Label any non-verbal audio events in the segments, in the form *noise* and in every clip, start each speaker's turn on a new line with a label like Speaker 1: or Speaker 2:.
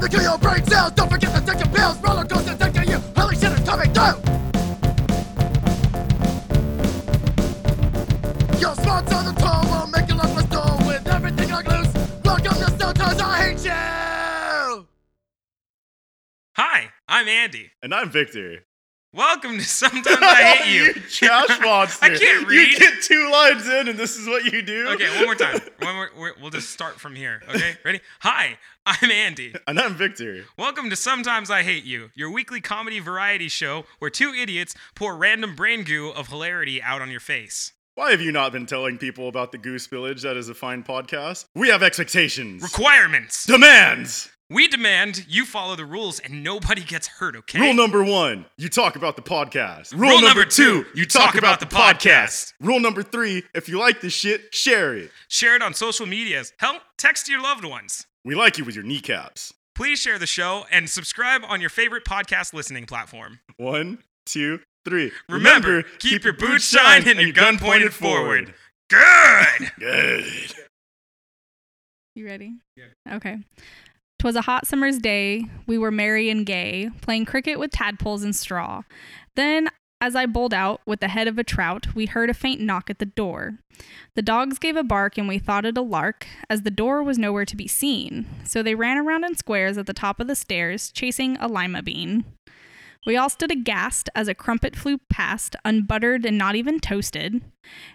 Speaker 1: to kill your brain cells. Don't forget to take your pills. Roller coaster taking you. Holy shit, it's coming through. Your spots on the toe will make you look like stone with everything like loose. Welcome to Stones. I hate you.
Speaker 2: Hi, I'm Andy.
Speaker 3: And I'm Victor.
Speaker 2: Welcome to *laughs* Sometimes I
Speaker 3: *laughs*
Speaker 2: Hate You.
Speaker 3: trash
Speaker 2: *laughs*
Speaker 3: monster.
Speaker 2: I can't
Speaker 3: You
Speaker 2: read.
Speaker 3: get two lines in, and this is what you do.
Speaker 2: Okay, one more time. One more. we're- We'll just start from here. Okay, ready? Hi, I'm Andy.
Speaker 3: And I'm Victor.
Speaker 2: Welcome to Sometimes I Hate You, your weekly comedy variety show where two idiots pour random brain goo of hilarity out on your face.
Speaker 3: Why have you not been telling people about the Goose Village? That is a fine podcast. We have expectations,
Speaker 2: Requirements.
Speaker 3: demands.
Speaker 2: We demand you follow the rules and nobody gets hurt. Okay.
Speaker 3: Rule number one: you talk about the podcast.
Speaker 2: Rule number two, you talk about the podcast.
Speaker 3: Rule number three: if you like this shit, share it.
Speaker 2: Share it on social medias. Hell, text your loved ones.
Speaker 3: We like you with your kneecaps.
Speaker 2: Please share the show and subscribe on your favorite podcast listening platform.
Speaker 3: One, two, three.
Speaker 2: Remember, keep, your boots shined and your gun pointed forward. Good!
Speaker 3: Good.
Speaker 4: You ready? Yeah. Okay. 'Twas a hot summer's day. We were merry and gay, playing cricket with tadpoles and straw. Then, as I bowled out with the head of a trout, we heard a faint knock at the door. The dogs gave a bark, and we thought it a lark, as the door was nowhere to be seen. So they ran around in squares at the top of the stairs, chasing a lima bean. We all stood aghast as a crumpet flew past, unbuttered and not even toasted.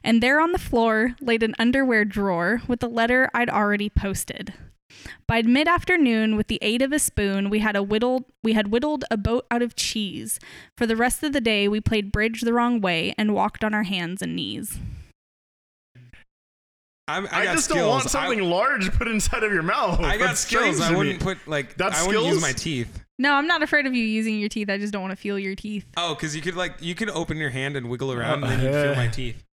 Speaker 4: And there on the floor laid an underwear drawer with the letter I'd already posted. By mid afternoon, with the aid of a spoon, we had a whittled we had whittled a boat out of cheese. For the rest of the day we played bridge the wrong way and walked on our hands and knees.
Speaker 5: *laughs* I'm, I,
Speaker 3: I,
Speaker 5: got
Speaker 3: just
Speaker 5: skills.
Speaker 3: don't want
Speaker 5: I-
Speaker 3: something large put inside of your mouth.
Speaker 5: I, got
Speaker 3: That's
Speaker 5: skills.
Speaker 3: strange
Speaker 5: I
Speaker 3: to
Speaker 5: wouldn't
Speaker 3: me.
Speaker 5: put like
Speaker 3: That's
Speaker 5: I wouldn't
Speaker 3: skills?
Speaker 5: use my teeth.
Speaker 4: No, I'm not afraid of you using your teeth. I just don't want to feel your teeth.
Speaker 5: Oh, because you could like you could open your hand and wiggle around, and then
Speaker 3: Uh,
Speaker 5: you'd
Speaker 3: *laughs*
Speaker 5: feel my teeth. *laughs*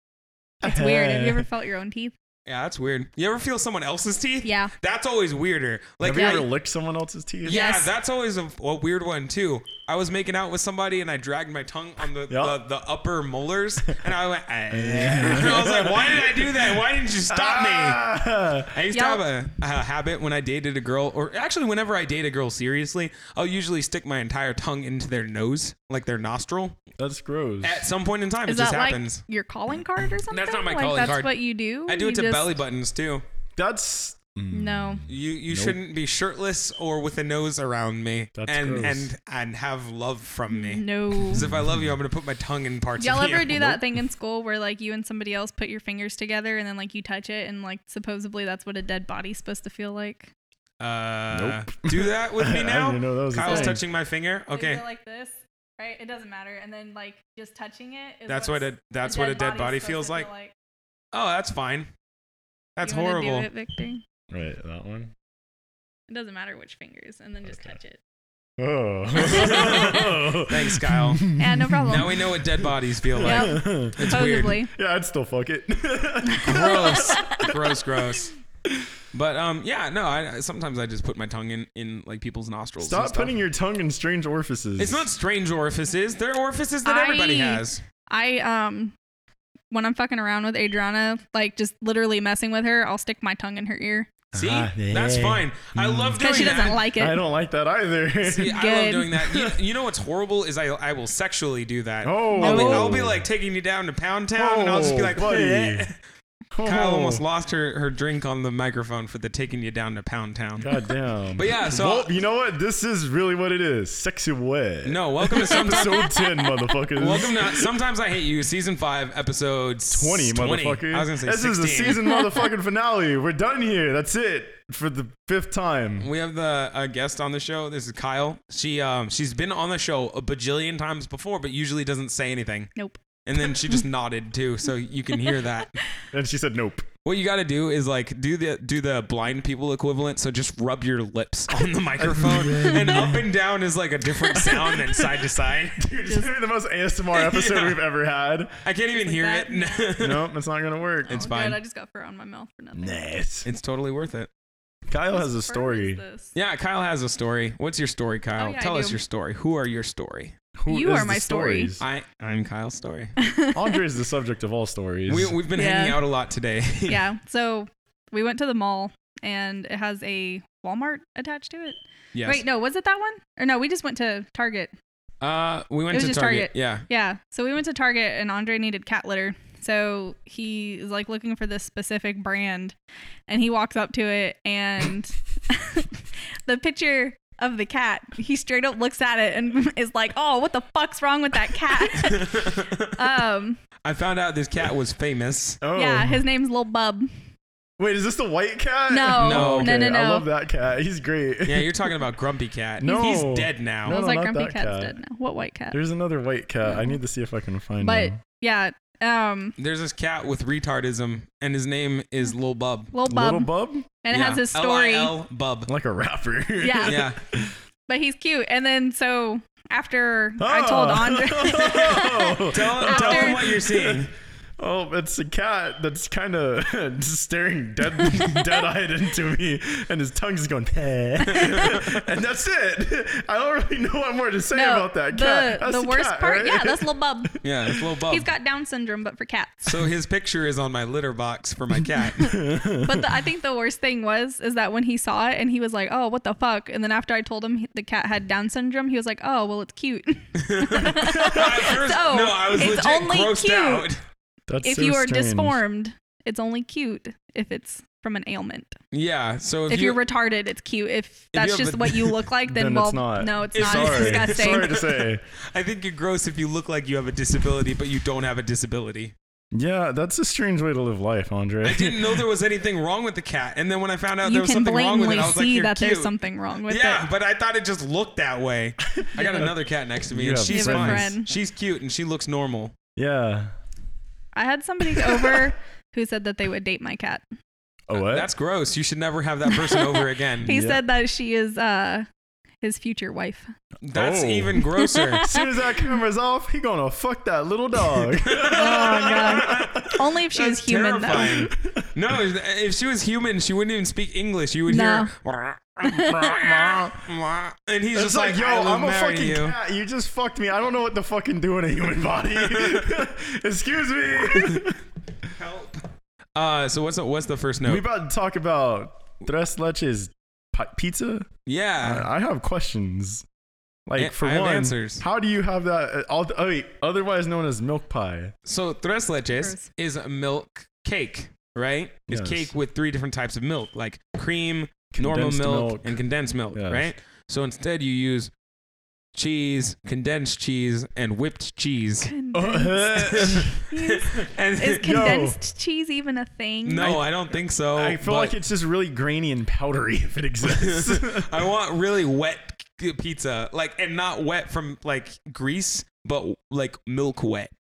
Speaker 4: It's weird. Have you ever felt your own teeth?
Speaker 5: Yeah, that's weird. You ever feel someone else's teeth?
Speaker 4: Yeah.
Speaker 5: That's always weirder. Like
Speaker 3: Have you
Speaker 5: I-
Speaker 3: ever licked someone else's teeth?
Speaker 5: Yeah,
Speaker 4: Yes.
Speaker 5: that's always a, a weird one too. I was making out with somebody and I dragged my tongue on the
Speaker 3: Yeah.
Speaker 5: the, the upper molars and I went. "Ah."
Speaker 3: *laughs*
Speaker 5: *laughs* I was like, why did I do that? Why didn't you stop me?
Speaker 3: Ah!
Speaker 5: I used
Speaker 4: Yeah.
Speaker 5: to have a, a habit when I dated a girl, or actually, whenever I date a girl seriously, I'll usually stick my entire tongue into their nose, like their nostril.
Speaker 3: That's gross.
Speaker 5: At some point in time,
Speaker 4: Is
Speaker 5: it
Speaker 4: that
Speaker 5: just
Speaker 4: like
Speaker 5: happens.
Speaker 4: your calling card or something?
Speaker 5: not my
Speaker 4: like,
Speaker 5: calling
Speaker 4: that's
Speaker 5: card.
Speaker 4: what you do.
Speaker 5: I do
Speaker 4: You
Speaker 5: it to
Speaker 4: just-
Speaker 5: belly buttons too.
Speaker 3: That's
Speaker 4: No.
Speaker 5: You you shouldn't be shirtless or with a nose around me,
Speaker 3: That's
Speaker 5: and
Speaker 3: gross.
Speaker 5: and and have love from me. *laughs*
Speaker 4: No.
Speaker 5: Because if I love you, I'm gonna put my tongue in
Speaker 4: *laughs*
Speaker 5: parts.
Speaker 4: Y'all
Speaker 5: of you.
Speaker 4: ever do that thing in school where like you and somebody else put your fingers together and then like you touch it and like supposedly that's what a dead body's supposed to feel like?
Speaker 5: Uh, Do that with me
Speaker 3: *laughs* I
Speaker 5: now.
Speaker 3: didn't know that was a
Speaker 5: Kyle's
Speaker 3: thing.
Speaker 5: touching my finger.
Speaker 4: They
Speaker 5: Okay,
Speaker 4: go like this, right? It doesn't matter. And then like just touching it. Is
Speaker 5: that's what
Speaker 4: what's-
Speaker 5: a that's what a dead body
Speaker 4: body's supposed
Speaker 5: feels
Speaker 4: to
Speaker 5: like.
Speaker 4: feel
Speaker 5: Oh, that's fine. That's
Speaker 4: You wanna do
Speaker 5: horrible.
Speaker 4: it, Victor?
Speaker 3: right. That
Speaker 5: *laughs*
Speaker 3: one.
Speaker 4: It doesn't matter which fingers, and then just touch it.
Speaker 3: Oh. *laughs*
Speaker 5: Thanks, Kyle. *laughs*
Speaker 4: Yeah, no problem.
Speaker 5: now we know what dead bodies feel
Speaker 3: *laughs*
Speaker 5: like.
Speaker 4: Yep,
Speaker 5: It's weird.
Speaker 4: supposedly.
Speaker 3: Yeah, I'd still fuck
Speaker 5: *laughs*
Speaker 3: it.
Speaker 5: gross, gross,
Speaker 3: *laughs*
Speaker 5: gross. But um, yeah, no. I I- sometimes I just put my tongue in in like people's nostrils. and
Speaker 3: Stop
Speaker 5: stuff.
Speaker 3: putting your tongue in strange orifices.
Speaker 5: It's not strange orifices. They're orifices that everybody
Speaker 4: I-
Speaker 5: has.
Speaker 4: I um, when I'm fucking around with Adriana, like just literally messing with her, I'll stick my tongue in her ear
Speaker 5: See,
Speaker 3: Ah,
Speaker 5: that's
Speaker 3: yeah. Mm.
Speaker 5: fine. I love doing
Speaker 4: because she doesn't
Speaker 5: that.
Speaker 4: like it.
Speaker 3: I don't like that either. *laughs*
Speaker 5: See, I love
Speaker 4: Good.
Speaker 5: doing that. You, you know what's horrible is I I will sexually do that.
Speaker 3: Oh.
Speaker 5: I'll be, I'll be like taking you down to Pound Town, and I'll just be
Speaker 3: Oh,
Speaker 5: like, *laughs*
Speaker 3: buddy.
Speaker 5: "Eh." Kyle
Speaker 3: Oh.
Speaker 5: almost lost her her drink on the microphone for the taking you down to Pound Town.
Speaker 3: God damn.
Speaker 5: But yeah, so
Speaker 3: well, you know what? This is really what it is. Sexy wet.
Speaker 5: no, welcome to
Speaker 3: *laughs*
Speaker 5: some.
Speaker 3: Episode 10, motherfuckers.
Speaker 5: Welcome to Sometimes I Hate You, season five, episode
Speaker 3: 20, motherfucker.
Speaker 5: I was gonna say
Speaker 3: this
Speaker 5: 16.
Speaker 3: is
Speaker 5: *laughs*
Speaker 3: the season motherfucking finale. We're done here. That's it for the fifth time.
Speaker 5: We have the a guest on the show. This is Kyle. She um she's been on the show a bajillion times before, but usually doesn't say anything.
Speaker 4: Nope.
Speaker 5: And then she
Speaker 3: *laughs*
Speaker 5: just nodded too, so you can hear that.
Speaker 3: And she said, "Nope." *laughs*
Speaker 5: What you got to do is like do the do the blind people equivalent. So just rub your lips *laughs* on the
Speaker 3: *laughs*
Speaker 5: microphone, and up and down is like a different sound than side to
Speaker 3: *laughs*
Speaker 5: side.
Speaker 3: Dude, this is gonna be the most ASMR
Speaker 5: *laughs*
Speaker 3: episode
Speaker 5: Yeah.
Speaker 3: we've ever had.
Speaker 5: I can't even hear
Speaker 4: that?
Speaker 5: *laughs* it.
Speaker 3: Nope, it's not gonna work.
Speaker 5: It's
Speaker 4: Oh,
Speaker 5: fine.
Speaker 4: Good. I just got fur on my mouth for nothing.
Speaker 3: nice.
Speaker 5: It's totally worth it.
Speaker 3: Kyle has a
Speaker 4: Whose fur is
Speaker 3: story.
Speaker 4: this?
Speaker 5: Yeah, Kyle has a story. What's your story, Kyle?
Speaker 4: Oh, yeah, I
Speaker 5: Tell us
Speaker 4: do.
Speaker 5: your story. Who are your story?
Speaker 3: Who
Speaker 4: You
Speaker 3: is
Speaker 4: are my
Speaker 3: the
Speaker 4: story.
Speaker 3: stories?
Speaker 5: I I'm Kyle's
Speaker 4: *laughs*
Speaker 5: story.
Speaker 3: Andre is the subject of all stories.
Speaker 5: We, we've been *laughs*
Speaker 4: Yeah.
Speaker 5: hanging out a lot today.
Speaker 4: yeah. So we went to the mall and it has a Walmart attached to it.
Speaker 5: Yes.
Speaker 4: Wait, no, was it that one? Or no, we just went to Target.
Speaker 5: Uh, we went
Speaker 4: It was
Speaker 5: to
Speaker 4: just
Speaker 5: Target.
Speaker 4: Target.
Speaker 5: Yeah.
Speaker 4: Yeah. So we went to Target and Andre needed cat litter. So he is like looking for this specific brand and he walks up to it and *laughs* the picture of the cat, he straight up looks at it and *laughs* is like, Oh, what the fuck's wrong with that cat? um
Speaker 5: I found out this cat was famous.
Speaker 3: Oh.
Speaker 4: yeah, his name's Lil Bub.
Speaker 3: Wait, is this the white cat? *laughs*
Speaker 4: No,
Speaker 5: No,
Speaker 4: no,
Speaker 5: okay,
Speaker 4: no, no,
Speaker 3: I love that cat. He's great.
Speaker 5: Yeah, you're talking about Grumpy Cat.
Speaker 3: *laughs* No.
Speaker 5: He's dead now.
Speaker 4: I was
Speaker 3: No,
Speaker 4: like
Speaker 3: not
Speaker 4: Grumpy
Speaker 3: that
Speaker 4: Cat's
Speaker 3: cat.
Speaker 4: dead now. What white
Speaker 3: *laughs*
Speaker 4: cat?
Speaker 3: There's another white cat. I need to see if I can find
Speaker 4: But
Speaker 3: him.
Speaker 4: yeah, um
Speaker 5: There's this cat with retardism, and his name is Lil Bub.
Speaker 4: Lil Bub.
Speaker 3: Little bub?
Speaker 4: and it
Speaker 5: Yeah.
Speaker 4: has his story.
Speaker 5: L-I-L Bub.
Speaker 3: Like a rapper. *laughs*
Speaker 4: Yeah.
Speaker 5: Yeah.
Speaker 4: But he's cute. And then so after I
Speaker 3: Ah, *laughs*
Speaker 4: told *laughs* Andre
Speaker 5: tell,
Speaker 4: *laughs* After-
Speaker 5: tell him what you're seeing.
Speaker 3: Oh, it's a cat that's kind *laughs* of staring dead, *laughs* dead-eyed into me, and his tongue's going, *laughs* "Eh." and that's it. I don't really know what more to say about that cat.
Speaker 4: The,
Speaker 3: That's
Speaker 4: the
Speaker 3: a
Speaker 4: worst
Speaker 3: cat,
Speaker 4: part,
Speaker 3: right?
Speaker 4: yeah, that's
Speaker 3: *laughs*
Speaker 4: Lil Bub.
Speaker 5: Yeah, it's Lil Bub.
Speaker 4: He's got Down syndrome, but for cats.
Speaker 5: so his picture is on my litter box for
Speaker 4: *laughs*
Speaker 5: my cat.
Speaker 4: But the, I think the worst thing was is that when he saw it and he was like, "Oh, what the fuck?" And then after I told him he- the cat had Down syndrome, he was like, "Oh, well, it's cute."
Speaker 5: *laughs*
Speaker 4: *laughs*
Speaker 5: At first-
Speaker 4: So,
Speaker 5: no, I was
Speaker 4: it's
Speaker 5: legit
Speaker 4: only
Speaker 5: grossed
Speaker 4: cute.
Speaker 5: out.
Speaker 3: That's
Speaker 4: if
Speaker 3: so
Speaker 4: you are
Speaker 3: strange.
Speaker 4: disformed, it's only cute if it's from an ailment.
Speaker 5: Yeah, so if,
Speaker 4: If, you're retarded, it's cute. If
Speaker 5: you
Speaker 4: that's
Speaker 5: have
Speaker 4: just
Speaker 5: a-
Speaker 4: what you
Speaker 5: *laughs*
Speaker 4: look like, then,
Speaker 3: Then
Speaker 4: well,
Speaker 3: it's not.
Speaker 4: no, it's,
Speaker 5: It's
Speaker 4: not.
Speaker 5: sorry.
Speaker 4: It's disgusting.
Speaker 3: *laughs* Sorry
Speaker 4: *laughs*
Speaker 3: to say.
Speaker 5: I think you're gross if you look like you have a disability but you don't have a disability.
Speaker 3: Yeah, that's a strange way to live life, Andre.
Speaker 5: I didn't know there was anything wrong with the cat, and then when I found out there
Speaker 4: you
Speaker 5: was
Speaker 4: can
Speaker 5: something wrong with
Speaker 4: blatantly
Speaker 5: it, I was like,
Speaker 4: see
Speaker 5: "You're
Speaker 4: that
Speaker 5: cute."
Speaker 4: there's something wrong with
Speaker 5: yeah,
Speaker 4: it.
Speaker 5: but I thought it just looked that way. I got another cat next to me,
Speaker 3: You
Speaker 5: and
Speaker 3: have
Speaker 5: she's
Speaker 4: friends.
Speaker 5: fine.
Speaker 4: Friend.
Speaker 5: She's cute and she looks normal.
Speaker 3: Yeah.
Speaker 4: I had somebody
Speaker 5: *laughs*
Speaker 4: over who said that they would date my cat.
Speaker 3: Oh, what?
Speaker 5: Uh, That's gross. You should never have that person
Speaker 4: *laughs*
Speaker 5: over again.
Speaker 4: He
Speaker 3: Yeah.
Speaker 4: said that she is uh his future
Speaker 5: *laughs*
Speaker 4: wife.
Speaker 5: That's
Speaker 3: Oh.
Speaker 5: even grosser.
Speaker 3: as soon as that camera's off, he gonna fuck that
Speaker 5: *laughs*
Speaker 3: little dog.
Speaker 4: Only if *laughs* she's
Speaker 5: Oh, That's
Speaker 4: human *laughs*
Speaker 5: terrifying. No, if she was human, she wouldn't even speak English. You would
Speaker 4: No.
Speaker 5: hear, *laughs* and he's
Speaker 3: It's
Speaker 5: just
Speaker 3: like,
Speaker 5: like,
Speaker 3: yo,
Speaker 5: I will
Speaker 3: I'm a
Speaker 5: marry
Speaker 3: fucking
Speaker 5: you.
Speaker 3: cat. You just fucked me. I don't know what to fucking do in a
Speaker 5: *laughs*
Speaker 3: human body. *laughs* Excuse me. *laughs*
Speaker 5: Help. Uh, so what's the, what's the first
Speaker 3: we
Speaker 5: note?
Speaker 3: about to talk about tres leches pi- pizza.
Speaker 4: Uh,
Speaker 5: yeah,
Speaker 3: I I have questions.
Speaker 5: I-
Speaker 3: Like for
Speaker 5: Uh, I have
Speaker 3: one,
Speaker 5: answers.
Speaker 3: how do you have that? uh, All, oh wait, otherwise known as
Speaker 5: *laughs*
Speaker 3: milk pie.
Speaker 5: so tres leches
Speaker 4: Gross.
Speaker 5: is a milk cake, right? It's
Speaker 3: Yes.
Speaker 5: cake with three different types of milk, like cream, normal
Speaker 3: Condensed
Speaker 5: milk,
Speaker 3: milk.
Speaker 5: and condensed milk,
Speaker 3: Yes.
Speaker 5: right? So instead, you use cheese, condensed cheese, and whipped
Speaker 3: *laughs*
Speaker 5: cheese. *laughs*
Speaker 3: Oh,
Speaker 4: though. Jeez.
Speaker 5: and
Speaker 4: is condensed cheese even a thing?
Speaker 5: *laughs* No, I, don't think so.
Speaker 3: I feel
Speaker 5: Oh, but
Speaker 3: like it's just really grainy and powdery if
Speaker 5: *laughs*
Speaker 3: it exists.
Speaker 5: I want really wet c- pizza, like, and not wet from like grease, but like milk wet.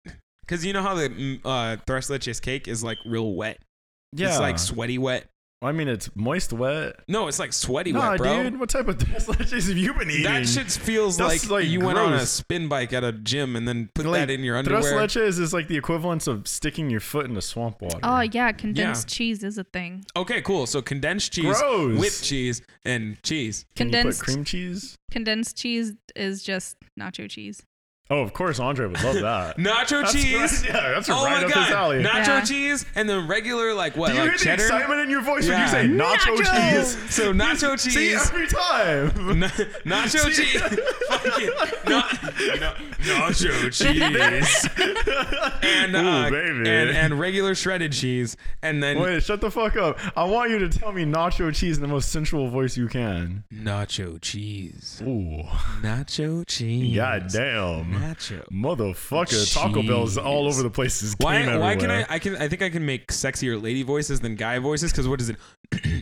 Speaker 5: Because you know how the mm, uh, tres leches cake is like real wet.
Speaker 3: *laughs* yeah,
Speaker 5: It's like sweaty wet.
Speaker 3: I mean it's moist wet.
Speaker 5: No, it's like sweaty
Speaker 3: Nah,
Speaker 5: wet, bro.
Speaker 3: dude, what type of *laughs* tres leches have you been eating?
Speaker 5: That shit feels like,
Speaker 3: That's, like,
Speaker 5: you went on a
Speaker 3: gross.
Speaker 5: spin bike at a gym and then put
Speaker 3: Like,
Speaker 5: that in your
Speaker 3: Tres
Speaker 5: underwear.
Speaker 3: leches is like the equivalence of sticking your foot in the swamp water.
Speaker 4: Oh yeah, condensed cheese is a thing.
Speaker 5: okay, cool. So condensed cheese,
Speaker 3: Gross.
Speaker 5: whipped cheese, and cheese.
Speaker 3: Can you put
Speaker 4: Condensed
Speaker 3: cream cheese?
Speaker 4: condensed cheese is just nacho cheese.
Speaker 3: Oh, of course, Andre would love that.
Speaker 5: Nacho
Speaker 3: That's
Speaker 5: cheese.
Speaker 3: right- *laughs* yeah, that's
Speaker 5: oh
Speaker 3: right
Speaker 5: my
Speaker 3: up
Speaker 5: god.
Speaker 3: his alley.
Speaker 5: Nacho
Speaker 4: Yeah.
Speaker 5: cheese and then regular like what?
Speaker 3: Do you
Speaker 5: like
Speaker 3: hear
Speaker 5: cheddar?
Speaker 3: the excitement in your voice
Speaker 5: Yeah.
Speaker 3: when you say nacho,
Speaker 4: Nacho!
Speaker 3: cheese? *laughs*
Speaker 5: So nacho
Speaker 3: See,
Speaker 5: cheese. *laughs*
Speaker 3: every time.
Speaker 5: Na- nacho
Speaker 3: See-
Speaker 5: cheese. *laughs* Fucking na- na- nacho
Speaker 3: *laughs*
Speaker 5: cheese. and, uh,
Speaker 3: Ooh, baby.
Speaker 5: and and regular shredded cheese and then
Speaker 3: Wait, shut the fuck up. I want you to tell me nacho cheese in the most sensual voice you can.
Speaker 5: nacho cheese.
Speaker 3: Ooh,
Speaker 5: Nacho cheese.
Speaker 3: god damn.
Speaker 5: Nacho.
Speaker 3: Motherfucker, Taco Bell's all
Speaker 5: Cheese.
Speaker 3: over the place. This came
Speaker 5: Why,
Speaker 3: everywhere.
Speaker 5: why can I I can I think I can make sexier lady voices than guy voices cuz what is it?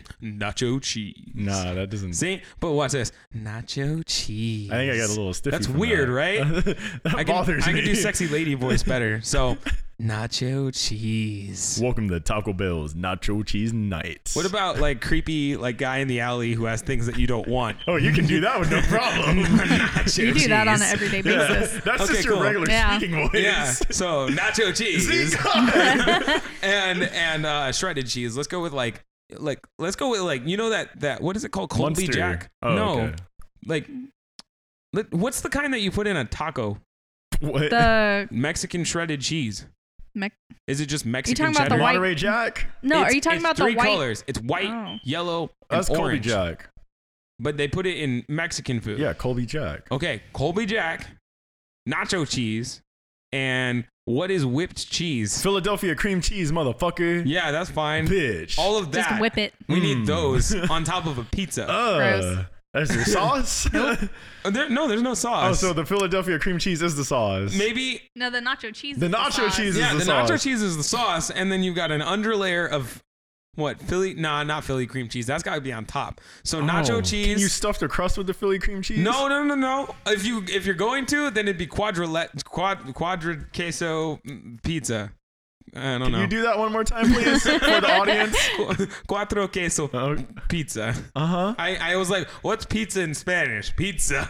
Speaker 5: *clears throat* nacho cheese.
Speaker 3: Nah, that doesn't.
Speaker 5: See? But watch this. Nacho cheese.
Speaker 3: I think I got a little stiffy.
Speaker 5: That's
Speaker 3: from
Speaker 5: weird,
Speaker 3: that.
Speaker 5: right?
Speaker 3: *laughs* that
Speaker 5: I can,
Speaker 3: bothers
Speaker 5: I
Speaker 3: me.
Speaker 5: can do sexy lady voice better.
Speaker 3: *laughs*
Speaker 5: So, nacho cheese.
Speaker 3: Welcome to Taco Bell's Nacho Cheese Night.
Speaker 5: What about like creepy like guy in the alley who has things that you don't
Speaker 3: *laughs*
Speaker 5: want?
Speaker 3: Oh, you can do that with
Speaker 5: *laughs*
Speaker 3: no *laughs* problem.
Speaker 5: Nacho
Speaker 4: You do that on
Speaker 5: cheese. *laughs*
Speaker 4: an everyday basis.
Speaker 3: That's
Speaker 5: Okay,
Speaker 3: just your
Speaker 5: cool.
Speaker 3: regular
Speaker 4: Yeah.
Speaker 3: speaking voice.
Speaker 5: Yeah. So
Speaker 3: *laughs*
Speaker 5: nacho cheese
Speaker 3: See, God.
Speaker 5: and and uh, shredded cheese. Let's go with like like let's go with like you know that that what is it called? Cold Lee
Speaker 3: Munster.
Speaker 5: Jack.
Speaker 3: Oh,
Speaker 5: no.
Speaker 3: okay.
Speaker 5: Like let- what's the kind that you put in a taco?
Speaker 3: What?
Speaker 4: The
Speaker 5: Mexican shredded cheese.
Speaker 4: Mec-
Speaker 5: Is it just Mexican
Speaker 4: talking about the
Speaker 5: cheddar?
Speaker 4: white-
Speaker 3: Monterey Jack?
Speaker 4: no,
Speaker 5: It's-
Speaker 4: are you talking
Speaker 5: it's
Speaker 4: about the
Speaker 5: three
Speaker 4: white?
Speaker 5: colors. It's white,
Speaker 4: Oh.
Speaker 5: yellow, and
Speaker 3: That's Colby
Speaker 5: orange.
Speaker 3: Jack.
Speaker 5: but they put it in Mexican food.
Speaker 3: Yeah, Colby Jack.
Speaker 5: Okay, Colby Jack, nacho cheese, and what is whipped cheese?
Speaker 3: Philadelphia cream cheese, motherfucker.
Speaker 5: Yeah, that's fine.
Speaker 3: Bitch. Mm.
Speaker 5: All of that.
Speaker 4: Just whip it.
Speaker 5: We need
Speaker 3: *laughs*
Speaker 5: those on top of a pizza.
Speaker 3: Uh,
Speaker 4: Gross.
Speaker 3: That's the sauce?
Speaker 5: *laughs* Uh, there- no, there's no
Speaker 3: *laughs* oh,
Speaker 5: sauce.
Speaker 3: so the Philadelphia cream cheese is the sauce.
Speaker 5: Maybe
Speaker 4: No, the nacho cheese.
Speaker 3: The
Speaker 4: is
Speaker 3: nacho
Speaker 4: sauce.
Speaker 3: cheese
Speaker 5: yeah,
Speaker 3: is
Speaker 5: the
Speaker 3: the, sauce.
Speaker 5: nacho cheese is the sauce, and then you've got an underlayer of what Philly? Nah, not Philly cream cheese. That's got to be on top. So nacho
Speaker 3: Oh.
Speaker 5: cheese.
Speaker 3: Can you stuff the crust with the Philly cream cheese?
Speaker 5: no, no, no, no. If you if you're going to, then it'd be quadrilet quad quadra queso mm, pizza. I don't
Speaker 3: Can
Speaker 5: know.
Speaker 3: you do that one more time, please, for
Speaker 5: *laughs*
Speaker 3: the audience?
Speaker 5: Qu- Cuatro queso
Speaker 3: Uh
Speaker 5: pizza.
Speaker 3: huh.
Speaker 5: I, I was like, what's pizza in Spanish? Pizza.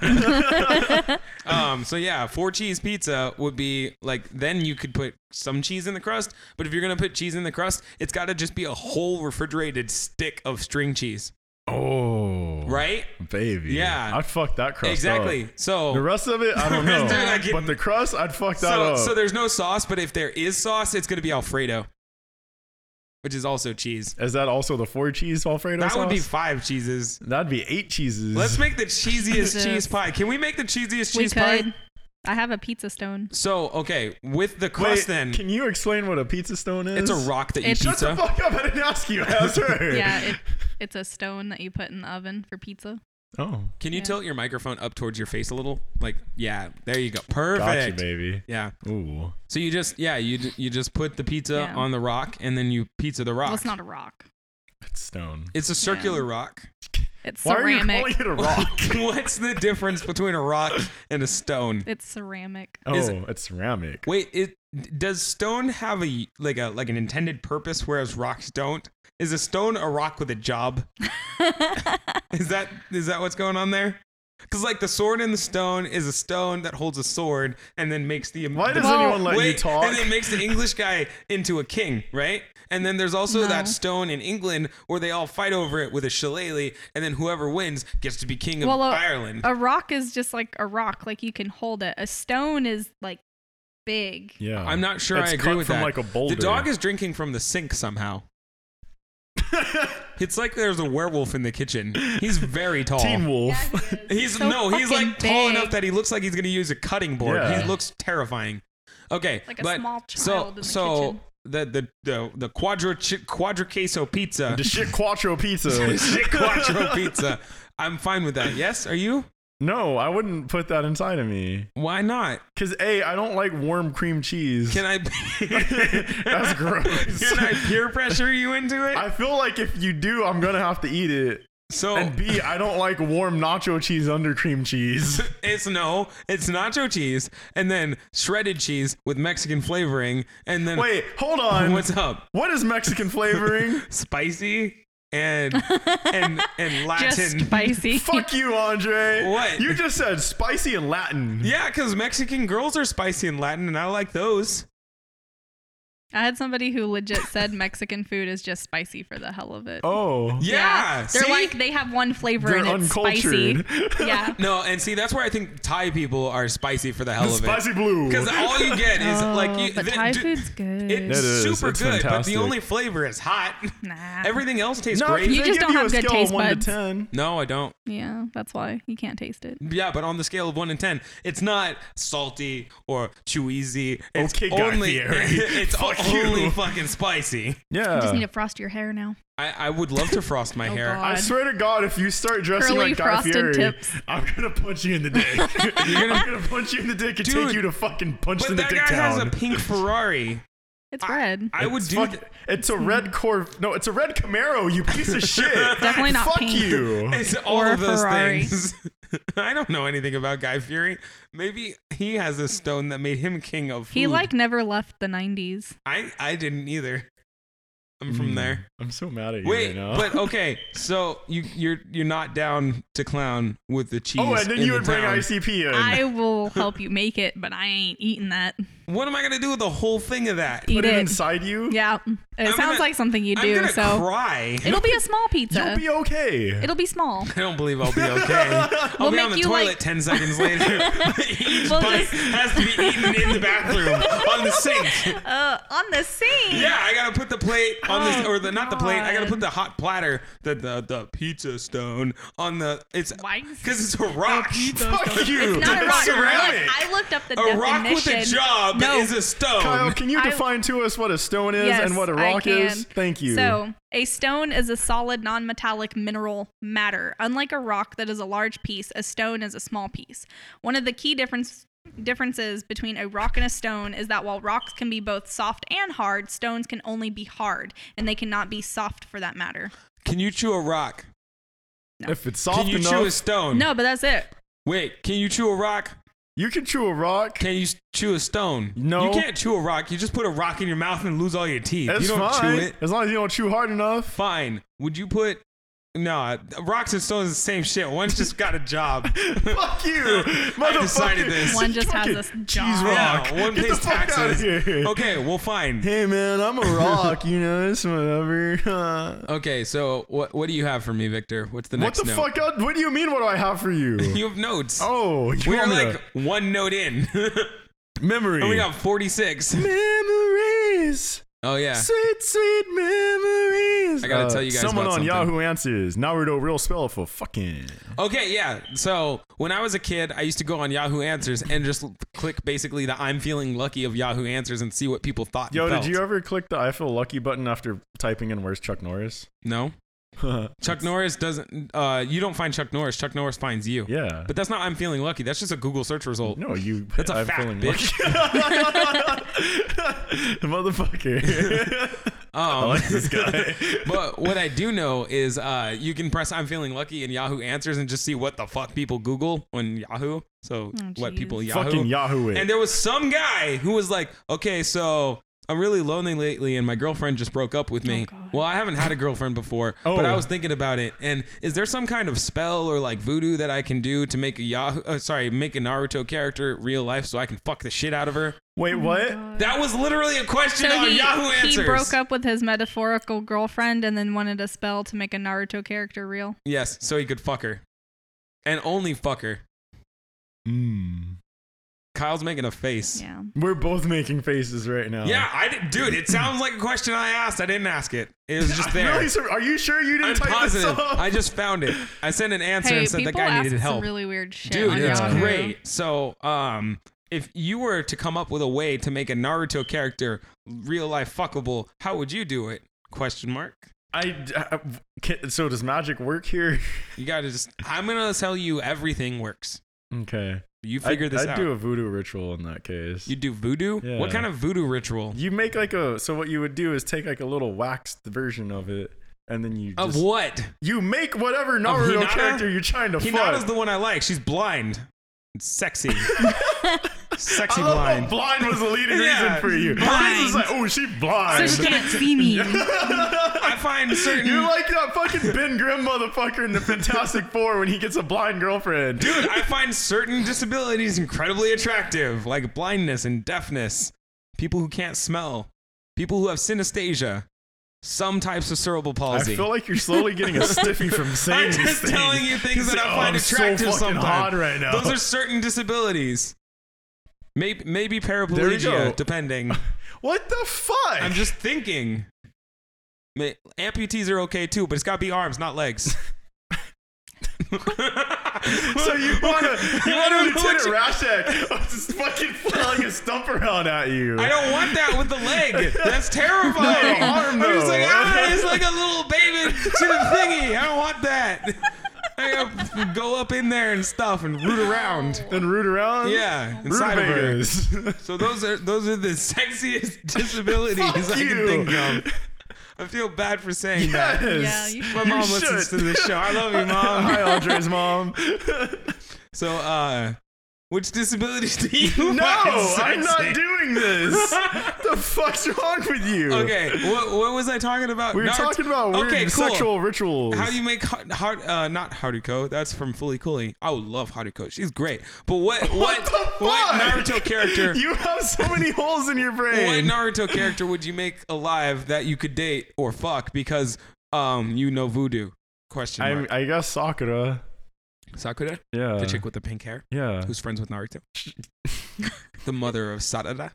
Speaker 5: um, so yeah, four cheese pizza would be like then you could put some cheese in the crust, but if you're gonna put cheese in the crust, it's gotta just be a whole refrigerated stick of string cheese.
Speaker 3: Oh.
Speaker 5: Right?
Speaker 3: Baby.
Speaker 5: Yeah.
Speaker 3: I'd fuck that crust. up.
Speaker 5: exactly. So
Speaker 3: The rest of it,
Speaker 5: *laughs*
Speaker 3: I don't
Speaker 5: The
Speaker 3: know.
Speaker 5: rest of it, I get-
Speaker 3: but the crust, I'd fuck that
Speaker 5: so,
Speaker 3: up.
Speaker 5: so there's no sauce, but if there is sauce, it's gonna be Alfredo. Which is also cheese.
Speaker 3: is that also the four cheese Alfredo
Speaker 5: That
Speaker 3: sauce?
Speaker 5: would be five cheeses.
Speaker 3: That'd be eight cheeses.
Speaker 5: Let's make the cheesiest
Speaker 4: Jesus.
Speaker 5: cheese pie. Can we make the cheesiest
Speaker 4: We
Speaker 5: cheese pie?
Speaker 4: could. I have a pizza stone.
Speaker 5: So okay, with the crust
Speaker 3: Wait,
Speaker 5: then,
Speaker 3: Can you explain what a pizza stone is?
Speaker 5: it's a rock that you
Speaker 4: It's-
Speaker 5: pizza.
Speaker 4: Shut
Speaker 3: Shut the fuck up! I didn't ask you. *laughs* Ask her. *laughs*
Speaker 4: Yeah, it, it's a stone that you put in the oven for pizza.
Speaker 3: Oh,
Speaker 5: Can you
Speaker 4: Yeah.
Speaker 5: tilt your microphone up towards your face a little? Like, yeah, there you go.
Speaker 3: gotcha,
Speaker 5: Perfect.
Speaker 3: baby.
Speaker 5: yeah.
Speaker 3: Ooh.
Speaker 5: So you just yeah you d- you just put the pizza
Speaker 4: Yeah.
Speaker 5: on the rock and then you pizza the rock.
Speaker 4: Well, it's not a rock.
Speaker 3: It's stone.
Speaker 5: It's a circular rock.
Speaker 4: It's
Speaker 3: Why are you
Speaker 4: ceramic.
Speaker 3: calling it
Speaker 5: *laughs*
Speaker 3: a rock?
Speaker 5: What's the difference between a rock and a stone?
Speaker 4: *laughs* It's ceramic.
Speaker 3: oh,
Speaker 5: Is-
Speaker 3: it's ceramic.
Speaker 5: Wait, it does stone have a like a like an intended purpose, whereas rocks don't? Is a stone a rock with a job? is that is that what's going on there? Because like the sword in the stone is a stone that holds a sword and then makes the
Speaker 3: Why does
Speaker 5: *laughs*
Speaker 4: Well,
Speaker 3: anyone let you
Speaker 5: Wait,
Speaker 3: talk?
Speaker 5: and then makes the English guy into a king, right? And then there's also that stone in England where they all fight over it with a shillelagh, and then whoever wins gets to be king of
Speaker 4: Well, uh, a-
Speaker 5: Ireland.
Speaker 4: A rock is just like a rock, like you can hold it. A stone is like big.
Speaker 3: yeah.
Speaker 5: I'm not sure
Speaker 3: It's
Speaker 5: I agree
Speaker 3: cut
Speaker 5: with
Speaker 3: from
Speaker 5: that.
Speaker 3: like a
Speaker 5: The
Speaker 3: boulder.
Speaker 5: dog is drinking from the sink
Speaker 3: *laughs*
Speaker 5: somehow. it's like there's a werewolf in the kitchen. He's very tall.
Speaker 3: Teen Wolf.
Speaker 5: He's
Speaker 4: So
Speaker 5: no, he's
Speaker 4: fucking
Speaker 5: like tall
Speaker 4: big.
Speaker 5: enough that he looks like he's gonna use a cutting board.
Speaker 3: Yeah.
Speaker 5: He looks terrifying. Okay,
Speaker 4: Like a
Speaker 5: but
Speaker 4: small
Speaker 5: so
Speaker 4: child in the
Speaker 5: so
Speaker 4: kitchen.
Speaker 5: the the the the quadra quadra queso pizza,
Speaker 3: *laughs*
Speaker 5: *laughs*
Speaker 3: the shit quattro pizza.
Speaker 5: shit
Speaker 3: *laughs*
Speaker 5: quattro pizza. I'm fine with that. Yes, are you?
Speaker 3: no, I wouldn't put that inside of me.
Speaker 5: Why not?
Speaker 3: Cause a, I don't like warm cream cheese.
Speaker 5: Can I? *laughs*
Speaker 3: *laughs* That's gross.
Speaker 5: Can
Speaker 3: *laughs*
Speaker 5: I peer pressure you into it?
Speaker 3: I feel like if you do, I'm gonna have to eat it.
Speaker 5: so
Speaker 4: Oh.
Speaker 3: And B, I don't like warm nacho cheese under cream cheese.
Speaker 4: *laughs*
Speaker 5: It's no, it's nacho cheese, and then shredded cheese with Mexican flavoring, and then *laughs*
Speaker 3: Wait, um, hold on.
Speaker 5: what's up?
Speaker 3: What is Mexican
Speaker 4: *laughs*
Speaker 3: flavoring?
Speaker 5: Spicy and
Speaker 3: *laughs*
Speaker 5: and and Latin.
Speaker 4: Just spicy.
Speaker 3: Fuck you, Andre.
Speaker 5: What?
Speaker 3: You just said spicy and Latin.
Speaker 5: Yeah, because Mexican girls are spicy and Latin, and I like those.
Speaker 4: I had somebody who legit said Mexican food is just spicy for the hell of it.
Speaker 3: Oh.
Speaker 5: Yeah,
Speaker 4: They're
Speaker 5: see?
Speaker 4: like they have one flavor
Speaker 3: They're
Speaker 4: and it's
Speaker 5: *laughs*
Speaker 3: uncultured.
Speaker 4: spicy. Yeah.
Speaker 5: no, and see that's where I think Thai people are spicy for the hell of it.
Speaker 3: Spicy blue.
Speaker 5: Because all you get
Speaker 3: *laughs*
Speaker 5: is like you,
Speaker 4: Oh, but
Speaker 5: th-
Speaker 4: Thai
Speaker 5: d-
Speaker 4: food's good.
Speaker 5: It's
Speaker 3: It is,
Speaker 5: super
Speaker 3: it's
Speaker 5: good, but
Speaker 3: fantastic.
Speaker 5: the only flavor is hot.
Speaker 4: nah.
Speaker 5: Everything else tastes
Speaker 3: no,
Speaker 5: great.
Speaker 3: if
Speaker 4: You
Speaker 3: they
Speaker 4: just
Speaker 3: give
Speaker 4: don't
Speaker 3: you
Speaker 4: have
Speaker 3: a
Speaker 4: good
Speaker 3: scale of
Speaker 4: taste
Speaker 3: one
Speaker 4: buds.
Speaker 3: to ten.
Speaker 5: No, I don't.
Speaker 4: yeah, that's why you can't taste it.
Speaker 5: Yeah, but on the scale of one to ten, it's not salty or chewy. It's
Speaker 3: Okay, Guy
Speaker 5: only
Speaker 3: Fieri.
Speaker 5: *laughs* it's
Speaker 3: Fuck
Speaker 5: only
Speaker 3: you.
Speaker 5: fucking spicy.
Speaker 3: Yeah.
Speaker 4: You just need to frost your hair now.
Speaker 5: I, I would love to frost my
Speaker 4: *laughs* Oh,
Speaker 5: hair.
Speaker 4: God.
Speaker 3: I swear to God, if you start dressing
Speaker 4: Curly
Speaker 3: like Guy
Speaker 4: frosted
Speaker 3: Fieri,
Speaker 4: tips.
Speaker 3: I'm gonna punch you in the
Speaker 4: *laughs*
Speaker 3: dick.
Speaker 5: You're gonna-
Speaker 3: I'm gonna punch you in the dick and
Speaker 5: Dude.
Speaker 3: take you to fucking punch
Speaker 5: but
Speaker 3: in the
Speaker 5: that
Speaker 3: dick
Speaker 5: guy
Speaker 3: town.
Speaker 5: has a
Speaker 3: *laughs*
Speaker 5: pink Ferrari.
Speaker 4: It's red.
Speaker 5: I would
Speaker 3: It's
Speaker 5: do.
Speaker 3: fuck-
Speaker 5: th- mm-hmm.
Speaker 3: it's a red Cor. No, it's a red Camaro. You piece
Speaker 5: *laughs*
Speaker 3: of shit.
Speaker 4: Definitely not
Speaker 3: Fuck
Speaker 4: pink.
Speaker 3: you.
Speaker 5: It's all
Speaker 4: Or a
Speaker 5: of those
Speaker 4: Ferrari.
Speaker 5: things. *laughs* I don't know anything about Guy Fury. Maybe he has a stone that made him king of.
Speaker 4: He
Speaker 5: food.
Speaker 4: like never left the 90s.
Speaker 5: I I didn't either. I'm from there.
Speaker 3: I'm so mad at Hmm. you
Speaker 5: Wait,
Speaker 3: right now. *laughs*
Speaker 5: but okay. So you you're you're not down to clown with the cheese.
Speaker 3: oh, and then
Speaker 5: in
Speaker 3: you
Speaker 5: the
Speaker 3: would bring
Speaker 5: town.
Speaker 3: ICP in.
Speaker 4: I
Speaker 5: *laughs*
Speaker 4: will help you make it, but I ain't eating that.
Speaker 5: What am I gonna do with the whole thing of that?
Speaker 4: Eat
Speaker 3: Put it
Speaker 4: it.
Speaker 3: inside you.
Speaker 4: Yeah. It sounds
Speaker 5: gonna-
Speaker 4: like something you
Speaker 5: I'm
Speaker 4: do,
Speaker 5: gonna
Speaker 4: so
Speaker 5: cry.
Speaker 4: it'll be a small pizza.
Speaker 3: You'll be okay.
Speaker 4: it'll
Speaker 5: *laughs*
Speaker 4: be small.
Speaker 5: I don't believe I'll be okay. *laughs* I'll
Speaker 4: We'll
Speaker 5: be on
Speaker 4: make
Speaker 5: the
Speaker 4: you,
Speaker 5: toilet
Speaker 4: like-
Speaker 5: ten seconds later.
Speaker 4: *laughs*
Speaker 5: *laughs* Each
Speaker 4: We'll
Speaker 5: bite
Speaker 4: just-
Speaker 5: has to be eaten in the bathroom on the sink.
Speaker 4: Uh, on the sink.
Speaker 5: Yeah, I gotta put the plate on this, or the not the plate. I gotta
Speaker 4: Oh God.
Speaker 5: put the hot platter, the the, the pizza stone on the. It's
Speaker 4: Why?
Speaker 5: because it's a rock.
Speaker 3: pizza
Speaker 5: Fuck
Speaker 3: stone.
Speaker 5: you.
Speaker 4: It's not a rock. Look,
Speaker 5: ceramic.
Speaker 4: I looked up
Speaker 5: *laughs*
Speaker 4: the
Speaker 5: A
Speaker 4: definition.
Speaker 5: rock with a job
Speaker 4: No.
Speaker 5: is a stone.
Speaker 3: Kyle, can you
Speaker 4: I-
Speaker 3: define to us what a stone is
Speaker 4: Yes,
Speaker 3: and what a
Speaker 4: I
Speaker 3: rock is?
Speaker 4: can.
Speaker 3: Thank you.
Speaker 4: So, a stone is a solid non-metallic mineral matter. Unlike a rock that is a large piece, a stone is a small piece. One of the key difference differences between a rock and a stone is that while rocks can be both soft and hard, stones can only be hard and they cannot be soft for that matter.
Speaker 5: Can you chew a rock?
Speaker 3: if it's
Speaker 5: Can
Speaker 3: soft
Speaker 5: you
Speaker 3: enough,
Speaker 5: chew a stone?
Speaker 4: No, but
Speaker 5: *laughs*
Speaker 4: that's it.
Speaker 5: Wait, can you chew a rock?
Speaker 3: you can chew a rock.
Speaker 5: Can you s- chew a stone?
Speaker 3: No.
Speaker 5: You can't chew a rock. You just put a rock in your mouth and lose all your teeth.
Speaker 3: That's
Speaker 5: you don't
Speaker 3: fine.
Speaker 5: chew it.
Speaker 3: As long as you don't chew hard
Speaker 5: *laughs*
Speaker 3: enough.
Speaker 5: Fine. Would you put. No, rocks and stones are the same shit. One's just got a
Speaker 3: *laughs*
Speaker 5: job.
Speaker 3: Fuck you, motherfucker.
Speaker 5: decided this.
Speaker 4: One just has this
Speaker 3: Fucking
Speaker 4: job.
Speaker 3: cheese rock.
Speaker 5: Yeah, one
Speaker 3: Get
Speaker 5: pays
Speaker 3: the fuck outta
Speaker 5: taxes. Oh,
Speaker 3: here.
Speaker 5: Okay, well, fine.
Speaker 3: Hey man, I'm a rock. you know this whatever. *laughs*
Speaker 5: Okay, so what what do you have for me, Victor? What's the
Speaker 3: what
Speaker 5: next
Speaker 3: the
Speaker 5: note?
Speaker 3: fuck? Out? What do you mean? What do I have for you?
Speaker 5: *laughs* You have notes.
Speaker 3: oh, you
Speaker 5: We're
Speaker 3: want me to-
Speaker 5: like one note in. *laughs* and
Speaker 3: memory.
Speaker 5: we got 46.
Speaker 3: memories.
Speaker 5: Oh, yeah.
Speaker 3: Sweet, sweet memories. Uh,
Speaker 5: I gotta tell you guys
Speaker 3: Someone
Speaker 5: about something.
Speaker 3: on Yahoo Answers. Naruto real spell for fucking.
Speaker 5: Okay, yeah. So when I was a kid, I used to go on Yahoo Answers and just l- click basically the I'm feeling lucky of Yahoo Answers and see what people thought. and
Speaker 3: Yo,
Speaker 5: felt.
Speaker 3: did you ever click the I feel lucky button after typing in where's Chuck Norris?
Speaker 5: No.
Speaker 3: *laughs*
Speaker 5: Chuck Norris doesn't. Uh, you don't find Chuck Norris. Chuck Norris finds you.
Speaker 3: Yeah.
Speaker 5: But that's not I'm feeling lucky. That's just a Google search result.
Speaker 3: no, you.
Speaker 5: That's a
Speaker 3: I'm
Speaker 5: fact,
Speaker 3: feeling
Speaker 5: bitch.
Speaker 3: lucky. *laughs*
Speaker 5: *laughs*
Speaker 3: Motherfucker. I
Speaker 5: Um,
Speaker 3: *laughs* like this guy.
Speaker 5: but what I do know is uh, you can press I'm feeling lucky in Yahoo Answers and just see what the fuck people Google on Yahoo. So
Speaker 4: Oh,
Speaker 5: what
Speaker 4: jeez.
Speaker 5: people Yahoo.
Speaker 3: Fucking Yahoo it.
Speaker 5: And there was some guy who was like, okay, so I'm really lonely lately and my girlfriend just broke up with me.
Speaker 4: Oh, God.
Speaker 5: well, I haven't had a girlfriend before,
Speaker 3: Oh.
Speaker 5: but I was thinking about it. And is there some kind of spell or like voodoo that I can do to make a Yahoo, uh, sorry, make a Naruto character real life so I can fuck the shit out of her?
Speaker 3: Wait, what?
Speaker 5: That was literally a question
Speaker 4: So
Speaker 5: on
Speaker 4: he,
Speaker 5: Yahoo Answers.
Speaker 4: he broke up with his metaphorical girlfriend and then wanted a spell to make a Naruto character real.
Speaker 5: Yes, so he could fuck her. And only fuck her.
Speaker 3: Mm.
Speaker 5: Kyle's making a face.
Speaker 4: Yeah.
Speaker 3: We're both making faces right now.
Speaker 5: Yeah, I did, dude. It sounds like a question I asked. I didn't ask it. It
Speaker 3: *laughs*
Speaker 5: was just there.
Speaker 3: I'm really sur- are you sure you didn't
Speaker 5: I'm
Speaker 3: type
Speaker 5: positive.
Speaker 3: this up?
Speaker 5: I just found it. I sent an answer
Speaker 4: Hey,
Speaker 5: and said
Speaker 4: people
Speaker 5: that guy
Speaker 4: ask
Speaker 5: needed
Speaker 4: some
Speaker 5: help.
Speaker 4: really weird shit
Speaker 5: Dude,
Speaker 4: on
Speaker 5: it's
Speaker 4: Yahoo.
Speaker 5: great. So, um, if you were to come up with a way to make a Naruto character real life fuckable, how would you do it? Question mark.
Speaker 3: I, I can, so does magic work here? *laughs*
Speaker 5: You gotta just. I'm gonna tell you everything works.
Speaker 3: Okay.
Speaker 5: You figure
Speaker 3: I,
Speaker 5: this
Speaker 3: I'd
Speaker 5: out.
Speaker 3: do a voodoo ritual in that case.
Speaker 5: you do voodoo. What
Speaker 3: Yeah.
Speaker 5: kind of voodoo ritual?
Speaker 3: You make like a so what you would do is take like a little waxed version of it, and then you
Speaker 5: Of
Speaker 3: just,
Speaker 5: what?
Speaker 3: you make whatever Naruto
Speaker 5: Hinata?
Speaker 3: character you're trying to
Speaker 5: Hinata's
Speaker 3: fuck.
Speaker 5: the one I like. She's blind. It's sexy.
Speaker 4: *laughs*
Speaker 5: sexy
Speaker 3: I love how
Speaker 5: blind.
Speaker 3: *laughs* blind was the leading
Speaker 5: *laughs* Yeah,
Speaker 3: reason for you.
Speaker 5: blind.
Speaker 3: This is like, oh, she
Speaker 4: So
Speaker 3: blind.
Speaker 4: she can't see me.
Speaker 3: *laughs*
Speaker 5: I find certain.
Speaker 3: You're like that fucking Ben Grimm motherfucker in the Fantastic Four when he gets a blind girlfriend.
Speaker 5: Dude, I find certain disabilities incredibly attractive, like blindness and deafness, people who can't smell, people who have synesthesia, some types of cerebral
Speaker 3: I
Speaker 5: palsy.
Speaker 3: feel like you're slowly getting
Speaker 5: *laughs*
Speaker 3: a stiffy from saying
Speaker 5: I'm
Speaker 3: these
Speaker 5: just
Speaker 3: things.
Speaker 5: telling you things that
Speaker 3: Say,
Speaker 5: I
Speaker 3: "Oh,
Speaker 5: find
Speaker 3: I'm so
Speaker 5: attractive
Speaker 3: fucking
Speaker 5: sometimes.
Speaker 3: hot right now.
Speaker 5: Those are certain disabilities. Maybe, maybe
Speaker 3: There you go.
Speaker 5: paraplegia,
Speaker 3: *laughs*
Speaker 5: depending.
Speaker 3: What the fuck?
Speaker 5: I'm just thinking. Ma- Amputees are okay too, but it's got to be arms, not legs.
Speaker 3: *laughs* so you
Speaker 5: *laughs*
Speaker 3: wanna you wanna
Speaker 5: I don't know what
Speaker 3: Lieutenant
Speaker 5: you-
Speaker 3: Rashek *laughs* I'm just fucking flung a stump around at you.
Speaker 5: I don't want that with the
Speaker 3: *laughs*
Speaker 5: leg. That's terrifying.
Speaker 3: No,
Speaker 5: I'm
Speaker 3: arm,
Speaker 5: just
Speaker 3: though.
Speaker 5: like, ah, it's like a little baby to the thingy. I don't want that. *laughs* I gotta go up in there and stuff and root around.
Speaker 3: and root around.
Speaker 5: Yeah, inside of her.
Speaker 3: Rutabagas.
Speaker 5: *laughs* So those are those are the *laughs* sexiest
Speaker 3: *laughs*
Speaker 5: disabilities
Speaker 3: Fuck
Speaker 5: I
Speaker 3: you.
Speaker 5: can think of. I feel bad for saying that.
Speaker 4: Yeah,
Speaker 3: *laughs* yes.
Speaker 4: you
Speaker 5: My mom
Speaker 3: You
Speaker 5: listens
Speaker 3: should.
Speaker 5: to this show. I love you, mom.
Speaker 3: *laughs* Hi,
Speaker 5: *laughs*
Speaker 3: Andre's mom.
Speaker 5: So, uh, which disabilities *laughs* do you
Speaker 3: No,
Speaker 5: find
Speaker 3: I'm not
Speaker 5: sexy?
Speaker 3: doing
Speaker 5: *laughs*
Speaker 3: this. the fuck's wrong with you?
Speaker 5: Okay, what, what was I talking about?
Speaker 3: We were
Speaker 5: Naruto-
Speaker 3: talking about weird
Speaker 5: okay, cool.
Speaker 3: sexual rituals.
Speaker 5: How do you make hard, hard uh, not Haruko? That's from Fully Cooley. I would love Haruko. She's great. But what what
Speaker 3: *laughs* *laughs* What the fuck?
Speaker 5: what
Speaker 3: *laughs*
Speaker 5: Naruto character?
Speaker 3: You have so many holes in your
Speaker 5: what
Speaker 3: brain.
Speaker 5: Naruto character would you make alive that you could date or fuck because um you know voodoo? Question
Speaker 3: I,
Speaker 5: mark.
Speaker 3: I guess Sakura.
Speaker 5: Sakura,
Speaker 3: Yeah.
Speaker 5: the chick with the pink hair,
Speaker 3: *laughs* yeah.
Speaker 5: who's friends with Naruto, the mother of Sarada.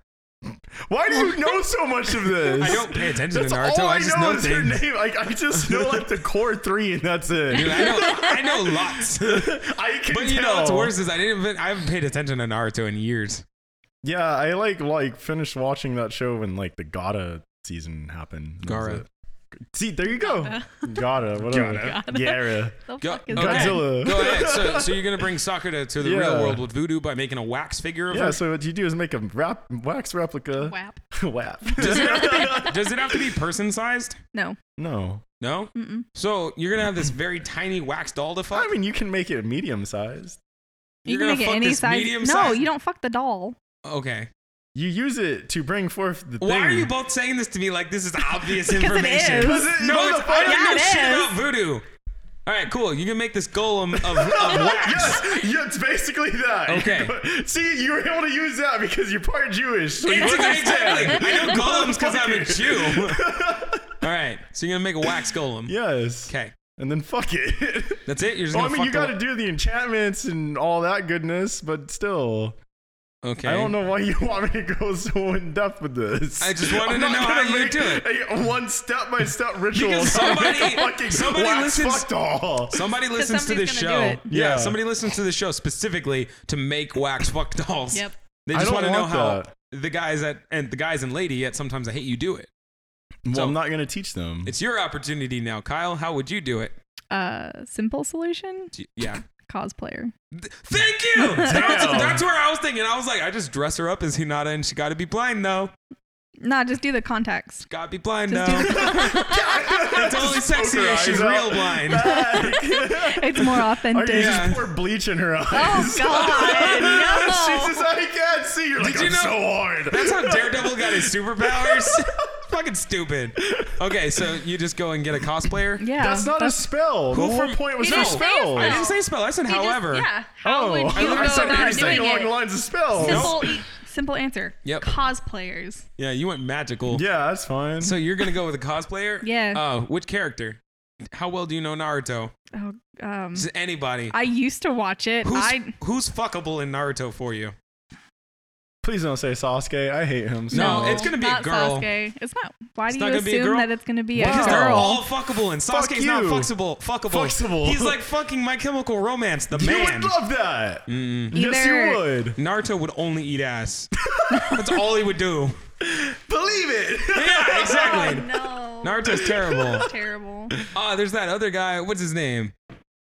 Speaker 3: Why do you know so much of
Speaker 5: *laughs*
Speaker 3: this?
Speaker 5: I don't pay attention
Speaker 3: That's
Speaker 5: to Naruto.
Speaker 3: all I,
Speaker 5: I just
Speaker 3: know,
Speaker 5: know
Speaker 3: is her
Speaker 5: things.
Speaker 3: name. Like I just know like the core three, and that's
Speaker 5: Dude,
Speaker 3: it.
Speaker 5: I know, I know lots.
Speaker 3: *laughs* I can
Speaker 5: But
Speaker 3: tell.
Speaker 5: you know what's worse is I didn't. Even, I haven't paid attention to Naruto in years.
Speaker 3: Yeah, I like like finished watching that show when like the Gata season happened. That was
Speaker 5: Gara.
Speaker 3: it. See, there you go. Gata, whatever.
Speaker 4: Gata.
Speaker 3: Gara.
Speaker 4: The
Speaker 5: Go,
Speaker 4: fuck is
Speaker 5: okay.
Speaker 4: that?
Speaker 3: Godzilla.
Speaker 5: Go ahead. So, so you're gonna bring Sakura to the
Speaker 3: Yeah.
Speaker 5: real world with voodoo by making a wax figure of
Speaker 3: Yeah.
Speaker 5: her.
Speaker 3: So what you do is make a rap, wax replica.
Speaker 4: Wap.
Speaker 5: *laughs*
Speaker 3: *laughs* Wap.
Speaker 5: Does it, have to be, does it have to be person sized?
Speaker 4: No.
Speaker 3: no.
Speaker 5: No.
Speaker 4: Mm-mm.
Speaker 5: So you're gonna have this very tiny wax doll to fuck.
Speaker 3: I mean, you can make it medium sized.
Speaker 5: You're
Speaker 4: You can
Speaker 5: gonna
Speaker 4: make it
Speaker 5: fuck
Speaker 4: any
Speaker 5: this
Speaker 4: size.
Speaker 5: medium
Speaker 4: No,
Speaker 5: size-
Speaker 4: you don't fuck the doll.
Speaker 5: okay.
Speaker 3: You use it to bring forth the thing.
Speaker 5: Why are you both saying this to me like this is obvious
Speaker 4: it
Speaker 5: information?
Speaker 4: is. *laughs* 'Cause
Speaker 3: it-
Speaker 5: no,
Speaker 3: *laughs* no,
Speaker 5: it's-
Speaker 3: the
Speaker 5: I
Speaker 3: fuck-
Speaker 5: don't
Speaker 3: *laughs*
Speaker 5: know
Speaker 4: Yeah, it
Speaker 5: shit
Speaker 4: is.
Speaker 5: about voodoo. All right, cool. You can make this golem of, of wax.
Speaker 3: *laughs* Yes, yeah, it's basically that.
Speaker 5: Okay.
Speaker 3: *laughs* See, you were able to use that because you're part Jewish.
Speaker 5: *laughs*
Speaker 3: So you
Speaker 5: exactly.
Speaker 3: *laughs*
Speaker 5: I know golems because I'm a Jew. All right, so you're gonna make a wax golem.
Speaker 3: yes.
Speaker 5: Okay,
Speaker 3: And then fuck it. *laughs*
Speaker 5: that's it. You're just
Speaker 3: well, I
Speaker 5: gonna
Speaker 3: mean, you
Speaker 5: fuck
Speaker 3: got to do the enchantments and all that goodness, but still,
Speaker 5: the- Okay.
Speaker 3: I don't know why you *laughs* want me to go so in depth with this.
Speaker 5: I just wanted
Speaker 3: I'm
Speaker 5: to
Speaker 3: not
Speaker 5: know
Speaker 3: gonna
Speaker 5: how you
Speaker 3: make
Speaker 5: do it.
Speaker 3: A one step by step ritual.
Speaker 5: Because
Speaker 3: of how to
Speaker 5: somebody-
Speaker 3: fucking
Speaker 5: somebody
Speaker 3: wax
Speaker 5: listens-
Speaker 3: Fucked all.
Speaker 4: *laughs*
Speaker 5: Somebody listens to
Speaker 4: somebody's
Speaker 5: this
Speaker 4: gonna
Speaker 5: show.
Speaker 4: do it.
Speaker 5: Yeah.
Speaker 3: Yeah.
Speaker 5: somebody listens to this show specifically to make wax fuck dolls.
Speaker 4: Yep.
Speaker 5: They
Speaker 3: I
Speaker 5: just
Speaker 3: don't
Speaker 5: want to know
Speaker 3: want
Speaker 5: how the guys at and the guys and lady at sometimes I hate you do it.
Speaker 3: Well,
Speaker 5: So-
Speaker 3: I'm not gonna teach them. *laughs*
Speaker 5: It's your opportunity now, Kyle. How would you do it?
Speaker 4: Uh, simple solution.
Speaker 5: Do you-
Speaker 3: *laughs*
Speaker 5: Yeah.
Speaker 4: Cosplayer.
Speaker 5: Th- Thank you. That's, that's where I was thinking. I was like, I just dress her up as Hinata, and she got to be blind though.
Speaker 4: Nah, just do the contacts.
Speaker 5: Got to be blind
Speaker 4: Just
Speaker 5: though. *laughs*
Speaker 4: do the-
Speaker 5: It's only sexy
Speaker 3: her
Speaker 5: if she's
Speaker 3: eyes out.
Speaker 5: real blind.
Speaker 4: it's more
Speaker 3: Or you
Speaker 4: authentic.
Speaker 5: Yeah.
Speaker 3: just pour bleach in her eyes.
Speaker 4: Oh God,
Speaker 3: *laughs*
Speaker 4: no!
Speaker 3: She says, I can't see. You're like,
Speaker 5: you
Speaker 3: I'm
Speaker 5: know-
Speaker 3: so hard.
Speaker 5: That's how Daredevil got his superpowers. *laughs* Fucking stupid. Okay, so you just go and get a cosplayer.
Speaker 4: yeah,
Speaker 3: That's not a spell. The
Speaker 5: Who
Speaker 3: whole
Speaker 5: from-
Speaker 3: point was
Speaker 4: He
Speaker 3: for
Speaker 4: didn't say a
Speaker 3: spells.
Speaker 5: I didn't say spell. I said
Speaker 4: You just-
Speaker 5: however.
Speaker 4: yeah. How
Speaker 3: Oh,
Speaker 4: would you
Speaker 3: I, I
Speaker 4: go
Speaker 3: said
Speaker 4: about
Speaker 3: anything
Speaker 4: doing
Speaker 3: along
Speaker 4: it?
Speaker 3: the lines of spells.
Speaker 4: Simple, e- simple answer.
Speaker 5: Yep.
Speaker 4: Cosplayers.
Speaker 5: Yeah, you went magical.
Speaker 3: Yeah, that's fine.
Speaker 5: So you're gonna go with a cosplayer?
Speaker 4: *laughs* Yeah.
Speaker 5: Oh, which character? How well do you know Naruto?
Speaker 4: Oh, um,
Speaker 5: Just anybody.
Speaker 4: I used to watch it.
Speaker 5: who's
Speaker 4: I
Speaker 5: who's fuckable in Naruto for you?
Speaker 3: Please don't say Sasuke. I hate him. So
Speaker 5: No,
Speaker 3: much.
Speaker 5: it's gonna be a
Speaker 4: not
Speaker 5: girl.
Speaker 4: Sasuke. It's not. Why
Speaker 5: It's
Speaker 4: do
Speaker 5: not
Speaker 4: you
Speaker 5: gonna be a girl?
Speaker 4: assume that it's gonna be a
Speaker 3: Wow.
Speaker 5: Because they're
Speaker 4: girl?
Speaker 5: all fuckable and Sasuke's not
Speaker 3: you.
Speaker 5: fuckable. Fuckable.
Speaker 3: Fuckable.
Speaker 5: He's like fucking My Chemical Romance, the
Speaker 3: you
Speaker 5: man.
Speaker 3: would love that.
Speaker 5: Mm.
Speaker 3: Yes,
Speaker 4: Either-
Speaker 3: you
Speaker 4: *laughs*
Speaker 3: would.
Speaker 5: Naruto would only eat
Speaker 3: *laughs*
Speaker 5: ass. That's all he would do.
Speaker 3: Believe it.
Speaker 5: Yeah,
Speaker 4: Oh
Speaker 5: exactly.
Speaker 4: no!
Speaker 5: Naruto's
Speaker 4: *laughs*
Speaker 5: terrible.
Speaker 4: Terrible.
Speaker 5: Ah, there's that other guy. What's his name?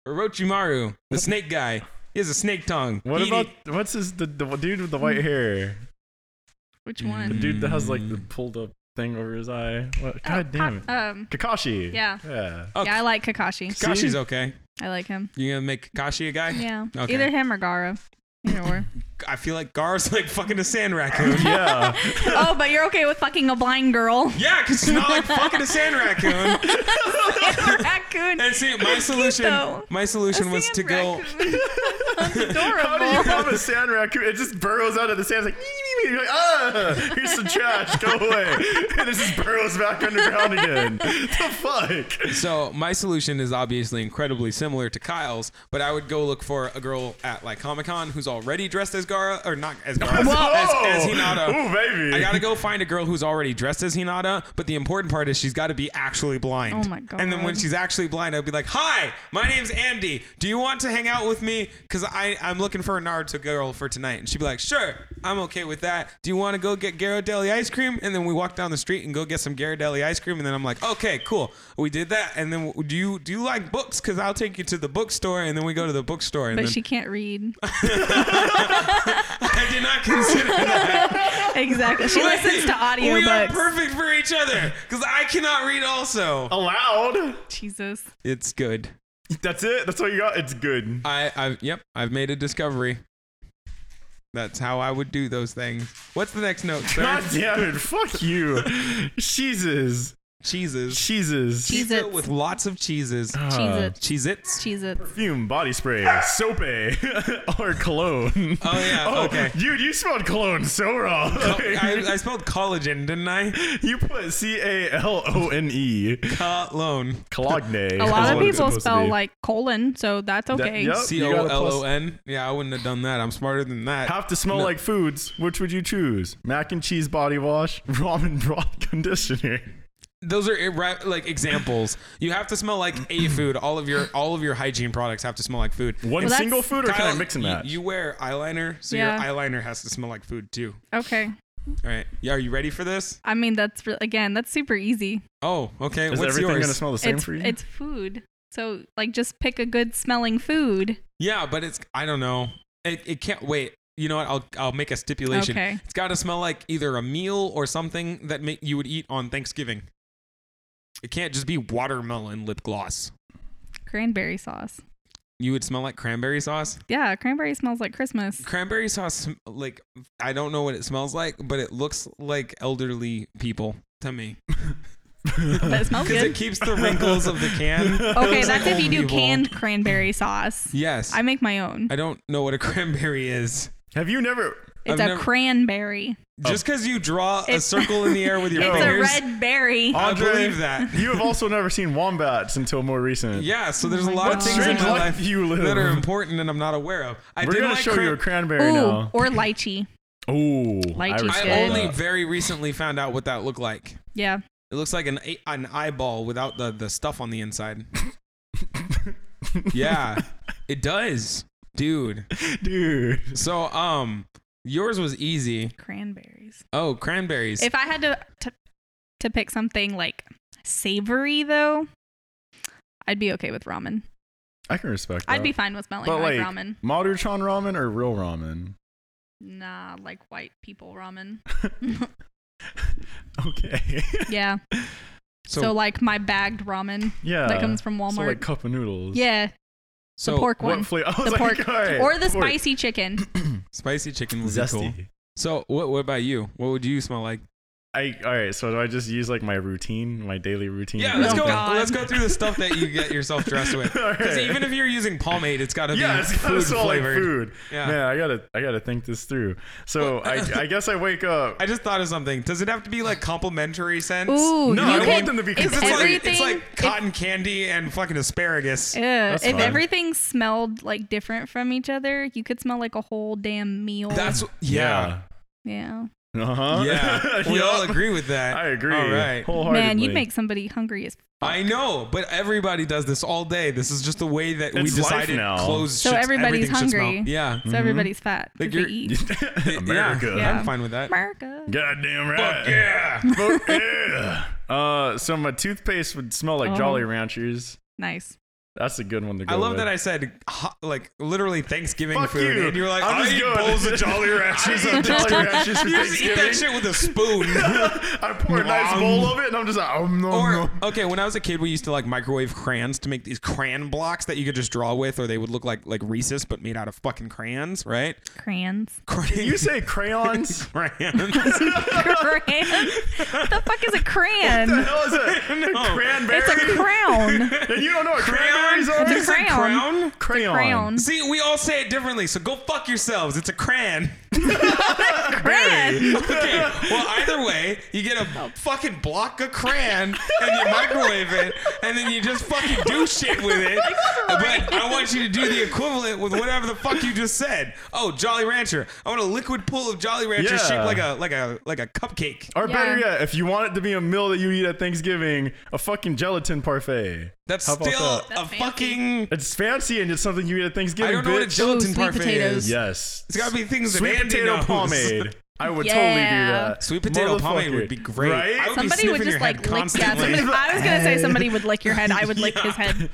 Speaker 5: Orochimaru, the snake guy. He has a snake tongue.
Speaker 3: *laughs* What
Speaker 5: Eat
Speaker 3: about
Speaker 5: it.
Speaker 3: what's his the, the dude with the white hair?
Speaker 4: Which
Speaker 5: Mm.
Speaker 3: The
Speaker 4: one?
Speaker 3: dude that has like the pulled up thing over his eye. What? God
Speaker 4: Oh,
Speaker 3: damn it.
Speaker 4: Ka- Um.
Speaker 3: Kakashi.
Speaker 4: Yeah.
Speaker 3: Yeah.
Speaker 5: Oh,
Speaker 4: Yeah, I like Kakashi.
Speaker 5: Kashi's
Speaker 3: See?
Speaker 5: okay.
Speaker 4: I like him.
Speaker 5: You gonna make Kashi a guy?
Speaker 4: Yeah.
Speaker 5: Okay.
Speaker 4: Either him or Gara. Either
Speaker 5: *laughs*
Speaker 4: or.
Speaker 5: I feel like Gar's like fucking a sand raccoon. *laughs*
Speaker 3: Yeah.
Speaker 4: oh, but you're okay with fucking a blind girl.
Speaker 5: yeah, because she's not like fucking a sand raccoon.
Speaker 4: raccoon.
Speaker 5: And see, my
Speaker 4: *laughs* That's cute,
Speaker 5: solution,
Speaker 4: though.
Speaker 5: my solution was to go. *laughs*
Speaker 3: How do you
Speaker 4: adorable.
Speaker 3: have a sand raccoon? It just burrows out of the sand. It's like, "Ee, ee, ee," you're like, ah, here's some trash. Go away. *laughs* And it just burrows back underground again. *laughs* The fuck?
Speaker 5: So my solution is obviously incredibly similar to Kyle's, but I would go look for a girl at like Comic Con who's already dressed as Gara or not as
Speaker 3: *laughs*
Speaker 5: Gara, as, as Hinata.
Speaker 3: Ooh, baby.
Speaker 5: I gotta go find a girl who's already dressed as Hinata, but the important part is she's gotta be actually blind.
Speaker 4: Oh my God.
Speaker 5: And then when she's actually blind, I'll be like, Hi, my name's Andy. Do you want to hang out with me? Cause I, I'm looking for a Naruto girl for tonight. And she'd be like, Sure, I'm okay with that. Do you wanna go get Ghirardelli ice cream? And then we walk down the street and go get some Ghirardelli ice cream, and then I'm like, Okay, cool. We did that. And then do you do you like books? Cause I'll take you to the bookstore and then we go to the bookstore and
Speaker 4: But
Speaker 5: then
Speaker 4: she can't read.
Speaker 5: *laughs* I did
Speaker 4: *laughs*
Speaker 5: not consider that.
Speaker 4: exactly. She
Speaker 5: Wait,
Speaker 4: listens to
Speaker 5: We are
Speaker 4: audiobooks.
Speaker 5: perfect for each other because I cannot read. Also,
Speaker 4: Oh.
Speaker 3: Allowed.
Speaker 4: Jesus.
Speaker 5: it's good.
Speaker 3: That's it. That's all you got. It's good.
Speaker 5: I, I, yep, I've made a discovery. That's how I would do those things. What's the next note, sir?
Speaker 3: God damn it. Fuck you. Jesus.
Speaker 5: cheeses.
Speaker 3: Cheeses.
Speaker 4: Cheese-
Speaker 5: Pizza
Speaker 4: Cheez-Its.
Speaker 5: with lots of cheeses.
Speaker 3: Uh.
Speaker 4: Cheez Its.
Speaker 5: Cheez Its?
Speaker 4: Cheez Its.
Speaker 3: Perfume, body spray, soapy, *laughs* or cologne.
Speaker 5: Oh, yeah,
Speaker 3: Oh, *laughs*
Speaker 5: okay. Oh,
Speaker 3: Dude, you smelled cologne so wrong.
Speaker 5: *laughs* I, I spelled collagen, didn't I?
Speaker 3: *laughs* you put C A L O N E.
Speaker 5: Cologne.
Speaker 3: Cologne.
Speaker 4: A lot of people spell like colon, so that's
Speaker 3: That-
Speaker 4: okay.
Speaker 3: yup.
Speaker 5: C O L O N. Yeah, I wouldn't have done that. I'm smarter than that.
Speaker 3: Have to smell like foods. Which would you choose? Mac and cheese body wash, *laughs* ramen broth conditioner.
Speaker 5: Those are irre- like examples. You have to smell like a food. All of your all of your hygiene products have to smell like food.
Speaker 3: One
Speaker 4: that's-
Speaker 3: single food, or can I
Speaker 5: Kyle,
Speaker 3: mix and
Speaker 5: you-
Speaker 3: match?
Speaker 5: You, wear eyeliner, so
Speaker 4: Yeah.
Speaker 5: your eyeliner has to smell like food too.
Speaker 4: Okay.
Speaker 5: All right. Yeah, are you ready for this?
Speaker 4: I mean, that's re- again, that's super easy.
Speaker 5: Oh, okay.
Speaker 3: Is
Speaker 5: What's
Speaker 3: everything
Speaker 5: yours?
Speaker 3: gonna smell the same
Speaker 4: It's
Speaker 3: for you?
Speaker 4: it's food. So like, just pick a good smelling food.
Speaker 5: yeah, but it's I don't know. It, it can't wait. You know what? I'll I'll make a stipulation.
Speaker 4: Okay.
Speaker 5: It's got to smell like either a meal or something that ma- you would eat on Thanksgiving. It can't just be watermelon lip gloss.
Speaker 4: Cranberry sauce.
Speaker 5: You would smell like cranberry sauce.
Speaker 4: Yeah, cranberry smells
Speaker 3: *laughs*
Speaker 4: like Christmas.
Speaker 5: Cranberry sauce, sm- like I don't know what it smells like, but it looks like elderly people to
Speaker 3: *laughs*
Speaker 5: me
Speaker 4: That smells
Speaker 5: because it
Speaker 4: good.
Speaker 5: keeps the wrinkles of the can.
Speaker 3: *laughs*
Speaker 4: Okay,
Speaker 5: It's
Speaker 4: that's
Speaker 5: like
Speaker 4: if you
Speaker 5: old
Speaker 4: do
Speaker 5: people.
Speaker 4: canned cranberry sauce.
Speaker 5: Yes,
Speaker 4: I make my own.
Speaker 5: I don't know what a cranberry is.
Speaker 3: Have you never?
Speaker 4: It's
Speaker 5: I've
Speaker 4: a
Speaker 5: never-
Speaker 4: cranberry.
Speaker 3: Oh.
Speaker 5: Just because you draw a
Speaker 4: It's-
Speaker 5: circle in the air
Speaker 4: *laughs*
Speaker 5: with your
Speaker 4: It's a
Speaker 5: fingers,
Speaker 4: red berry.
Speaker 5: I
Speaker 3: Andre,
Speaker 5: believe that.
Speaker 3: *laughs* You have also never seen wombats until more recent.
Speaker 5: Yeah, so there's
Speaker 4: Oh
Speaker 5: a
Speaker 4: my
Speaker 5: lot of
Speaker 4: God.
Speaker 5: things in
Speaker 3: Strange
Speaker 5: my
Speaker 3: life
Speaker 5: life
Speaker 3: you live.
Speaker 5: that are
Speaker 3: *laughs*
Speaker 5: important and I'm not aware of. I
Speaker 3: We're
Speaker 5: did
Speaker 3: gonna
Speaker 5: like
Speaker 3: show
Speaker 5: cran-
Speaker 3: you a cranberry
Speaker 4: Ooh,
Speaker 3: now.
Speaker 4: or lychee.
Speaker 3: Ooh,
Speaker 4: Lychee's
Speaker 3: I respect
Speaker 5: I
Speaker 4: good.
Speaker 5: only
Speaker 3: that.
Speaker 5: very recently found out what that looked like.
Speaker 4: Yeah.
Speaker 5: It looks like an a- an eyeball without the, the stuff on the
Speaker 3: *laughs*
Speaker 5: inside. yeah, it does, dude.
Speaker 3: *laughs* dude.
Speaker 5: So um, yours was easy.
Speaker 4: Cranberries.
Speaker 5: Oh, cranberries.
Speaker 4: If I had to, to to pick something like savory though, I'd be okay with ramen.
Speaker 3: I can respect. That.
Speaker 4: I'd be fine with smelling
Speaker 3: But
Speaker 4: like,
Speaker 3: like,
Speaker 4: ramen.
Speaker 3: Maruchan ramen or real ramen?
Speaker 4: Nah, like white
Speaker 3: *laughs*
Speaker 4: people ramen.
Speaker 3: Okay.
Speaker 4: yeah. So,
Speaker 5: so
Speaker 4: like my bagged ramen
Speaker 3: yeah.
Speaker 4: that comes from Walmart.
Speaker 3: So like cup of noodles.
Speaker 4: yeah,
Speaker 5: so
Speaker 4: the pork one.
Speaker 3: What flavor? *laughs* I
Speaker 4: The
Speaker 3: was like,
Speaker 4: pork
Speaker 3: all right,
Speaker 4: or the
Speaker 3: pork. *clears throat*
Speaker 4: spicy chicken.
Speaker 5: spicy chicken would be cool.
Speaker 3: Zesty.
Speaker 5: So what what about you? What would you smell like?
Speaker 3: I all right. So do I just use like my routine, my daily routine?
Speaker 5: Yeah,
Speaker 4: Oh,
Speaker 5: let's go.
Speaker 4: God.
Speaker 5: Let's go through the stuff that you get yourself dressed with.
Speaker 3: *laughs* All
Speaker 5: Because
Speaker 3: right.
Speaker 5: even if you're using pomade, it's got to be
Speaker 3: Yeah, it's gotta
Speaker 5: food
Speaker 3: smell like
Speaker 5: flavored.
Speaker 3: food.
Speaker 5: Yeah.
Speaker 3: Man, I gotta, I gotta think this through.
Speaker 5: *laughs*
Speaker 3: So I, I guess I wake up.
Speaker 5: I just thought of something. Does it have to be like complimentary scents?
Speaker 4: Ooh,
Speaker 3: No,
Speaker 4: you
Speaker 3: I
Speaker 4: could,
Speaker 3: want them to be
Speaker 4: if
Speaker 5: Because it's like
Speaker 4: everything,
Speaker 5: it's like
Speaker 4: if-
Speaker 5: cotton candy and fucking asparagus.
Speaker 4: Yeah,
Speaker 3: That's
Speaker 4: if
Speaker 3: fine.
Speaker 4: everything smelled like different from each other, you could smell like a whole damn meal.
Speaker 5: That's yeah,
Speaker 4: yeah.
Speaker 3: Uh huh.
Speaker 5: yeah.
Speaker 3: *laughs*
Speaker 5: We all agree with that.
Speaker 3: I agree.
Speaker 5: All right.
Speaker 3: Wholeheartedly.
Speaker 4: Man,
Speaker 3: *laughs*
Speaker 4: you'd make somebody hungry as
Speaker 5: I know, but everybody does this all day. This is just the way that we
Speaker 3: It's life
Speaker 5: decided
Speaker 3: now.
Speaker 5: clothes.
Speaker 4: So
Speaker 5: should-
Speaker 4: everybody's
Speaker 5: everything should smell.
Speaker 4: hungry.
Speaker 5: Yeah.
Speaker 3: Mm-hmm.
Speaker 4: so everybody's fat. 'cause
Speaker 5: Like
Speaker 4: they
Speaker 5: you're-
Speaker 4: eat
Speaker 3: *laughs* America.
Speaker 5: Yeah, I'm fine with that.
Speaker 4: America.
Speaker 3: Goddamn right.
Speaker 5: Yeah.
Speaker 3: Fuck yeah. *laughs* Uh, so my toothpaste would smell like
Speaker 4: Oh.
Speaker 3: Jolly Ranchers.
Speaker 4: Nice.
Speaker 3: That's a good one to go.
Speaker 5: I love
Speaker 3: with.
Speaker 5: that I said ho- like literally Thanksgiving
Speaker 3: Fuck
Speaker 5: food,
Speaker 3: you.
Speaker 5: and you were like,
Speaker 3: I'm
Speaker 5: I
Speaker 3: just
Speaker 5: eat
Speaker 3: going- *laughs*
Speaker 5: bowls of Jolly Ranchers.
Speaker 3: I eat *laughs* Jolly Ranchers for
Speaker 5: you just eat that
Speaker 3: Thanksgiving.
Speaker 5: shit with a spoon.
Speaker 3: *laughs* I
Speaker 5: *laughs*
Speaker 3: pour a nice bowl of it, and I'm just like, oh no,
Speaker 5: Or *laughs*
Speaker 3: no.
Speaker 5: okay, when I was a kid, we used to like microwave crayons to make these crayon blocks that you could just draw with, or they would look like like Reese's but made out of fucking crayons, right?
Speaker 4: Crayons. *laughs*
Speaker 5: Crayons.
Speaker 3: You say crayons?
Speaker 5: *laughs* crayons.
Speaker 3: *laughs*
Speaker 4: Crayons? what the fuck is a
Speaker 3: the
Speaker 4: crayon?
Speaker 3: hell
Speaker 5: *laughs*
Speaker 3: is it?
Speaker 5: No.
Speaker 3: Cranberry?
Speaker 4: It's a crown.
Speaker 3: And you don't know what
Speaker 5: Crayons?
Speaker 3: cranberries are?
Speaker 4: It's a
Speaker 5: You said
Speaker 4: crayon.
Speaker 5: *laughs* crown?
Speaker 3: crayon.
Speaker 4: Crown.
Speaker 5: See, we all say it differently, so go fuck yourselves. It's a crayon.
Speaker 4: Crayon.
Speaker 5: Okay. Well, either way, you
Speaker 4: *laughs*
Speaker 5: get
Speaker 4: Oh.
Speaker 5: a fucking block of crayon and you microwave it, and then you just fucking do shit with it. But I want you to do the equivalent with whatever the fuck you just said. Oh, Jolly Rancher. I want a liquid pool of Jolly Rancher
Speaker 3: Yeah.
Speaker 5: shaped like a like a like a cupcake.
Speaker 3: Or
Speaker 4: Yeah.
Speaker 3: better yet, if you want it to be a meal that you eat at Thanksgiving, a fucking gelatin parfait.
Speaker 5: That's
Speaker 3: How
Speaker 5: still
Speaker 3: about that?
Speaker 5: a
Speaker 4: That's fancy.
Speaker 5: fucking.
Speaker 3: It's fancy and it's something you eat at Thanksgiving.
Speaker 5: I don't know what a
Speaker 3: bitch.
Speaker 5: gelatin
Speaker 4: Ooh, sweet
Speaker 5: parfait
Speaker 4: potatoes.
Speaker 5: is.
Speaker 3: Yes.
Speaker 5: It's gotta be things that
Speaker 3: Sweet
Speaker 5: Andy
Speaker 3: potato
Speaker 5: knows.
Speaker 3: pomade. *laughs* I would
Speaker 4: Yeah.
Speaker 3: totally do that.
Speaker 5: Sweet potato pomade
Speaker 3: Motherfucker.
Speaker 5: would be great.
Speaker 3: Right?
Speaker 5: I would be
Speaker 4: Somebody would
Speaker 5: sniffing your
Speaker 4: just
Speaker 5: head
Speaker 4: like lick. Yeah,
Speaker 5: constantly.
Speaker 4: somebody, I was gonna say somebody would lick your head. I would lick his
Speaker 5: *laughs*
Speaker 4: head.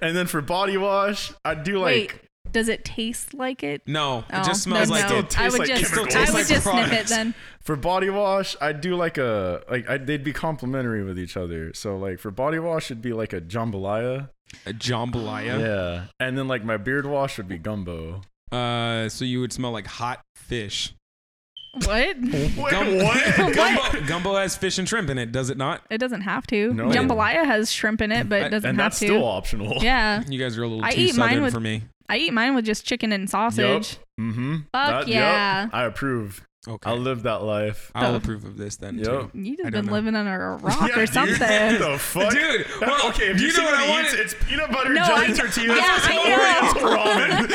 Speaker 3: and then for body wash, I'd do like.
Speaker 4: Wait, does it taste like it?
Speaker 5: No,
Speaker 4: Oh,
Speaker 5: it just smells
Speaker 4: then
Speaker 5: like
Speaker 4: no.
Speaker 5: it.
Speaker 3: tastes
Speaker 4: I would
Speaker 3: like
Speaker 4: just,
Speaker 3: chemicals.
Speaker 4: I
Speaker 5: Tastes
Speaker 4: would
Speaker 5: like
Speaker 4: just sniff it
Speaker 5: products.
Speaker 4: then.
Speaker 3: For body wash, I'd do like a like I, they'd be complimentary with each other. So like for body wash, it'd be like a jambalaya.
Speaker 5: A jambalaya.
Speaker 3: Yeah, and then like my beard wash would be gumbo.
Speaker 5: Uh, so you would smell like hot fish. *laughs*
Speaker 4: What?
Speaker 3: Wait,
Speaker 5: Gum-
Speaker 4: *laughs*
Speaker 3: what?
Speaker 5: Gumbo, gumbo has fish and shrimp in it, does it not?
Speaker 4: It doesn't have to.
Speaker 3: No.
Speaker 4: Jambalaya has shrimp in it, but it
Speaker 5: And
Speaker 4: doesn't
Speaker 3: and
Speaker 4: have
Speaker 3: that's
Speaker 4: to.
Speaker 3: still optional.
Speaker 4: yeah.
Speaker 5: You guys are a little
Speaker 4: I
Speaker 5: too
Speaker 4: eat mine
Speaker 5: southern
Speaker 4: with-
Speaker 5: for me.
Speaker 4: I eat mine with just chicken
Speaker 3: *laughs*
Speaker 4: and
Speaker 3: Yup.
Speaker 4: sausage.
Speaker 3: Mm-hmm.
Speaker 4: Fuck yeah.
Speaker 3: I approve.
Speaker 5: Okay.
Speaker 3: I live
Speaker 5: *laughs*
Speaker 3: that life.
Speaker 5: I'll
Speaker 4: Oh.
Speaker 5: approve of this then. Too.
Speaker 3: Yup. *laughs*
Speaker 4: You just
Speaker 5: I don't
Speaker 4: been
Speaker 5: know.
Speaker 4: living under
Speaker 5: *laughs*
Speaker 4: a rock
Speaker 3: Yeah,
Speaker 4: or
Speaker 3: dude.
Speaker 4: something.
Speaker 3: What the fuck?
Speaker 5: Dude,
Speaker 3: That-
Speaker 5: well,
Speaker 3: okay, if
Speaker 5: you
Speaker 3: you,
Speaker 5: know
Speaker 3: see
Speaker 5: what I
Speaker 3: what he eats,
Speaker 5: wanted-
Speaker 3: it's peanut butter
Speaker 4: No, I-
Speaker 3: jelly tortillas
Speaker 4: *laughs* yeah,
Speaker 3: with
Speaker 4: I
Speaker 3: *laughs* Oreos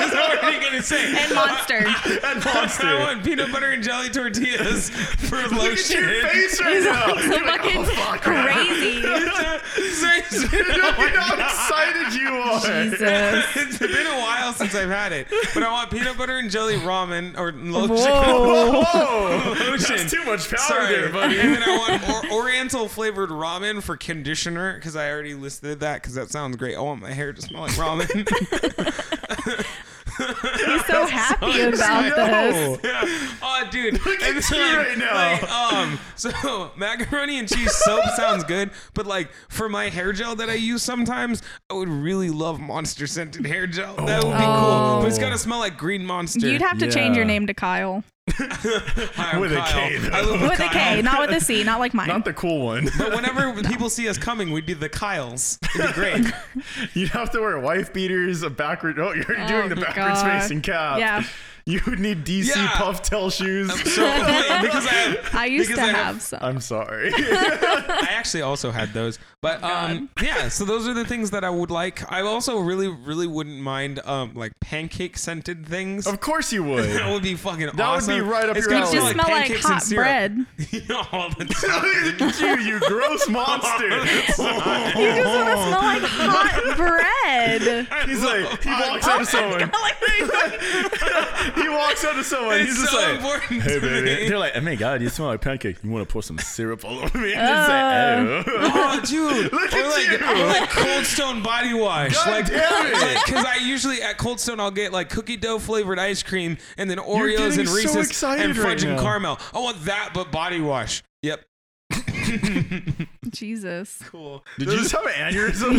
Speaker 5: That's what are you gonna say? *laughs*
Speaker 4: And monster.
Speaker 3: ramen and
Speaker 5: I
Speaker 3: monster.
Speaker 5: want peanut butter and jelly tortillas *laughs* for
Speaker 3: Look at your
Speaker 5: lotion. *laughs*
Speaker 3: face right now.
Speaker 4: so
Speaker 3: You're
Speaker 4: *laughs*
Speaker 3: like,
Speaker 4: fucking
Speaker 3: oh, fuck, man."
Speaker 4: crazy.
Speaker 5: Seriously,
Speaker 3: You
Speaker 5: *laughs*
Speaker 3: know how excited you are.
Speaker 4: Jesus.
Speaker 5: it's been a while since I've had it, but I want peanut butter and jelly ramen or lotion.
Speaker 4: Whoa.
Speaker 3: Whoa,
Speaker 5: Lotion.
Speaker 3: that's too much power
Speaker 5: *laughs* Sorry,
Speaker 3: there, buddy.
Speaker 5: And then I want or- Oriental flavored ramen for conditioner because I already listed that because that sounds great. I want my hair to smell like ramen.
Speaker 4: *laughs* He's so
Speaker 3: *laughs*
Speaker 4: happy about this.
Speaker 3: No.
Speaker 5: Yeah. Oh, dude.
Speaker 3: *laughs* Look
Speaker 5: and
Speaker 3: at you right now.
Speaker 5: Like, um, so *laughs* macaroni and cheese
Speaker 3: *laughs*
Speaker 5: soap sounds good, but like for my hair gel that I use sometimes, I would really love monster scented hair gel. That would be cool, but it's
Speaker 3: Oh.
Speaker 5: gotta smell like green monster.
Speaker 4: You'd have to change your
Speaker 3: Yeah.
Speaker 4: name to Kyle.
Speaker 5: Hi, I'm
Speaker 3: With a
Speaker 5: Kyle.
Speaker 3: K, though.
Speaker 5: I live
Speaker 4: With a
Speaker 5: Kyle.
Speaker 4: K, not with a C, not like mine.
Speaker 3: Not the cool one. *laughs*
Speaker 5: But *laughs* whenever people see us coming, we'd be the Kyles. It'd be
Speaker 4: *laughs*
Speaker 5: great.
Speaker 3: You'd have to wear wife beaters, a backward. Oh, you're
Speaker 4: Oh
Speaker 3: doing the
Speaker 4: my
Speaker 3: backwards
Speaker 4: God.
Speaker 3: facing cap.
Speaker 4: Yeah.
Speaker 3: You would need DC
Speaker 5: Yeah.
Speaker 3: puff tail shoes.
Speaker 5: So wait, because I have,
Speaker 4: I used
Speaker 5: because
Speaker 4: to
Speaker 5: I
Speaker 4: have,
Speaker 5: have
Speaker 4: some.
Speaker 3: *laughs* I'm sorry. *laughs*
Speaker 5: I actually also had those.
Speaker 4: Oh,
Speaker 5: But um, yeah, so those are the things that I would like. I also really, really wouldn't mind um, like pancake scented things.
Speaker 3: of course you would.
Speaker 5: *laughs*
Speaker 3: *laughs*
Speaker 5: That would be fucking
Speaker 3: be
Speaker 5: awesome.
Speaker 3: right up
Speaker 5: It's
Speaker 3: your
Speaker 5: gotta
Speaker 3: alley.
Speaker 4: Just smell like
Speaker 5: Oh, pancakes and
Speaker 4: hot
Speaker 5: syrup. *laughs*
Speaker 4: bread.
Speaker 5: All the
Speaker 3: *laughs*
Speaker 5: time.
Speaker 3: Look at you, you
Speaker 5: *laughs*
Speaker 3: gross monster.
Speaker 4: You just want to smell like hot bread.
Speaker 3: He's like, he walks
Speaker 5: "Oh,
Speaker 3: up to
Speaker 5: *laughs*
Speaker 3: someone.
Speaker 4: *laughs*
Speaker 3: He walks up to someone.
Speaker 5: It's
Speaker 3: He's just
Speaker 5: so
Speaker 3: like,
Speaker 5: important
Speaker 3: hey,
Speaker 5: to
Speaker 3: baby.
Speaker 5: me.
Speaker 3: *laughs* They're like, oh my god, you smell like pancake. You want to pour some syrup all over me? And just say, *laughs* oh.
Speaker 5: Oh, dude!
Speaker 3: Look
Speaker 5: or
Speaker 3: at
Speaker 5: like,
Speaker 3: you.
Speaker 5: or like Cold Stone body wash.
Speaker 3: God
Speaker 5: like,
Speaker 3: damn it.
Speaker 5: Because I usually at Cold Stone I'll get like cookie dough flavored ice cream and then Oreos
Speaker 3: getting
Speaker 5: and
Speaker 3: so
Speaker 5: Reese's
Speaker 3: excited
Speaker 5: and fudge
Speaker 3: right
Speaker 5: and
Speaker 3: now.
Speaker 5: caramel. I want that, but body wash.
Speaker 3: *laughs*
Speaker 5: Yep.
Speaker 4: Jesus.
Speaker 5: Cool.
Speaker 3: Did you just have an aneurysm?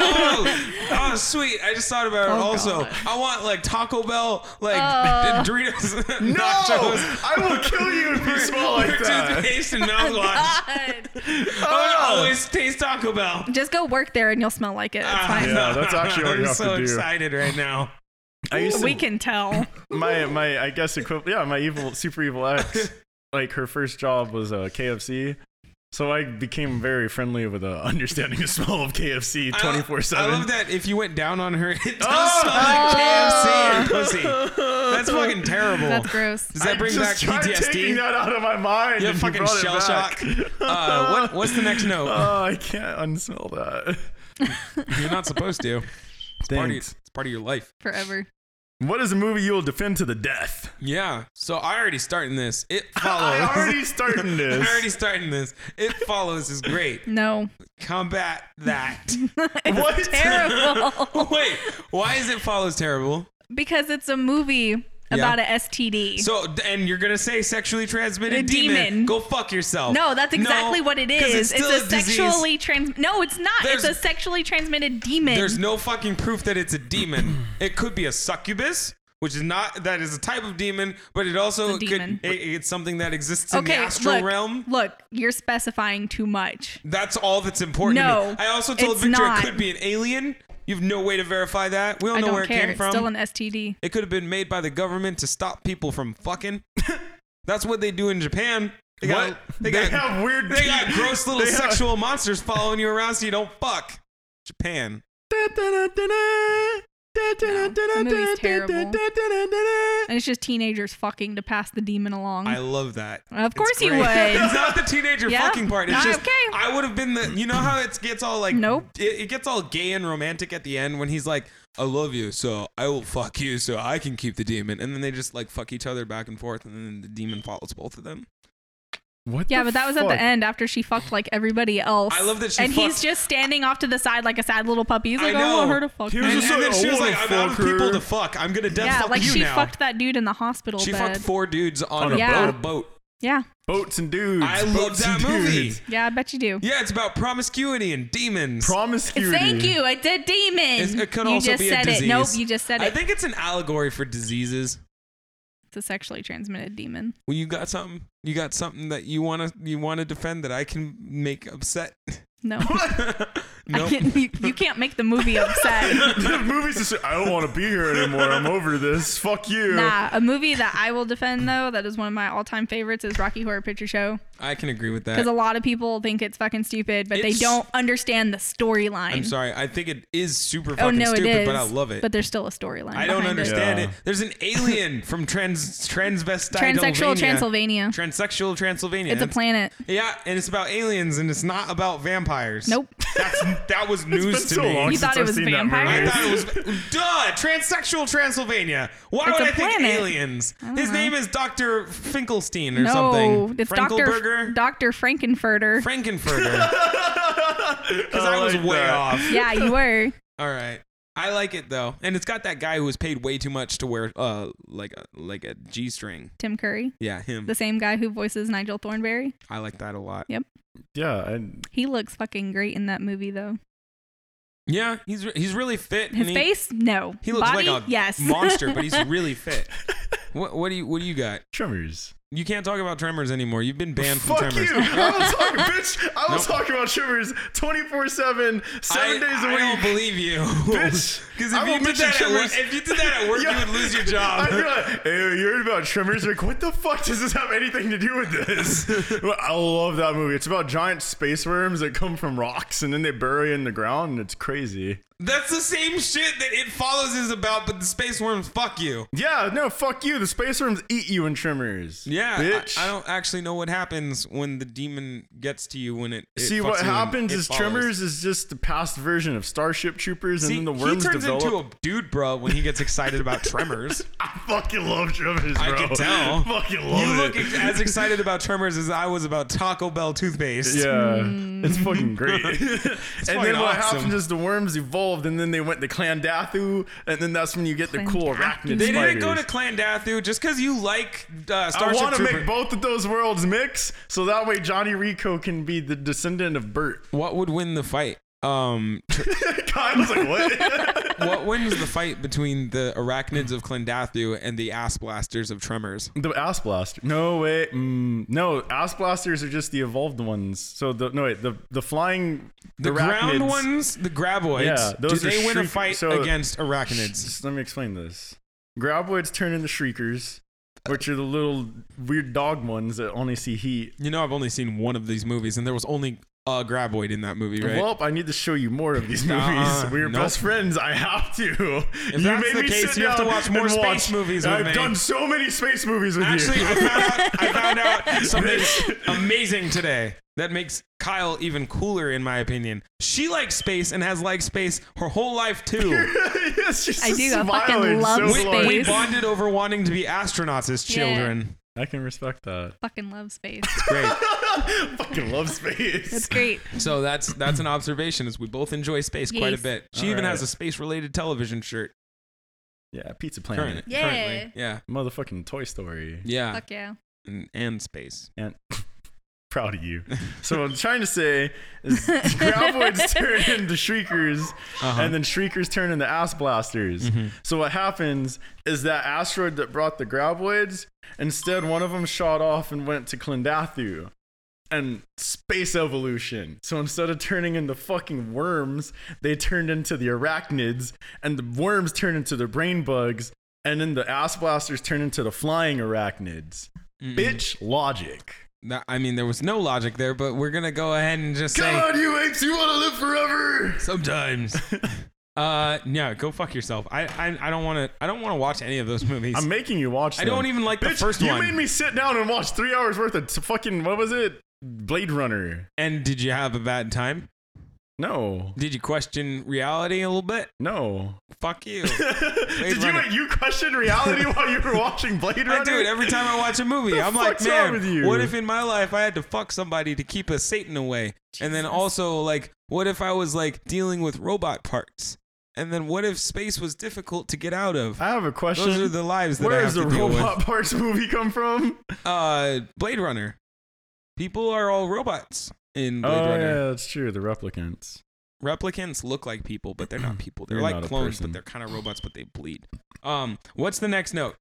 Speaker 5: oh, oh, sweet! I just thought about it.
Speaker 4: Oh,
Speaker 5: also,
Speaker 4: God.
Speaker 5: I want like Taco Bell, like
Speaker 4: Oh.
Speaker 5: *laughs* Doritos,
Speaker 3: *laughs* *laughs* no!
Speaker 5: nachos,
Speaker 3: I will kill you if you smell like
Speaker 5: *laughs*
Speaker 3: that.
Speaker 5: toothpaste,
Speaker 4: *laughs*
Speaker 5: and mouthwash.
Speaker 4: Oh,
Speaker 5: I would always taste Taco Bell. Ah.
Speaker 4: Just go work there and you'll smell like it. It's fine.
Speaker 5: *laughs*
Speaker 3: Yeah, that's actually what
Speaker 5: I'm
Speaker 3: you have
Speaker 5: so
Speaker 3: to do.
Speaker 5: excited right now.
Speaker 3: I used
Speaker 4: We
Speaker 3: to,
Speaker 4: can tell.
Speaker 3: my my I guess equivalent. Yeah, my evil super evil *laughs* ex. like her first job was uh, KFC. So I became very friendly with uh, understanding the smell of
Speaker 5: I
Speaker 3: KFC
Speaker 5: lo-
Speaker 3: twenty four
Speaker 5: I love
Speaker 3: seven.
Speaker 5: that if you went down on her, it *laughs* does
Speaker 3: Oh!
Speaker 5: smell like KFC and
Speaker 4: Oh.
Speaker 5: pussy.
Speaker 3: *laughs*
Speaker 5: That's fucking terrible.
Speaker 4: That's gross.
Speaker 5: Does that bring
Speaker 3: Ah! I
Speaker 5: back
Speaker 3: just tried taking
Speaker 5: PTSD?
Speaker 3: that out of my mind.
Speaker 5: You have
Speaker 3: and
Speaker 5: fucking
Speaker 3: brought it
Speaker 5: shell
Speaker 3: back.
Speaker 5: shock. Uh, what, what's the next note?
Speaker 3: *laughs* Oh, I can't unsmell that.
Speaker 5: *laughs* You're not supposed to. Part of,
Speaker 3: Thanks.
Speaker 5: it's part of your life.
Speaker 4: Forever.
Speaker 3: What is a movie you will defend to the death?
Speaker 5: Yeah. So I already starting this. It follows.
Speaker 3: *laughs* I
Speaker 5: *laughs*
Speaker 3: already starting
Speaker 5: I'm
Speaker 3: this.
Speaker 5: already starting this. It follows is great.
Speaker 4: No.
Speaker 5: Combat that. *laughs*
Speaker 3: *laughs* what?
Speaker 4: Terrible.
Speaker 5: Wait, why is it follows terrible?
Speaker 4: *laughs* because it's a movie about a *laughs* STD.
Speaker 5: So and you're gonna say sexually transmitted
Speaker 4: A
Speaker 5: demon.
Speaker 4: demon.
Speaker 5: Go fuck yourself.
Speaker 4: no, that's exactly what it
Speaker 5: 'cause
Speaker 4: is. It's,
Speaker 5: still
Speaker 4: a,
Speaker 5: disease.
Speaker 4: sexually trans. No, it's not.
Speaker 5: There's-
Speaker 4: it's a sexually transmitted demon.
Speaker 5: There's no fucking proof that it's a demon. it could be a succubus, which is not that is a type of demon, but it also
Speaker 4: It's a demon.
Speaker 5: could it, it's something that exists in
Speaker 4: okay,
Speaker 5: the astral
Speaker 4: look,
Speaker 5: realm.
Speaker 4: Look, you're specifying too much.
Speaker 5: That's all that's important. to
Speaker 4: No,
Speaker 5: me. I also told
Speaker 4: it's
Speaker 5: Victor
Speaker 4: not.
Speaker 5: it could be an alien. You have no way to verify that. We don't
Speaker 4: I
Speaker 5: know
Speaker 4: don't
Speaker 5: where
Speaker 4: care.
Speaker 5: it came from.
Speaker 4: It's still an STD.
Speaker 5: it could have been made by the government to stop people from fucking. *laughs* that's what they do in Japan. They
Speaker 3: What?
Speaker 5: got they, got
Speaker 3: have weird.
Speaker 5: they got gross little
Speaker 3: *laughs* They have- *laughs*
Speaker 5: sexual monsters following you around so you don't fuck. Japan.
Speaker 4: movie's terrible. And it's just teenagers fucking to pass the demon along.
Speaker 5: I love that.
Speaker 4: Mm. of
Speaker 5: It's
Speaker 4: course you
Speaker 5: great.
Speaker 4: would.
Speaker 5: *laughs* It's not the teenager
Speaker 4: Yeah.
Speaker 5: fucking part. It's
Speaker 4: Ah,
Speaker 5: just
Speaker 4: okay.
Speaker 5: I would have been the. You know how it gets all like.
Speaker 4: Nope.
Speaker 5: It, it gets all gay and romantic at the end when he's like, "I love you, so I will fuck you, so I can keep the demon," and then they just like fuck each other back and forth, and then the demon follows both of them.
Speaker 3: What
Speaker 4: yeah,
Speaker 3: the
Speaker 4: but that was at
Speaker 3: fuck?
Speaker 4: the end after she fucked like everybody else.
Speaker 5: I love that she
Speaker 4: And he's
Speaker 5: fucked-
Speaker 4: just standing off to the side like a sad little puppy. He's
Speaker 5: I
Speaker 4: like, I, want
Speaker 5: know.
Speaker 4: her to fuck.
Speaker 3: He
Speaker 4: me."
Speaker 3: was
Speaker 5: And,
Speaker 3: just
Speaker 5: and
Speaker 3: like,
Speaker 5: then
Speaker 3: "Oh, "I
Speaker 5: she was
Speaker 3: wanna
Speaker 5: like, "I'm out of
Speaker 3: fuck her."
Speaker 5: people to fuck. I'm gonna death
Speaker 4: yeah,
Speaker 5: fuck
Speaker 4: like
Speaker 5: you
Speaker 4: she
Speaker 5: now."
Speaker 4: fucked that dude in the hospital
Speaker 5: she
Speaker 4: bed.
Speaker 5: fucked four dudes on,
Speaker 3: On
Speaker 5: a,
Speaker 4: a
Speaker 5: boat.
Speaker 4: boat.
Speaker 5: a boat.
Speaker 4: yeah,
Speaker 3: Boats and dudes.
Speaker 5: I love
Speaker 3: boats
Speaker 5: that
Speaker 3: and
Speaker 5: movie.
Speaker 3: Dudes.
Speaker 4: yeah, I bet you do.
Speaker 5: Yeah, it's about promiscuity and demons.
Speaker 3: Promiscuity. *laughs*
Speaker 4: Thank you. It's a demon.
Speaker 5: It's- it could
Speaker 4: you
Speaker 5: also
Speaker 4: just
Speaker 5: be a
Speaker 4: said
Speaker 5: disease.
Speaker 4: it. Nope, you just said
Speaker 5: I
Speaker 4: it.
Speaker 5: think it's an allegory for diseases.
Speaker 4: it's a sexually transmitted demon.
Speaker 5: Well, you got something. You got something that you wanna you wanna defend that I can make upset. *laughs*
Speaker 4: No, I
Speaker 5: nope.
Speaker 4: can't, you, you can't make the movie
Speaker 5: *laughs*
Speaker 4: upset.
Speaker 3: the movie's just I don't want to be here anymore. I'm over this. Fuck you.
Speaker 4: nah, a movie that I will defend though, that is one of my all-time favorites, is Rocky Horror Picture Show.
Speaker 5: I can agree with
Speaker 4: Because
Speaker 5: that.
Speaker 4: a lot of people think it's fucking stupid, but they
Speaker 5: It's-
Speaker 4: don't understand the storyline.
Speaker 5: I'm sorry. I think it is super
Speaker 4: Oh
Speaker 5: fucking
Speaker 4: no,
Speaker 5: stupid,
Speaker 4: it is.
Speaker 5: but I love it.
Speaker 4: But there's still a storyline.
Speaker 5: I don't
Speaker 4: behind it.
Speaker 5: understand
Speaker 3: Yeah.
Speaker 5: it. There's an
Speaker 4: *laughs*
Speaker 5: alien from trans transvestite
Speaker 4: Transsexual Transylvania.
Speaker 5: Transsexual Transylvania.
Speaker 4: It's a planet.
Speaker 5: Yeah, and it's about aliens, and it's not about vampires.
Speaker 4: Nope.
Speaker 5: That's, that was
Speaker 3: *laughs* It's
Speaker 5: news
Speaker 3: been
Speaker 5: to
Speaker 3: so
Speaker 5: me.
Speaker 3: long
Speaker 4: You
Speaker 3: since
Speaker 4: thought it
Speaker 3: I've
Speaker 4: was
Speaker 3: seen that movie.
Speaker 5: I
Speaker 4: vampires?
Speaker 5: thought it was duh transsexual Transylvania. Why
Speaker 4: It's
Speaker 5: would
Speaker 4: a
Speaker 5: I think
Speaker 4: planet.
Speaker 5: aliens?
Speaker 4: don't
Speaker 5: His
Speaker 4: know.
Speaker 5: name is Doctor Finkelstein or
Speaker 4: no,
Speaker 5: something.
Speaker 4: it's Doctor
Speaker 5: Frankelberger,
Speaker 4: Doctor Frankenfurter. *laughs*
Speaker 5: Frankenfurter. Because I,
Speaker 3: *laughs* I
Speaker 5: was
Speaker 3: like
Speaker 5: way
Speaker 3: that.
Speaker 5: off. *laughs*
Speaker 4: yeah, you were.
Speaker 5: All right. I like it though, and it's got that guy who was paid way too much to wear uh like a like a g string.
Speaker 4: Tim Curry,
Speaker 5: Yeah, him.
Speaker 4: the same guy who voices Nigel Thornberry.
Speaker 5: I like that a lot.
Speaker 3: Yeah, and
Speaker 4: He looks fucking great in that movie, though.
Speaker 5: Yeah, he's re- he's really fit. and
Speaker 4: His
Speaker 5: he-
Speaker 4: face, no.
Speaker 5: He looks
Speaker 4: Body,
Speaker 5: like a
Speaker 4: yes. *laughs*
Speaker 5: monster, *laughs* but he's really
Speaker 3: *laughs*
Speaker 5: fit. What what do you what do you got?
Speaker 3: Tremors.
Speaker 5: You can't talk about Tremors anymore. You've been banned from
Speaker 3: Fuck
Speaker 5: Tremors.
Speaker 3: you! I will talk, bitch. I will
Speaker 5: Nope.
Speaker 3: talk about Tremors 24 seven, seven
Speaker 5: I,
Speaker 3: days a
Speaker 5: I
Speaker 3: week.
Speaker 5: don't believe you.
Speaker 3: *laughs*
Speaker 5: *laughs*
Speaker 3: Bitch,
Speaker 5: Because
Speaker 3: I
Speaker 5: if, you
Speaker 3: won't
Speaker 5: did
Speaker 3: mention
Speaker 5: that at work-
Speaker 3: Tremors.
Speaker 5: if you did that at work,
Speaker 3: *laughs* Yeah.
Speaker 5: you would lose your
Speaker 3: I'd *laughs*
Speaker 5: job.
Speaker 3: be like, hey, you heard about Tremors? Like, what the fuck does this have anything to do with this?
Speaker 5: *laughs*
Speaker 3: But I love that movie. It's about giant space worms that come from rocks and then they bury in the ground, and it's crazy.
Speaker 5: *laughs* That's the same shit that It Follows is about, but the space worms fuck you.
Speaker 3: Yeah, no, fuck you. The space worms eat you in Tremors.
Speaker 5: Yeah,
Speaker 3: bitch.
Speaker 5: I, I don't actually know what happens when the demon gets to you when it. it
Speaker 3: See
Speaker 5: fucks
Speaker 3: what
Speaker 5: you and
Speaker 3: happens
Speaker 5: It
Speaker 3: is
Speaker 5: Follows.
Speaker 3: Tremors is just the past version of Starship Troopers,
Speaker 5: See,
Speaker 3: and then the worms
Speaker 5: he turns
Speaker 3: develop.
Speaker 5: into a dude, bro, when he gets excited
Speaker 3: *laughs*
Speaker 5: about Tremors.
Speaker 3: I fucking love Tremors, bro.
Speaker 5: I can tell.
Speaker 3: *laughs* Fucking love
Speaker 5: you
Speaker 3: it.
Speaker 5: look ex- as excited about Tremors as I was about Taco Bell toothpaste.
Speaker 3: Yeah,
Speaker 5: Hmm.
Speaker 3: it's fucking *laughs* great. and
Speaker 5: fucking
Speaker 3: then what
Speaker 5: awesome.
Speaker 3: happens is the worms evolved, and then they went to Clandathu, and then that's when you get the cool arachnid
Speaker 5: They
Speaker 3: spiders.
Speaker 5: didn't go to Clandathu just because you like uh,
Speaker 3: I
Speaker 5: Starship
Speaker 3: want to
Speaker 5: Trooper.
Speaker 3: make both of those worlds mix, so that way Johnny Rico can be the descendant of Bert. *laughs*
Speaker 5: what would win the fight? Um, tr-
Speaker 3: Kyle's like, *laughs* what?
Speaker 5: what wins the fight between the arachnids of Clandathu and the ass blasters of Tremors?
Speaker 3: the ass blaster. No wait, mm, no ass blasters are just the evolved ones. So the no wait, the the flying
Speaker 5: The ground
Speaker 3: arachnids-
Speaker 5: ones, the graboids,
Speaker 3: Yeah, those
Speaker 5: do
Speaker 3: are
Speaker 5: they win a
Speaker 3: shriek-
Speaker 5: fight
Speaker 3: so-
Speaker 5: against arachnids?
Speaker 3: Just let me explain this. Graboids turn into shriekers, which are the little weird dog ones that only see heat.
Speaker 5: You know, I've only seen one of these movies, and there was only a graboid in that movie, right?
Speaker 3: Well, I need to show you more
Speaker 5: *laughs*
Speaker 3: of these movies.
Speaker 5: Uh-uh,
Speaker 3: We're
Speaker 5: nope.
Speaker 3: best friends. I have to. If you
Speaker 5: that's
Speaker 3: made
Speaker 5: the
Speaker 3: me
Speaker 5: case,
Speaker 3: sit
Speaker 5: you have to
Speaker 3: down
Speaker 5: watch more
Speaker 3: and
Speaker 5: space movies with
Speaker 3: I've
Speaker 5: me.
Speaker 3: done so many space movies with
Speaker 5: Actually,
Speaker 3: you.
Speaker 5: I found, out, I found
Speaker 3: *laughs*
Speaker 5: out something *laughs* amazing today that makes Kyle even cooler, in my opinion. She likes space and has liked space her whole life,
Speaker 3: *laughs*
Speaker 5: too.
Speaker 3: yes, she's
Speaker 4: I
Speaker 3: just
Speaker 4: do. I fucking
Speaker 3: smiling
Speaker 4: love
Speaker 3: so
Speaker 5: we,
Speaker 3: hard.
Speaker 5: we
Speaker 4: Space.
Speaker 5: bonded over wanting to be astronauts as
Speaker 4: Yeah.
Speaker 5: children.
Speaker 3: I can respect that. *laughs*
Speaker 4: fucking love space.
Speaker 5: Great.
Speaker 3: fucking love space.
Speaker 5: *laughs*
Speaker 4: It's great.
Speaker 5: So that's that's an observation is we both enjoy space quite a
Speaker 4: Yes.
Speaker 5: bit. She
Speaker 3: All
Speaker 5: even
Speaker 3: right.
Speaker 5: has a space related television shirt
Speaker 3: yeah, Pizza
Speaker 5: current,
Speaker 3: Planet.
Speaker 4: Yeah.
Speaker 5: currently. Yeah.
Speaker 3: Motherfucking Toy Story.
Speaker 5: Yeah.
Speaker 4: Fuck yeah.
Speaker 5: And, and space.
Speaker 3: and *laughs* proud of you. So what I'm trying to say is graboids turn into shriekers
Speaker 5: Uh-huh.
Speaker 3: and then shriekers turn into ass blasters.
Speaker 5: Mm-hmm.
Speaker 3: So what happens is that asteroid that brought the graboids, instead one of them shot off and went to Clindathu. And space evolution. So instead of turning into fucking worms, they turned into the arachnids, and the worms turned into the brain bugs, and then the ass blasters turned into the flying arachnids. Bitch logic.
Speaker 5: That- I mean, there was no logic there, but we're gonna go ahead and just say
Speaker 3: on, you apes! You want to live forever? *laughs*
Speaker 5: Sometimes. uh, no, go fuck yourself. I, I, I don't want to. I don't want to watch any of those movies.
Speaker 3: I'm making you watch.
Speaker 5: I
Speaker 3: them.
Speaker 5: don't even like the
Speaker 3: Bitch,
Speaker 5: first
Speaker 3: you
Speaker 5: one.
Speaker 3: made me sit down and watch three hours worth of t- fucking what was it? Blade Runner.
Speaker 5: and did you have a bad time?
Speaker 3: No,
Speaker 5: Did you question reality a little bit?
Speaker 3: no.
Speaker 5: *laughs* Fuck
Speaker 3: *laughs*
Speaker 5: you.
Speaker 3: Did you
Speaker 5: Runner.
Speaker 3: wait, you
Speaker 5: *laughs*
Speaker 3: question reality while you were watching Blade Runner?
Speaker 5: I do it every time I watch a
Speaker 3: *laughs*
Speaker 5: movie.
Speaker 3: The
Speaker 5: I'm like,
Speaker 3: fuck's
Speaker 5: man,
Speaker 3: wrong with you?"
Speaker 5: what if in my life I had to fuck somebody to keep a Satan away? And then also, like, what if I was like dealing with robot parts? And then what if space was difficult to get out of?
Speaker 3: I have a question.
Speaker 5: Those are the lives that I
Speaker 3: Where
Speaker 5: have
Speaker 3: does the
Speaker 5: to deal with.
Speaker 3: robot parts movie come from?
Speaker 5: *laughs* Uh, Blade Runner. People are all robots in Blade
Speaker 3: oh
Speaker 5: Runner.
Speaker 3: yeah, that's true. The replicants.
Speaker 5: replicants look like people, but
Speaker 3: *clears throat*
Speaker 5: they're not people. They're,
Speaker 3: They're
Speaker 5: like
Speaker 3: not a
Speaker 5: clones,
Speaker 3: person.
Speaker 5: but they're kind of robots, but they bleed. Um, what's the next note?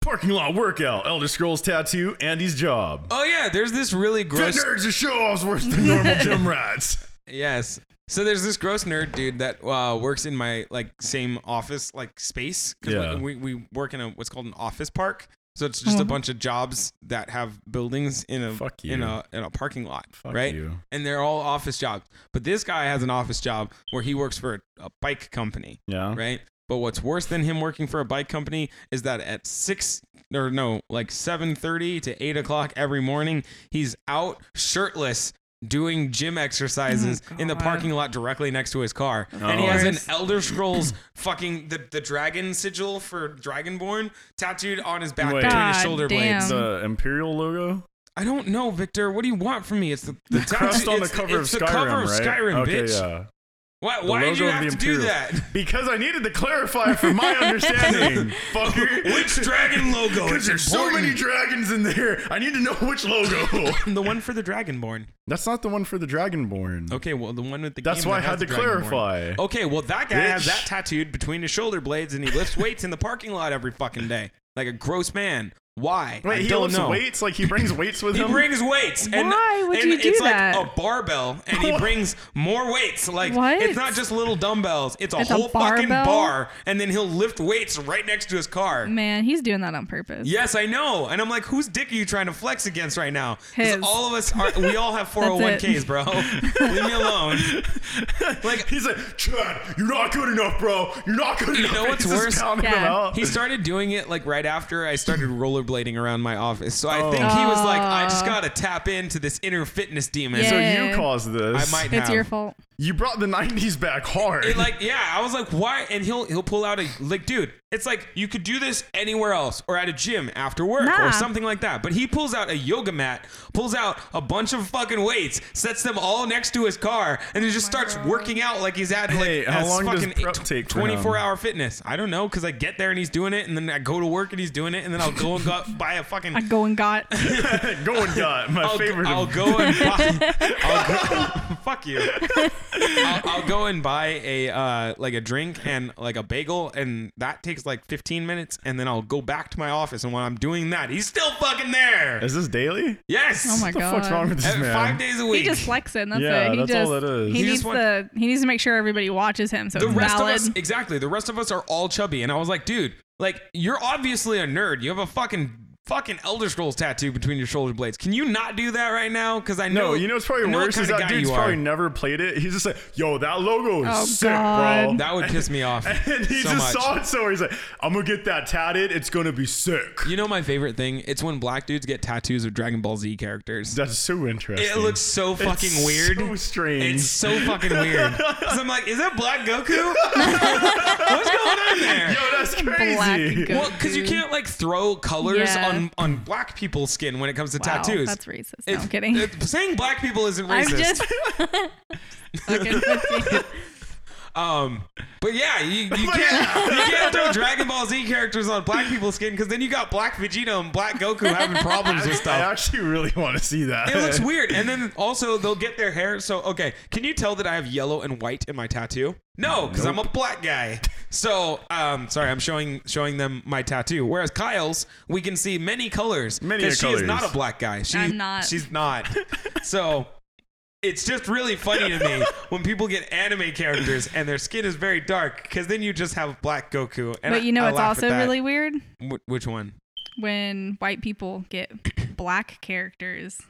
Speaker 3: Parking lot workout, Elder Scrolls tattoo, Andy's job.
Speaker 5: Oh yeah, there's this
Speaker 3: *laughs*
Speaker 5: really
Speaker 3: Fit
Speaker 5: gross.
Speaker 3: nerds are show offs worse
Speaker 5: *laughs*
Speaker 3: than normal gym rats.
Speaker 5: Yes. So there's this gross nerd dude that uh, works in my like same office like space. 'Cause
Speaker 3: Yeah.
Speaker 5: We, we we work in a what's called an office park. So it's just a
Speaker 4: Mhm.
Speaker 5: bunch of jobs that have buildings in a
Speaker 3: Fuck
Speaker 5: in
Speaker 3: you.
Speaker 5: a in a parking lot,
Speaker 3: Fuck
Speaker 5: right?
Speaker 3: you.
Speaker 5: And they're all office jobs. But this guy has an office job where he works for a, a bike company,
Speaker 3: Yeah.
Speaker 5: right? But what's worse than him working for a bike company is that at six or no, like seven thirty to eight o'clock every morning, he's out shirtless doing gym exercises
Speaker 4: Oh,
Speaker 5: in the
Speaker 4: God.
Speaker 5: parking lot directly next to his car. And he
Speaker 3: Oh.
Speaker 5: has an
Speaker 4: course.
Speaker 5: Elder Scrolls fucking the, the dragon sigil for Dragonborn tattooed on his back
Speaker 3: Wait.
Speaker 5: between his
Speaker 4: God
Speaker 5: shoulder
Speaker 4: damn.
Speaker 5: blades.
Speaker 3: The Imperial logo?
Speaker 5: I don't know, Victor. What do you want from me? It's the, the,
Speaker 3: Crest
Speaker 5: tattoo-
Speaker 3: on the
Speaker 5: it's-
Speaker 3: cover
Speaker 5: it's
Speaker 3: of
Speaker 5: the
Speaker 3: Skyrim,
Speaker 5: cover of
Speaker 3: right?
Speaker 5: Skyrim,
Speaker 3: okay,
Speaker 5: bitch.
Speaker 3: Yeah.
Speaker 5: Why,
Speaker 3: The
Speaker 5: why did
Speaker 3: logo
Speaker 5: you
Speaker 3: of
Speaker 5: have
Speaker 3: the
Speaker 5: to do
Speaker 3: Imperial.
Speaker 5: that?
Speaker 3: *laughs* Because I needed to clarify
Speaker 5: *laughs*
Speaker 3: for my understanding, fucker.
Speaker 5: Which dragon logo?
Speaker 3: Because there's so many dragons in there. I need to know which logo.
Speaker 5: the one for the Dragonborn.
Speaker 3: *laughs* That's not the one for the Dragonborn.
Speaker 5: Okay, well, the one with the
Speaker 3: That's
Speaker 5: game
Speaker 3: why I
Speaker 5: that has
Speaker 3: had to
Speaker 5: the Dragonborn.
Speaker 3: clarify.
Speaker 5: Okay, well, that guy has
Speaker 3: Bitch.
Speaker 5: that tattooed between his shoulder blades, and he lifts weights in the parking lot every fucking day, like a gross man. Why?
Speaker 3: Wait,
Speaker 5: I
Speaker 3: he
Speaker 5: don't
Speaker 3: lifts
Speaker 5: know.
Speaker 3: weights? Like he brings weights
Speaker 5: *laughs*
Speaker 3: with
Speaker 5: He
Speaker 3: him?
Speaker 5: brings weights. And,
Speaker 4: Why would
Speaker 5: and
Speaker 4: you do
Speaker 5: it's
Speaker 4: that?
Speaker 5: like a barbell, and he
Speaker 3: What?
Speaker 5: brings more weights. Like
Speaker 4: What?
Speaker 5: it's not just little dumbbells. It's a
Speaker 4: It's a
Speaker 5: whole fucking
Speaker 4: barbell?
Speaker 5: bar, and then he'll lift weights right next to his car.
Speaker 4: Man, he's doing that on purpose.
Speaker 5: Yes, I know. And I'm like, whose dick are you trying to flex against right now? Because
Speaker 4: His.
Speaker 5: all of us are, we all
Speaker 4: *laughs*
Speaker 5: have 401ks, bro. Leave me alone. Like,
Speaker 3: He's like, Chad, you're not good enough, bro. You're not good enough.
Speaker 5: know what's
Speaker 3: *laughs* He's just
Speaker 5: worse?
Speaker 3: pounding him
Speaker 4: Yeah.
Speaker 3: out.
Speaker 5: he started doing it like right after I started rollerblading around my office. So I think he was like, I just got to tap into this inner fitness demon.
Speaker 3: so
Speaker 4: Yeah.
Speaker 3: you caused this.
Speaker 5: I might
Speaker 4: It's
Speaker 5: have.
Speaker 4: your fault.
Speaker 3: You brought the '90s back hard.
Speaker 5: It, like yeah, I was like, why? And he'll he'll pull out a like, dude. It's like you could do this anywhere else or at a gym after work
Speaker 4: Nah.
Speaker 5: or something like that. But he pulls out a yoga mat, pulls out a bunch of fucking weights, sets them all next to his car, and he just starts working out like he's at like
Speaker 3: Hey,
Speaker 5: a
Speaker 3: how long does
Speaker 5: fucking
Speaker 3: prep take for him?
Speaker 5: twenty four hour fitness. I don't know because I get there and he's doing it, and then I go to work and he's doing it, and then I'll go and go buy a
Speaker 3: *laughs*
Speaker 5: fucking.
Speaker 4: I go
Speaker 5: *laughs*
Speaker 4: and got.
Speaker 3: *laughs* go and got my
Speaker 5: I'll, go-
Speaker 3: favorite.
Speaker 5: I'll
Speaker 3: of-
Speaker 5: go and *laughs* buy. I'll go, *laughs* fuck you. I'll, I'll go and buy a uh, like a drink and like a bagel, and that takes like 15 minutes, and then I'll go back to my office. And when I'm doing that, he's still fucking there.
Speaker 3: Is this daily?
Speaker 5: Yes.
Speaker 4: Oh my
Speaker 3: What the
Speaker 4: god.
Speaker 3: fuck's wrong with this
Speaker 5: Uh,
Speaker 3: man?
Speaker 5: Five days a week.
Speaker 4: He just flexing. That's
Speaker 3: Yeah,
Speaker 4: it. He
Speaker 3: that's
Speaker 4: just,
Speaker 3: all it is.
Speaker 5: He
Speaker 4: He,
Speaker 5: just
Speaker 4: needs
Speaker 5: want-
Speaker 4: the he needs to make sure everybody watches him so
Speaker 5: the
Speaker 4: it's
Speaker 5: rest
Speaker 4: valid.
Speaker 5: of us exactly. The rest of us are all chubby, and I was like, dude, like you're obviously a nerd. You have a fucking. Fucking Elder Scrolls tattoo between your shoulder blades. Can you not do that right now? Because I know
Speaker 3: No, you know what's probably
Speaker 5: I know what
Speaker 3: worse is
Speaker 5: kinda guy
Speaker 3: that dude's
Speaker 5: you are.
Speaker 3: probably never played it. He's just like, yo, that logo is
Speaker 4: Oh,
Speaker 3: sick, bro.
Speaker 4: God.
Speaker 5: That would piss me off.
Speaker 3: *laughs* and he
Speaker 5: so
Speaker 3: just
Speaker 5: much.
Speaker 3: saw it somewhere. He's like, I'm gonna get that tatted. It's gonna be sick.
Speaker 5: You know my favorite thing? It's when black dudes get tattoos of Dragon Ball Z characters.
Speaker 3: That's so interesting.
Speaker 5: it looks so
Speaker 3: It's
Speaker 5: fucking weird.
Speaker 3: So strange.
Speaker 5: It's so fucking
Speaker 3: *laughs*
Speaker 5: weird. Cause I'm like, is that Black Goku? What's going on there?
Speaker 3: yo, that's
Speaker 4: Black
Speaker 3: crazy.
Speaker 4: Goku.
Speaker 5: well, because you can't like throw colors
Speaker 4: Yeah.
Speaker 5: on on black people's skin when it comes to
Speaker 4: Wow,
Speaker 5: tattoos.
Speaker 4: That's racist. No,
Speaker 5: It's-
Speaker 4: I'm kidding.
Speaker 5: it- saying black people isn't
Speaker 4: *laughs* I'm
Speaker 5: racist. *laughs*
Speaker 4: just fucking with you.
Speaker 5: Um, but yeah, you,
Speaker 3: *laughs*
Speaker 5: you can't you can't throw Dragon Ball Z characters on black people's skin because then you got black Vegeta and black Goku having problems
Speaker 3: *laughs*
Speaker 5: with
Speaker 3: *laughs* I
Speaker 5: stuff.
Speaker 3: actually really want to see that.
Speaker 5: It
Speaker 3: *laughs*
Speaker 5: looks weird. And then also they'll get their hair. So okay, can you tell that I have yellow and white in my tattoo? No, because I'm a black guy. So um, sorry, I'm showing showing them my tattoo. Whereas Kyle's, we can see many colors.
Speaker 3: Many
Speaker 5: 'cause she
Speaker 3: colors.
Speaker 5: is not a black guy. She,
Speaker 4: I'm not.
Speaker 5: She's not.
Speaker 4: *laughs*
Speaker 5: so. It's just really funny to
Speaker 4: *laughs*
Speaker 5: me when people get anime characters and their skin is very dark, because then you just have black Goku. And
Speaker 4: But you know
Speaker 5: I, I
Speaker 4: it's
Speaker 5: laugh at
Speaker 4: also
Speaker 5: that.
Speaker 4: really weird
Speaker 5: Wh- which one?
Speaker 4: when white people get black characters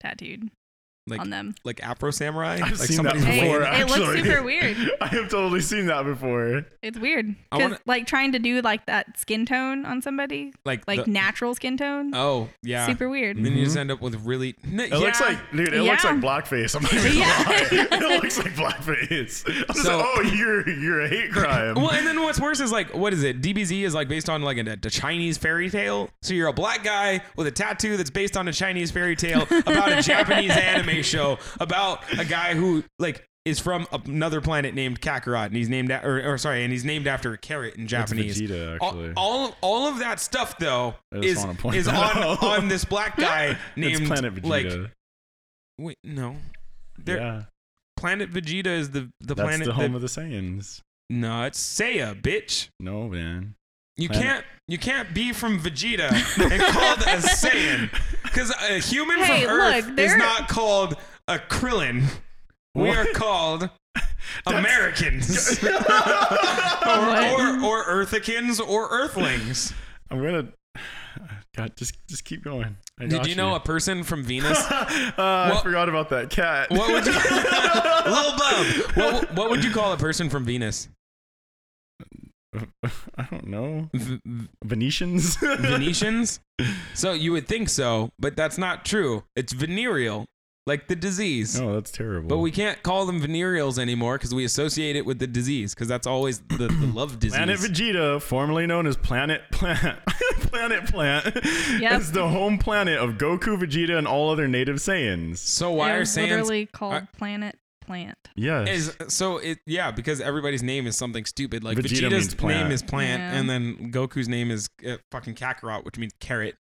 Speaker 4: tattooed
Speaker 5: Like
Speaker 4: on them.
Speaker 5: like Afro Samurai?
Speaker 3: I've
Speaker 5: like
Speaker 3: seen that
Speaker 5: somebody
Speaker 3: before.
Speaker 5: with
Speaker 4: Hey,
Speaker 5: wings?
Speaker 4: it looks
Speaker 3: actually.
Speaker 4: super weird.
Speaker 3: *laughs* I have totally seen that before.
Speaker 4: It's weird.
Speaker 5: I
Speaker 4: 'Cause,
Speaker 5: wanna-
Speaker 4: like trying to do like that skin tone on somebody,
Speaker 5: Like
Speaker 4: like
Speaker 5: the-
Speaker 4: natural skin tone,
Speaker 5: Oh yeah.
Speaker 4: super weird.
Speaker 5: And then you just end up with really. N-
Speaker 3: Mm-hmm. It looks like, dude, it looks
Speaker 4: Yeah.
Speaker 3: like blackface. I'm not even gonna
Speaker 4: Yeah.
Speaker 3: lie.
Speaker 4: *laughs*
Speaker 3: It looks like blackface. I'm just
Speaker 5: So-
Speaker 3: like, oh, you're you're a
Speaker 5: *laughs*
Speaker 3: hate crime.
Speaker 5: Well, and then what's worse is like, what is it? DBZ is like based on like a, a Chinese fairy tale. So you're a black guy with a tattoo that's based on a Chinese fairy
Speaker 4: *laughs*
Speaker 5: tale about a Japanese anime show about a guy who like is from another planet named Kakarot, and he's named a- or, or sorry, and he's named after a carrot in Japanese.
Speaker 3: Vegeta,
Speaker 5: All-
Speaker 3: actually.
Speaker 5: All, all of that stuff though
Speaker 3: I just
Speaker 5: is
Speaker 3: wanna point
Speaker 5: is
Speaker 3: that
Speaker 5: on
Speaker 3: out.
Speaker 5: on this black guy
Speaker 3: *laughs* it's
Speaker 5: named
Speaker 3: Planet Vegeta.
Speaker 5: like wait no. There-
Speaker 3: yeah,
Speaker 5: Planet Vegeta is the the
Speaker 3: that's
Speaker 5: planet
Speaker 3: the home
Speaker 5: that,
Speaker 3: of the Saiyans.
Speaker 5: No, it's Seiya, bitch.
Speaker 3: No, man.
Speaker 5: You can't you can't be from
Speaker 3: *laughs*
Speaker 5: Vegeta and called a Saiyan because a human
Speaker 4: Hey,
Speaker 5: from Earth
Speaker 4: look,
Speaker 5: is
Speaker 4: there-
Speaker 5: not called a Krillin. We
Speaker 3: What? *laughs*
Speaker 5: are called Americans *laughs* or, or or Earthicans or Earthlings.
Speaker 3: I'm gonna. God, just just keep going. I
Speaker 5: Did
Speaker 3: got
Speaker 5: you know a person from Venus?
Speaker 3: *laughs* uh, I forgot about that cat.
Speaker 5: What would you, little bub? What, what would you call a person from Venus?
Speaker 3: *laughs* I don't know.
Speaker 5: V- v-
Speaker 3: Venetians. *laughs*
Speaker 5: Venetians? So you would think so, but that's not true. It's venereal, like the disease.
Speaker 3: oh, that's terrible.
Speaker 5: But we can't call them venereals anymore because we associate it with the disease because that's always the,
Speaker 3: *clears throat*
Speaker 5: the love disease.
Speaker 3: Planet Vegeta, formerly known as Planet Plant, *laughs* Planet Plant,
Speaker 4: Yep.
Speaker 3: is the home planet of Goku, Vegeta, and all other native Saiyans.
Speaker 5: so why
Speaker 4: It
Speaker 5: are
Speaker 4: was
Speaker 5: Saiyans?
Speaker 4: literally called
Speaker 5: are-
Speaker 4: Planet Plant.
Speaker 3: Yes.
Speaker 5: Is so it yeah because everybody's name is something stupid like
Speaker 3: Vegeta means
Speaker 5: Vegeta's
Speaker 3: plant.
Speaker 5: name is plant
Speaker 4: Yeah.
Speaker 5: and then Goku's name is uh, fucking Kakarot which means carrot.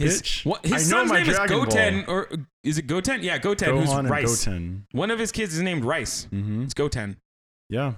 Speaker 3: Bitch,
Speaker 5: what,
Speaker 3: I know
Speaker 5: his son's
Speaker 3: my
Speaker 5: name is
Speaker 3: Dragon Ball.
Speaker 5: Goten or is it Goten? Yeah, Goten.
Speaker 3: Gohan
Speaker 5: who's
Speaker 3: and
Speaker 5: Rice?
Speaker 3: Goten.
Speaker 5: One of his kids is named Rice.
Speaker 3: Mm-hmm.
Speaker 5: It's Goten.
Speaker 3: Yeah.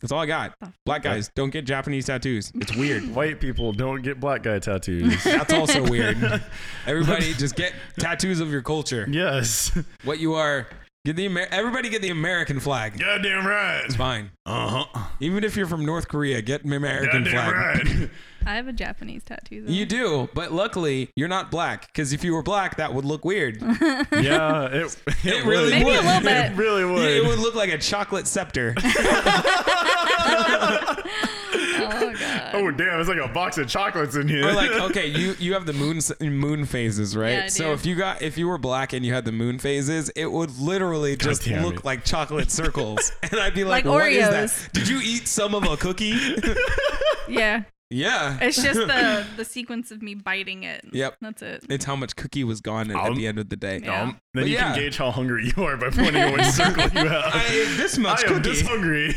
Speaker 5: That's all I got. Black guys don't get Japanese tattoos. It's weird.
Speaker 3: White people don't get black guy tattoos.
Speaker 5: That's also weird. Everybody just get tattoos of your culture.
Speaker 3: yes. *laughs*
Speaker 5: What you are. Get the Amer- everybody get the American flag.
Speaker 3: Goddamn right.
Speaker 5: It's fine.
Speaker 3: Uh huh.
Speaker 5: Even if you're from North Korea, get an American flag. *laughs*
Speaker 3: right.
Speaker 4: I have a Japanese tattoo. Though.
Speaker 5: You do, but luckily you're not black. Because if you were black, that would look weird. *laughs*
Speaker 3: yeah. It, it,
Speaker 5: It
Speaker 3: would.
Speaker 5: really
Speaker 4: Maybe
Speaker 5: would.
Speaker 4: a little
Speaker 3: *laughs*
Speaker 4: bit.
Speaker 3: It really would.
Speaker 5: It would look like a chocolate scepter.
Speaker 4: Oh god.
Speaker 3: Oh damn! It's like a box of chocolates in here.
Speaker 5: Or
Speaker 3: *laughs*
Speaker 5: like, okay, you you have the moon s- moon phases, right?
Speaker 4: Yeah, I
Speaker 5: so
Speaker 4: do.
Speaker 5: if you got if you were black and you had the moon phases, it would literally just
Speaker 3: damn
Speaker 5: look
Speaker 3: it.
Speaker 5: like
Speaker 3: *laughs*
Speaker 5: chocolate circles, and I'd be like,
Speaker 4: Like
Speaker 5: "What is
Speaker 4: Oreos.
Speaker 5: that? Did you eat some of a
Speaker 3: *laughs*
Speaker 5: cookie?"
Speaker 4: Yeah.
Speaker 5: yeah. *laughs*
Speaker 4: It's just the the sequence of me biting it.
Speaker 5: Yep.
Speaker 4: That's it.
Speaker 5: It's how much cookie was gone at, at
Speaker 3: Um,
Speaker 5: the end of the day.
Speaker 4: Yeah.
Speaker 3: Um, then
Speaker 5: But
Speaker 3: you
Speaker 5: yeah.
Speaker 3: can gauge how hungry you are by pointing
Speaker 5: *laughs*
Speaker 3: at which circle you have.
Speaker 5: I ate this much
Speaker 3: *laughs* I am
Speaker 5: cookie.
Speaker 3: this
Speaker 5: *laughs*
Speaker 3: *laughs* hungry.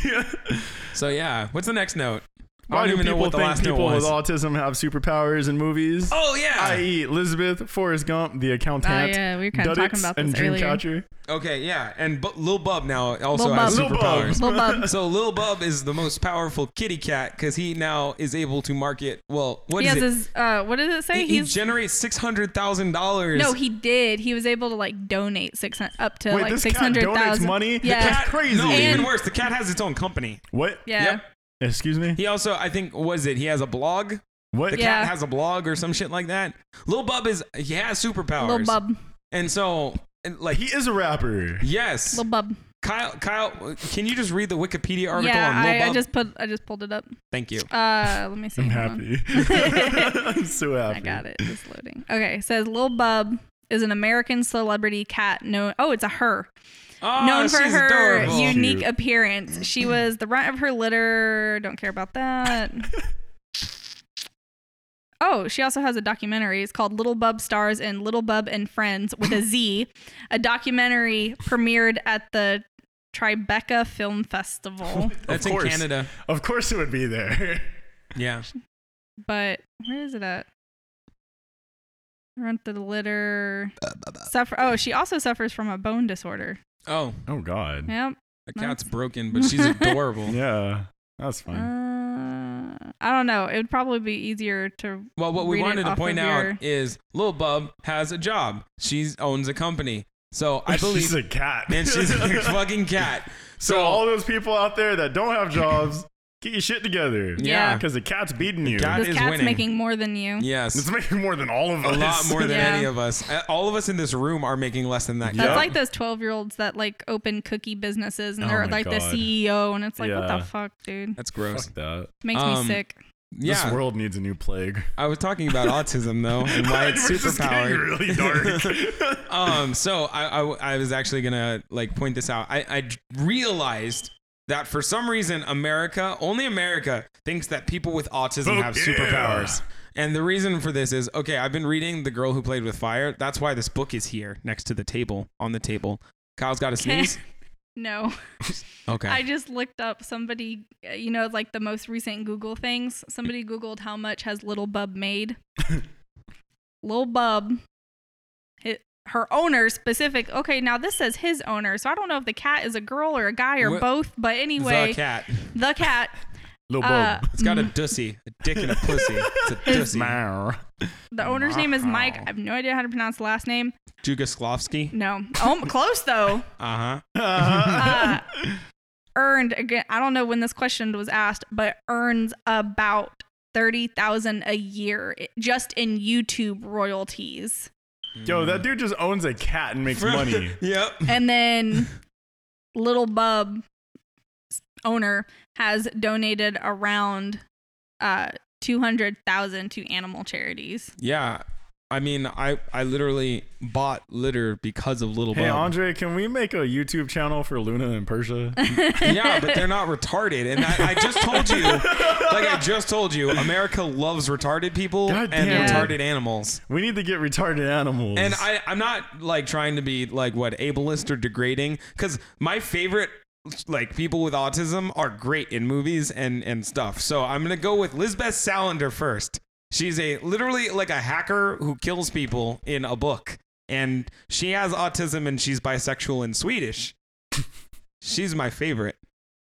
Speaker 5: so yeah, what's the next note? I
Speaker 3: Why
Speaker 5: don't
Speaker 3: do
Speaker 5: even know
Speaker 3: people
Speaker 5: what the
Speaker 3: think
Speaker 5: last note
Speaker 3: people with
Speaker 5: was.
Speaker 3: autism have superpowers in movies?
Speaker 5: oh yeah.
Speaker 3: I.e., Elizabeth, Forrest Gump, The Accountant,
Speaker 4: Oh, yeah, we were kinda
Speaker 3: Duddits,
Speaker 4: talking about
Speaker 3: and
Speaker 4: this earlier.
Speaker 3: Dreamcatcher.
Speaker 5: okay, yeah. And bu- Lil Bub now also
Speaker 4: Lil
Speaker 5: has
Speaker 4: Bub.
Speaker 3: Lil Bub.
Speaker 5: superpowers.
Speaker 4: Lil Bub.
Speaker 5: So Lil Bub is the most powerful kitty cat because he now is able to market. Well, what
Speaker 4: He
Speaker 5: is
Speaker 4: has
Speaker 5: it?
Speaker 4: his uh what does it say?
Speaker 5: he, he
Speaker 4: He's
Speaker 5: generates six hundred thousand dollars.
Speaker 4: No, he did. He was able to like donate six hundred up to
Speaker 3: Wait,
Speaker 4: like
Speaker 3: this
Speaker 4: six
Speaker 3: cat
Speaker 4: hundred
Speaker 3: donates
Speaker 4: thousand
Speaker 3: money? The
Speaker 4: Yeah.
Speaker 5: cat,
Speaker 3: crazy.
Speaker 5: No, even
Speaker 4: And-
Speaker 5: worse, the cat has its own company.
Speaker 3: *laughs* What?
Speaker 4: yeah.
Speaker 5: Yep.
Speaker 3: Excuse me.
Speaker 5: He also, I think, was it? He has a blog.
Speaker 3: What?
Speaker 5: The
Speaker 4: Yeah.
Speaker 5: cat has a blog or some shit like that. Lil Bub is he has superpowers.
Speaker 4: Little bub.
Speaker 5: And so, and like,
Speaker 3: He is a rapper.
Speaker 5: yes,
Speaker 4: Little bub.
Speaker 5: Kyle, Kyle, can you just read the Wikipedia article
Speaker 4: Yeah,
Speaker 5: on Lil
Speaker 4: I,
Speaker 5: Bub?
Speaker 4: I just put I just pulled it up.
Speaker 5: Thank you.
Speaker 4: Uh let me see.
Speaker 3: I'm
Speaker 4: Hold on.
Speaker 3: happy. *laughs* I'm so happy.
Speaker 4: I got it. It's loading. Okay. It says Lil Bub is an American celebrity cat known oh, it's a her.
Speaker 5: Oh,
Speaker 4: *laughs* known for
Speaker 5: she's
Speaker 4: her
Speaker 5: adorable.
Speaker 4: unique
Speaker 3: Cute.
Speaker 4: appearance. She
Speaker 5: *clears throat*
Speaker 4: was the runt of her litter. Don't care
Speaker 5: *laughs*
Speaker 4: about that. Oh, she also has a documentary. It's called Little Bub Stars and Little Bub and Friends with a Z. a documentary premiered at the Tribeca Film Festival.
Speaker 5: That's
Speaker 3: Of
Speaker 5: in
Speaker 3: course.
Speaker 5: Canada.
Speaker 3: Of course, it would be there.
Speaker 4: *laughs*
Speaker 5: Yeah.
Speaker 4: but where is it at? Runt the litter. Suffer. Oh, she also suffers from a bone disorder.
Speaker 5: Oh,
Speaker 3: Oh God.
Speaker 4: Yep.
Speaker 5: the cat's broken, but
Speaker 4: *laughs*
Speaker 5: she's adorable.
Speaker 3: Yeah, that's
Speaker 4: Uh,
Speaker 3: fine.
Speaker 4: I don't know. It would probably be easier to
Speaker 5: Well, what
Speaker 4: read
Speaker 5: we
Speaker 4: it
Speaker 5: wanted to
Speaker 4: off
Speaker 5: point
Speaker 4: of
Speaker 5: out
Speaker 4: your-
Speaker 5: is Lil Bub has a job. She owns a company. So I
Speaker 3: *laughs* she's
Speaker 5: believe,
Speaker 3: a cat.
Speaker 5: *laughs* and she's
Speaker 3: *laughs*
Speaker 5: a fucking cat.
Speaker 3: so all those people out there that don't have jobs, get your shit together.
Speaker 5: Yeah.
Speaker 3: Because the cat's beating you.
Speaker 5: cat-
Speaker 4: This
Speaker 5: is
Speaker 4: cat's
Speaker 5: winning.
Speaker 4: making more than you.
Speaker 3: It's
Speaker 5: Yes,
Speaker 3: making more than all of
Speaker 5: a
Speaker 3: us.
Speaker 5: lot more than
Speaker 4: Yeah.
Speaker 5: any of us. Uh, All of us in this room are making less than that.
Speaker 4: That's
Speaker 5: cat.
Speaker 4: like those 12 year olds that like open cookie businesses and
Speaker 3: Oh
Speaker 4: they're
Speaker 3: my
Speaker 4: like the
Speaker 3: God.
Speaker 4: CEO, and it's like, what
Speaker 3: Yeah.
Speaker 4: the fuck, dude?
Speaker 5: That's gross.
Speaker 3: Fuck that.
Speaker 4: Makes
Speaker 5: Um,
Speaker 4: me sick.
Speaker 5: Yeah,
Speaker 3: This world needs a new
Speaker 5: *laughs*
Speaker 3: plague.
Speaker 5: I was talking about autism though
Speaker 3: *laughs*
Speaker 5: and why it's
Speaker 3: This is getting
Speaker 5: superpowered.
Speaker 3: really
Speaker 5: *laughs*
Speaker 3: dark. *laughs*
Speaker 5: Um, so I, I I was actually gonna like point this out. I I d- realized that for some reason America, only America, thinks that people with autism
Speaker 3: Oh,
Speaker 5: have
Speaker 3: yeah.
Speaker 5: superpowers. And the reason for this is okay. I've been reading The Girl Who Played with Fire. That's why this book is here next to the table on the table. Kyle's got a sneeze.
Speaker 4: *laughs* No,
Speaker 5: Okay.
Speaker 4: I just looked up somebody, uh, you know, like the most recent Google things. Somebody Googled how much has Little Bub made. Lil Bub, hi- her owner specific. Okay, now this says his owner, so I don't know if the cat is a girl or a guy or
Speaker 5: Wh-
Speaker 4: both, but
Speaker 5: the
Speaker 4: anyway,
Speaker 5: cat.
Speaker 4: the cat
Speaker 3: Lil
Speaker 4: Uh,
Speaker 3: Bob.
Speaker 5: It's got a dussy, a dick and a pussy. It's a dussy.
Speaker 3: Meow.
Speaker 4: The owner's name is Mike. I have no idea how to pronounce the last name.
Speaker 5: Jugoslawski.
Speaker 4: No. Oh, *laughs* close though.
Speaker 5: Uh huh.
Speaker 4: Uh, earned again. I don't know when this question was asked, but earns about thirty thousand a year i- just in YouTube
Speaker 3: *laughs*
Speaker 4: royalties,
Speaker 3: *laughs*
Speaker 5: *laughs*
Speaker 3: Yo, that dude just owns a cat and makes money.
Speaker 5: yep.
Speaker 4: and then Little Bub s- owner has donated around uh two hundred thousand to animal charities.
Speaker 5: Yeah. I mean, I I literally bought litter because of Little
Speaker 3: Hey,
Speaker 5: Bub.
Speaker 3: Andre, can we make a YouTube channel for Luna and
Speaker 5: *laughs*
Speaker 3: Persia?
Speaker 5: Yeah, but they're not retarded, and I, I just told you, like I just told you, America loves retarded people
Speaker 3: God
Speaker 5: and
Speaker 3: damn
Speaker 4: it.
Speaker 5: retarded animals.
Speaker 3: we need to get retarded animals.
Speaker 5: And I, I'm not like trying to be like what ableist or degrading, because my favorite like people with autism are great in movies and and stuff. So I'm gonna go with Lisbeth Salander first. She's a literally like a hacker who kills people in a book, and she has autism and she's bisexual and Swedish. she's my favorite.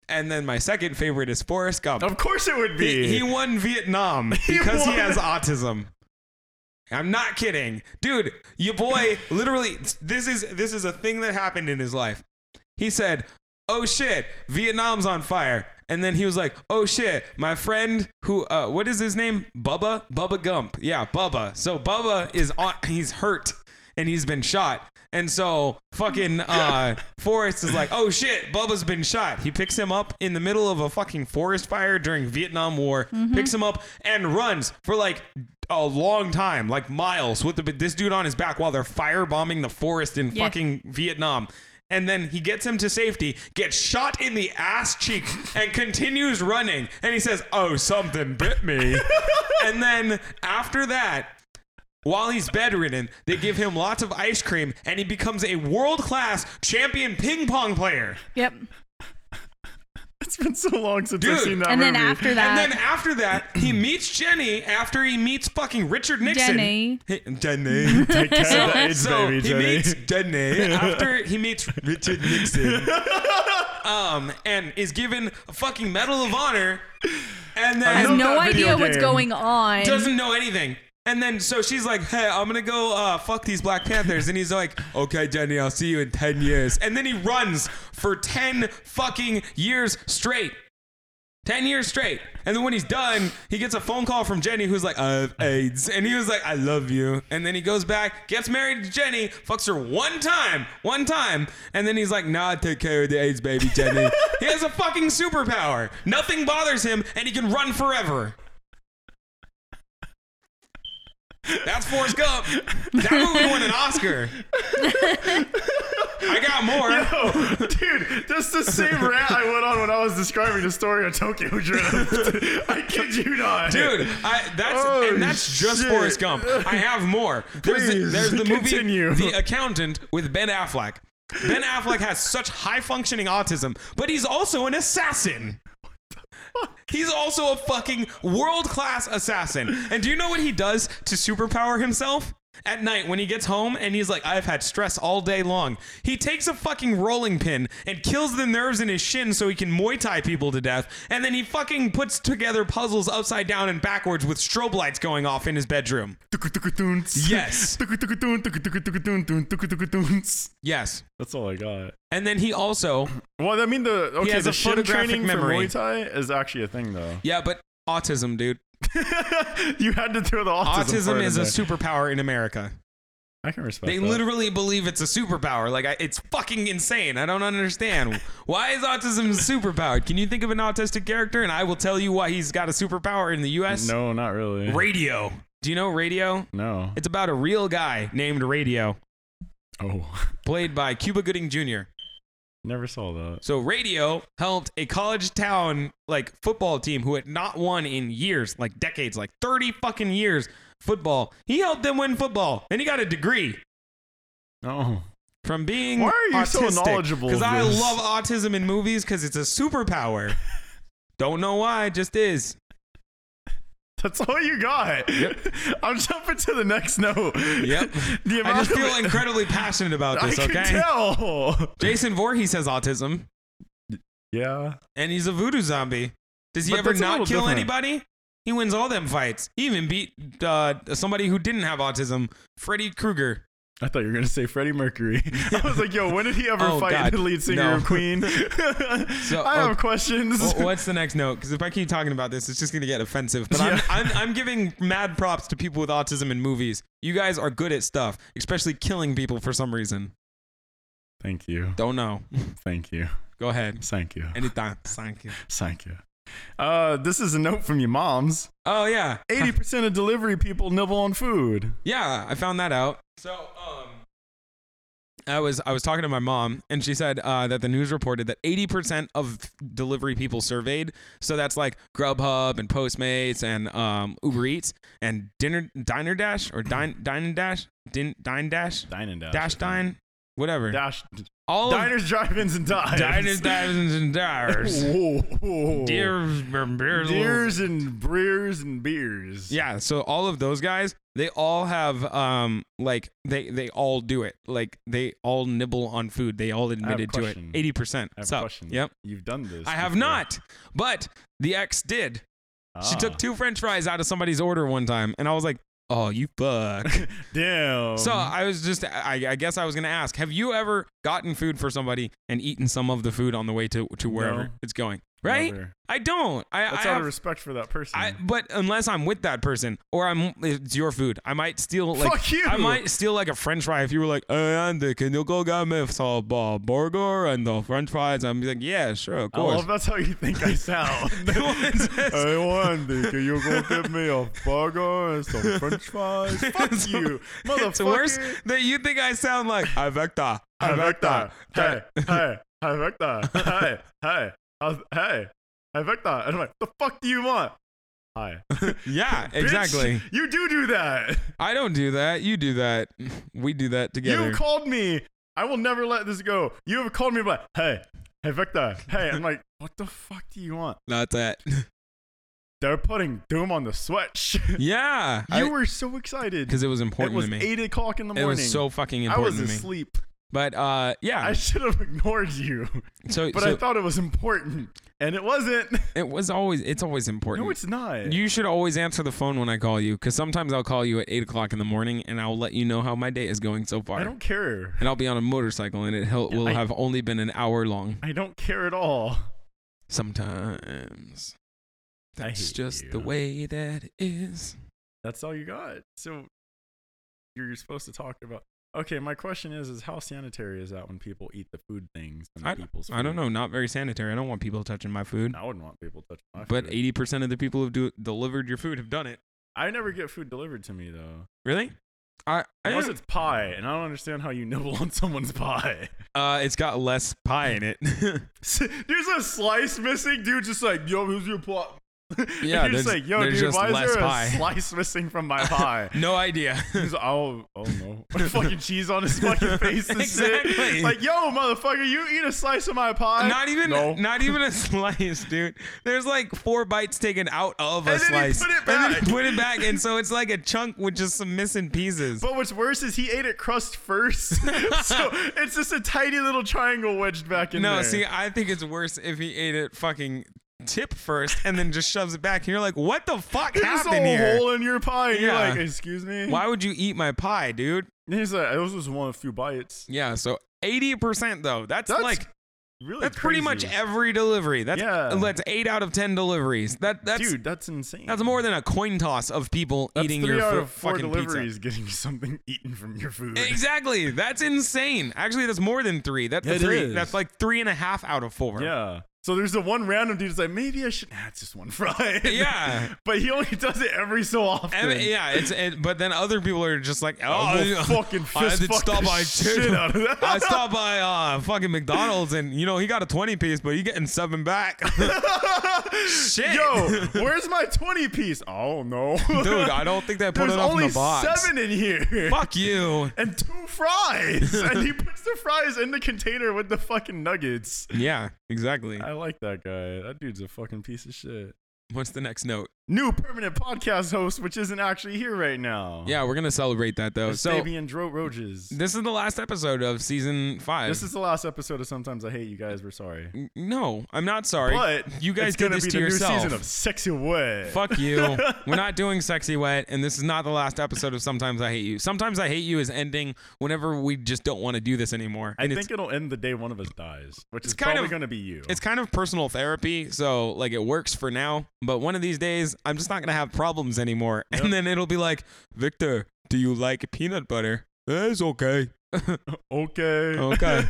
Speaker 5: And then my second favorite is Forrest Gump.
Speaker 3: of course it would be.
Speaker 5: He, he won
Speaker 3: *laughs*
Speaker 5: Vietnam because he
Speaker 3: won.
Speaker 5: has autism. I'm not kidding. Dude, your boy literally this is this is a thing that happened in his life. He said, "Oh shit, Vietnam's on fire." And then he was like, "Oh shit, my friend who uh what is his name? Bubba? Bubba Gump. Yeah, Bubba. So Bubba is on he's hurt and he's been shot. And so fucking uh Forrest is like, "Oh shit, Bubba's been shot." He picks him up in the middle of a fucking forest fire during Vietnam War. Picks him up and runs for like a long time, like miles with the, this dude on his back while they're firebombing the forest in
Speaker 4: Yeah.
Speaker 5: fucking Vietnam. And then he gets him to safety, gets shot in the ass cheek, and continues running. And he says, "Oh, something bit me."
Speaker 4: *laughs*
Speaker 5: and then after that, while he's bedridden, they give him lots of ice cream, and he becomes a world-class champion ping pong player.
Speaker 4: Yep.
Speaker 3: *laughs* it's been so long since I've
Speaker 5: Dude.
Speaker 3: seen that
Speaker 4: And then
Speaker 3: movie.
Speaker 4: after
Speaker 5: And then
Speaker 4: that,
Speaker 5: after that, he meets Jenny after he meets fucking Richard Nixon.
Speaker 4: Jenny.
Speaker 5: Hey, Jenny.
Speaker 3: *laughs*
Speaker 4: *laughs*
Speaker 3: Take care
Speaker 5: *laughs*
Speaker 3: of the AIDS
Speaker 5: so
Speaker 3: baby,
Speaker 5: he
Speaker 3: Jenny. *laughs*
Speaker 5: meets Jenny after he meets Richard Nixon, um, and is given a fucking Medal of Honor, and then
Speaker 3: I
Speaker 4: has
Speaker 3: love
Speaker 4: no
Speaker 3: that video
Speaker 4: idea what's
Speaker 3: game.
Speaker 4: going on.
Speaker 5: doesn't know anything. And then so she's like, "Hey, I'm gonna go uh, fuck these Black Panthers," and he's like, "Okay, Jenny, I'll see you in ten years." And then he runs for ten fucking years straight. 10 years straight. And then when he's done, he gets a phone call from Jenny who's like, I have AIDS. And he was like, I love you. And then he goes back, gets married to Jenny, fucks her one time, one time. And then he's like, nah, take care of the AIDS baby, Jenny. he has a fucking superpower. Nothing bothers him, and he can run forever. That's Forrest Gump. That movie won an Oscar. I got more.
Speaker 3: Yo, dude, that's the same rant I went on when I was describing the story of Tokyo Drift. *laughs* I kid you not,
Speaker 5: Dude, I, that's
Speaker 3: Oh,
Speaker 5: and that's just
Speaker 3: shit.
Speaker 5: Forrest Gump. I have more. There's the,
Speaker 3: Please,
Speaker 5: there's the movie
Speaker 3: continue.
Speaker 5: The Accountant with Ben Affleck. Ben Affleck has such high functioning autism, but he's also an assassin. He's also a fucking world class assassin. And do you know what he does to superpower himself? At night, when he gets home and he's like, I've had stress all day long, he takes a fucking rolling pin and kills the nerves in his shin so he can Muay Thai people to death. And then he fucking puts together puzzles upside down and backwards with strobe lights going off in his bedroom.
Speaker 3: *laughs*
Speaker 5: Yes.
Speaker 3: Yes.
Speaker 5: Yes.
Speaker 3: That's all I got.
Speaker 5: And then he also,
Speaker 3: Well, I mean the okay,
Speaker 5: has
Speaker 3: the
Speaker 5: a
Speaker 3: shin
Speaker 5: photographic
Speaker 3: training
Speaker 5: memory.
Speaker 3: for Muay Thai is actually a thing though.
Speaker 5: yeah, but autism, dude.
Speaker 3: *laughs* you had to throw the autism.
Speaker 5: Autism
Speaker 3: part
Speaker 5: is
Speaker 3: in
Speaker 5: a
Speaker 3: there.
Speaker 5: superpower in America.
Speaker 3: I can respect.
Speaker 5: They
Speaker 3: that.
Speaker 5: literally believe it's a superpower. Like, I, it's fucking insane. I don't understand. why is autism superpowered? Can you think of an autistic character? And I will tell you why he's got a superpower in the U.S.
Speaker 3: No, not really.
Speaker 5: Radio. Do you know Radio?
Speaker 3: no.
Speaker 5: It's about a real guy named Radio,
Speaker 3: Oh, *laughs*
Speaker 5: played by Cuba Gooding Jr.
Speaker 3: never saw that.
Speaker 5: So Radio helped a college town like football team who had not won in years, like decades, like 30 fucking years football. He helped them win football. And he got a degree.
Speaker 3: Oh,
Speaker 5: from being
Speaker 3: Why are you so knowledgeable
Speaker 5: because
Speaker 3: of
Speaker 5: i
Speaker 3: this?
Speaker 5: love autism in movies because it's a
Speaker 3: *laughs*
Speaker 5: superpower don't know why it just is
Speaker 3: *laughs* that's all you got. *laughs* I'm jumping to the next note.
Speaker 5: yep
Speaker 3: *laughs* The
Speaker 5: i
Speaker 3: amount
Speaker 5: just
Speaker 3: of-
Speaker 5: feel *laughs* incredibly passionate about
Speaker 3: *laughs* I
Speaker 5: this
Speaker 3: can
Speaker 5: okay
Speaker 3: tell. *laughs*
Speaker 5: jason Voorhees has autism
Speaker 3: Yeah.
Speaker 5: and he's a voodoo zombie Does he
Speaker 3: But
Speaker 5: ever
Speaker 3: that's a
Speaker 5: not
Speaker 3: little
Speaker 5: kill
Speaker 3: different.
Speaker 5: anybody? He wins all them fights. He even beat uh, somebody who didn't have autism, Freddy
Speaker 3: *laughs*
Speaker 5: Krueger.
Speaker 3: I thought you were gonna say Freddie Mercury. *laughs* I was like, yo, when did he ever
Speaker 5: Oh,
Speaker 3: fight
Speaker 5: God.
Speaker 3: the lead singer
Speaker 5: No.
Speaker 3: of
Speaker 5: *laughs*
Speaker 3: Queen? *laughs* I
Speaker 5: oh,
Speaker 3: have questions.
Speaker 5: Wh- What's the next note? Because if I keep talking about this, it's just going to get offensive. But
Speaker 3: Yeah.
Speaker 5: I'm, I'm, I'm giving mad props to people with autism in movies. You guys are good at stuff, especially killing people for some reason.
Speaker 3: *laughs* Thank you.
Speaker 5: Don't know. *laughs*
Speaker 3: Thank you.
Speaker 5: Go ahead.
Speaker 3: Thank you.
Speaker 5: Anytime. Thank you.
Speaker 3: Thank you. Uh, this is a note from your mom's.
Speaker 5: Oh, yeah.
Speaker 3: 80% of delivery people nibble on food.
Speaker 5: Yeah, I found that out. So, um, I was I was talking to my mom, and she said uh, that the news reported that 80% of delivery people surveyed. So that's like Grubhub and Postmates and um, Uber Eats and Dinner Diner Dash or Dine Dine Dash Din Dine Dash
Speaker 3: Dine and dash.
Speaker 5: Dash Dine whatever.
Speaker 3: Dash.
Speaker 5: All of-
Speaker 3: Diners, drive-ins, and dives.
Speaker 5: Diners, Dines, and *laughs* Dars.
Speaker 3: Whoa, whoa.
Speaker 5: Deers, beers,
Speaker 3: Deers and breers and beers.
Speaker 5: Yeah, so all of those guys, they all have um like they they all do it. Like they all nibble on food. They all
Speaker 3: have a
Speaker 5: admitted to it.
Speaker 3: question.
Speaker 5: 80%.
Speaker 3: I have
Speaker 5: So,
Speaker 3: a question.
Speaker 5: Yep.
Speaker 3: You've done this.
Speaker 5: I have
Speaker 3: before.
Speaker 5: not. But the ex did. She
Speaker 3: Ah.
Speaker 5: took two french fries out of somebody's order one time and I was like, "Oh, you
Speaker 3: *laughs*
Speaker 5: fuck."
Speaker 3: Damn.
Speaker 5: so, I was just I, I guess I was going to ask, have you ever gotten food for somebody and eaten some of the food on the way to to wherever
Speaker 3: No.
Speaker 5: it's going? Right?
Speaker 3: Never.
Speaker 5: I don't. I
Speaker 3: That's
Speaker 5: I
Speaker 3: out
Speaker 5: have,
Speaker 3: of respect for that person.
Speaker 5: I, but unless I'm with that person or I'm it's your food, I might steal like
Speaker 3: Fuck you.
Speaker 5: I might steal like a French fry if you were like, "Oh, and can you go get me some uh, burger and the French fries? I'm like, yeah, sure, of
Speaker 3: I
Speaker 5: course.
Speaker 3: love that's how you think I sound.
Speaker 5: *laughs*
Speaker 3: *laughs*
Speaker 5: What's this?
Speaker 3: hey, Wendy, can you go get me a burger and some
Speaker 5: *laughs*
Speaker 3: french fries? Fuck
Speaker 5: It's-
Speaker 3: you,
Speaker 5: *laughs*
Speaker 3: motherfucker.
Speaker 5: It's worse that you think I sound like I vector.
Speaker 3: Hey,
Speaker 5: I
Speaker 3: Victor.
Speaker 5: vector.
Speaker 3: Hey, hey, hey, Victor. Hey, hey, how's- hey, hey, Victor. And I'm like, the fuck do you want?
Speaker 5: *laughs*
Speaker 3: Hi.
Speaker 5: Yeah,
Speaker 3: Bitch,
Speaker 5: exactly.
Speaker 3: you do do that.
Speaker 5: I don't do that. You do that. We do that together.
Speaker 3: You called me. I will never let this go. You have called me, but hey, hey, Victor. Hey, I'm like, *laughs* what the fuck do you want?
Speaker 5: Not
Speaker 3: *laughs*
Speaker 5: that.
Speaker 3: They're putting Doom on
Speaker 5: *laughs*
Speaker 3: the switch.
Speaker 5: Yeah,
Speaker 3: You were so excited.
Speaker 5: because it was
Speaker 3: It
Speaker 5: important
Speaker 3: was
Speaker 5: to me.
Speaker 3: eight o'clock in the
Speaker 5: it
Speaker 3: morning.
Speaker 5: was so fucking
Speaker 3: I
Speaker 5: important
Speaker 3: was
Speaker 5: to me.
Speaker 3: asleep.
Speaker 5: But uh, yeah.
Speaker 3: I *laughs* should have ignored you,
Speaker 5: so,
Speaker 3: but
Speaker 5: so
Speaker 3: I thought it was important, and it wasn't.
Speaker 5: it was always. It's always important.
Speaker 3: No, it's not.
Speaker 5: You should always answer the phone when I call you, because sometimes I'll call you at eight o'clock in the morning, and I'll let you know how my day is going so far.
Speaker 3: I don't care.
Speaker 5: and I'll be on a motorcycle, and it hel- will
Speaker 3: I-
Speaker 5: have only been an hour long.
Speaker 3: I don't care at all.
Speaker 5: Sometimes
Speaker 3: I
Speaker 5: that's
Speaker 3: hate
Speaker 5: just
Speaker 3: you.
Speaker 5: the way that it is.
Speaker 3: That's all you got. So you're supposed to talk about. Okay, my question is: Is how sanitary is that when people eat the food things? And
Speaker 5: I,
Speaker 3: people's
Speaker 5: I don't
Speaker 3: food?
Speaker 5: know. Not very sanitary. I don't want people touching my food.
Speaker 3: I wouldn't want people touching my
Speaker 5: But
Speaker 3: food.
Speaker 5: eighty percent of the people who do delivered your food have done it.
Speaker 3: I never get food delivered to me though,
Speaker 5: Really? I, I
Speaker 3: unless
Speaker 5: don't-
Speaker 3: it's pie, and I don't understand how you nibble on someone's pie. *laughs*
Speaker 5: uh, it's got less pie in it. *laughs*
Speaker 3: there's a slice missing, dude. Just like, yo, who's your pie? *laughs*
Speaker 5: Yeah,
Speaker 3: you're
Speaker 5: there's-
Speaker 3: just like, yo,
Speaker 5: there's
Speaker 3: dude,
Speaker 5: just
Speaker 3: why
Speaker 5: less
Speaker 3: is there
Speaker 5: pie."
Speaker 3: a slice missing from
Speaker 5: *laughs*
Speaker 3: my pie?
Speaker 5: no
Speaker 3: *laughs*
Speaker 5: idea.
Speaker 3: He's like, oh,
Speaker 5: *laughs*
Speaker 3: oh no. fucking cheese on his fucking face and
Speaker 5: Exactly.
Speaker 3: shit. Like, yo, motherfucker, you eat a slice of my pie.
Speaker 5: not even
Speaker 3: no.
Speaker 5: not even a *laughs* slice, dude. There's like four bites taken out of a
Speaker 3: And then he
Speaker 5: slice.
Speaker 3: put it
Speaker 5: And then
Speaker 3: back.
Speaker 5: he put it back, and so it's like a chunk with just some missing pieces.
Speaker 3: But what's worse is he ate it
Speaker 5: *laughs*
Speaker 3: crust first. so it's just a tiny little triangle wedged back in
Speaker 5: no,
Speaker 3: there.
Speaker 5: see, I think it's worse if he ate it fucking tip first and then just shoves it back. And you're like, what the fuck
Speaker 3: there's a
Speaker 5: happened here?
Speaker 3: hole in your pie. And
Speaker 5: Yeah.
Speaker 3: You're like, excuse me?
Speaker 5: Why would you eat my pie, dude?
Speaker 3: And he's like, it was just one of a few bites.
Speaker 5: Yeah, so 80% though. That's,
Speaker 3: That's
Speaker 5: like
Speaker 3: Really?
Speaker 5: that's pretty
Speaker 3: crazy.
Speaker 5: much every delivery. That's
Speaker 3: Yeah.
Speaker 5: that's 8 out of 10 deliveries. That that's
Speaker 3: Dude, that's insane.
Speaker 5: that's more than a coin toss of people
Speaker 3: That's
Speaker 5: eating
Speaker 3: three
Speaker 5: your
Speaker 3: out
Speaker 5: fu-
Speaker 3: of four
Speaker 5: fucking pizza.
Speaker 3: deliveries getting *laughs* something eaten from your food.
Speaker 5: Exactly. That's insane. Actually, that's more than three. That's
Speaker 3: It
Speaker 5: three.
Speaker 3: is.
Speaker 5: That's like three and a half out of four.
Speaker 3: Yeah. So there's the one random dude that's like, maybe I should. Nah, it's just one fry.
Speaker 5: *laughs* Yeah.
Speaker 3: *laughs* but he only does it every so often.
Speaker 5: And- yeah, it's it, but then other people are just like, oh, *laughs*
Speaker 3: I will
Speaker 5: yeah,
Speaker 3: fucking
Speaker 5: I
Speaker 3: fist
Speaker 5: did
Speaker 3: fuck
Speaker 5: stop
Speaker 3: the
Speaker 5: by
Speaker 3: shit
Speaker 5: two-
Speaker 3: out of
Speaker 5: *laughs*
Speaker 3: that.
Speaker 5: I stopped by uh, fucking McDonald's and you know he got a twenty piece, but he getting seven back. *laughs* Shit.
Speaker 3: Yo, where's my 20 piece? Oh, no.
Speaker 5: Dude, I don't think they put
Speaker 3: *laughs* There's
Speaker 5: it up
Speaker 3: only
Speaker 5: in the box.
Speaker 3: seven in here.
Speaker 5: Fuck you.
Speaker 3: *laughs* And two
Speaker 5: *laughs*
Speaker 3: fries. and he puts the fries in the container with the fucking nuggets.
Speaker 5: Yeah, exactly.
Speaker 3: I like that guy. That dude's a fucking piece of shit.
Speaker 5: What's the next note?
Speaker 3: new permanent podcast host, which isn't actually here right now.
Speaker 5: Yeah, we're gonna celebrate that though.
Speaker 3: It's
Speaker 5: So
Speaker 3: Fabian Dro Roaches.
Speaker 5: this is the last episode of season five.
Speaker 3: This is the last episode of Sometimes I Hate You Guys. We're sorry.
Speaker 5: N- no, I'm not sorry.
Speaker 3: But
Speaker 5: you guys
Speaker 3: it's
Speaker 5: did
Speaker 3: gonna
Speaker 5: this
Speaker 3: be
Speaker 5: to
Speaker 3: the
Speaker 5: yourself.
Speaker 3: new season of *laughs* Sexy Way.
Speaker 5: Fuck you.
Speaker 3: *laughs*
Speaker 5: We're not doing sexy wet, and this is not the last episode of Sometimes I Hate You. Sometimes I Hate You is ending whenever we just don't want to do this anymore.
Speaker 3: I
Speaker 5: And
Speaker 3: think
Speaker 5: it's,
Speaker 3: it'll end the day one of us dies, which is
Speaker 5: kind
Speaker 3: probably
Speaker 5: of-
Speaker 3: going to be you.
Speaker 5: it's kind of personal therapy, so like it works for now. But one of these days, I'm just not gonna have problems anymore, and then it'll be like, Victor, do you like peanut butter? That's okay. *laughs*
Speaker 3: okay.
Speaker 5: Okay.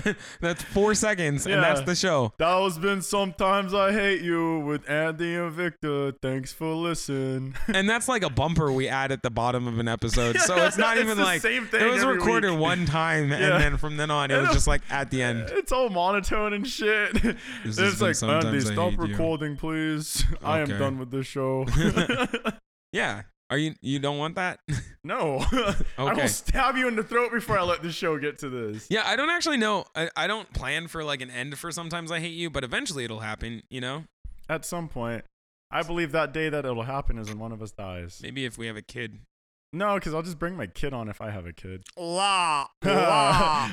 Speaker 5: *laughs* that's four seconds, and that's
Speaker 3: Yeah.
Speaker 5: the show.
Speaker 3: *laughs* that has been Sometimes I Hate You with Andy and Victor. Thanks for listening. *laughs*
Speaker 5: And that's like a bumper we add at the bottom of an episode. So
Speaker 3: Yeah,
Speaker 5: it's not
Speaker 3: it's
Speaker 5: even
Speaker 3: the
Speaker 5: like
Speaker 3: same thing
Speaker 5: it was
Speaker 3: every
Speaker 5: recorded
Speaker 3: week.
Speaker 5: one time,
Speaker 3: Yeah.
Speaker 5: and then from then on, it was
Speaker 3: *laughs* know.
Speaker 5: just like at the end.
Speaker 3: it's all monotone and shit.
Speaker 5: has
Speaker 3: *laughs* it's
Speaker 5: been
Speaker 3: like,
Speaker 5: Sometimes
Speaker 3: Andy,
Speaker 5: I
Speaker 3: stop
Speaker 5: Hate You."
Speaker 3: recording, please. *laughs* I am
Speaker 5: Okay.
Speaker 3: done with
Speaker 5: *laughs*
Speaker 3: this show. *laughs*
Speaker 5: Yeah. Are you you don't want that? *laughs*
Speaker 3: no. *laughs* I
Speaker 5: Okay.
Speaker 3: will stab you in the throat before I let this show get to this.
Speaker 5: *laughs* yeah, I don't actually know. I, I don't plan for like an end for sometimes I hate you, but eventually it'll happen, you know?
Speaker 3: At some point, I believe that day that it'll happen is when one of us dies.
Speaker 5: Maybe if we have a kid.
Speaker 3: No, because I'll just bring my kid on if I have a kid. *laughs*
Speaker 1: La,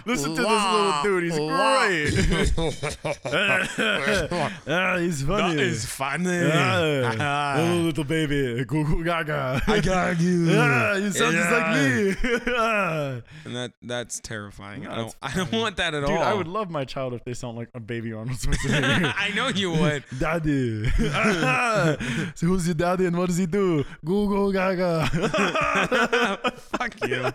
Speaker 3: Listen to this little dude. He's
Speaker 5: *laughs*
Speaker 3: great. *laughs* Ah, he's funny.
Speaker 5: funny. *laughs*
Speaker 3: Ah, oh, *laughs* little baby. Goo goo gaga.
Speaker 5: got you.
Speaker 3: *laughs* Ah, you sound just like me. *laughs* Ah.
Speaker 5: And that that's terrifying.
Speaker 3: No,
Speaker 5: I don't
Speaker 3: it's
Speaker 5: I don't want that at
Speaker 3: Dude,
Speaker 5: all. *laughs*
Speaker 3: I would love my child if they sound like a baby Arnold Schwarzenegger.
Speaker 5: I know you would.
Speaker 3: *laughs*
Speaker 5: *laughs*
Speaker 3: daddy. so who's your daddy and what does he do? Goo goo
Speaker 5: *laughs*
Speaker 3: gaga. *laughs*
Speaker 5: Fuck you.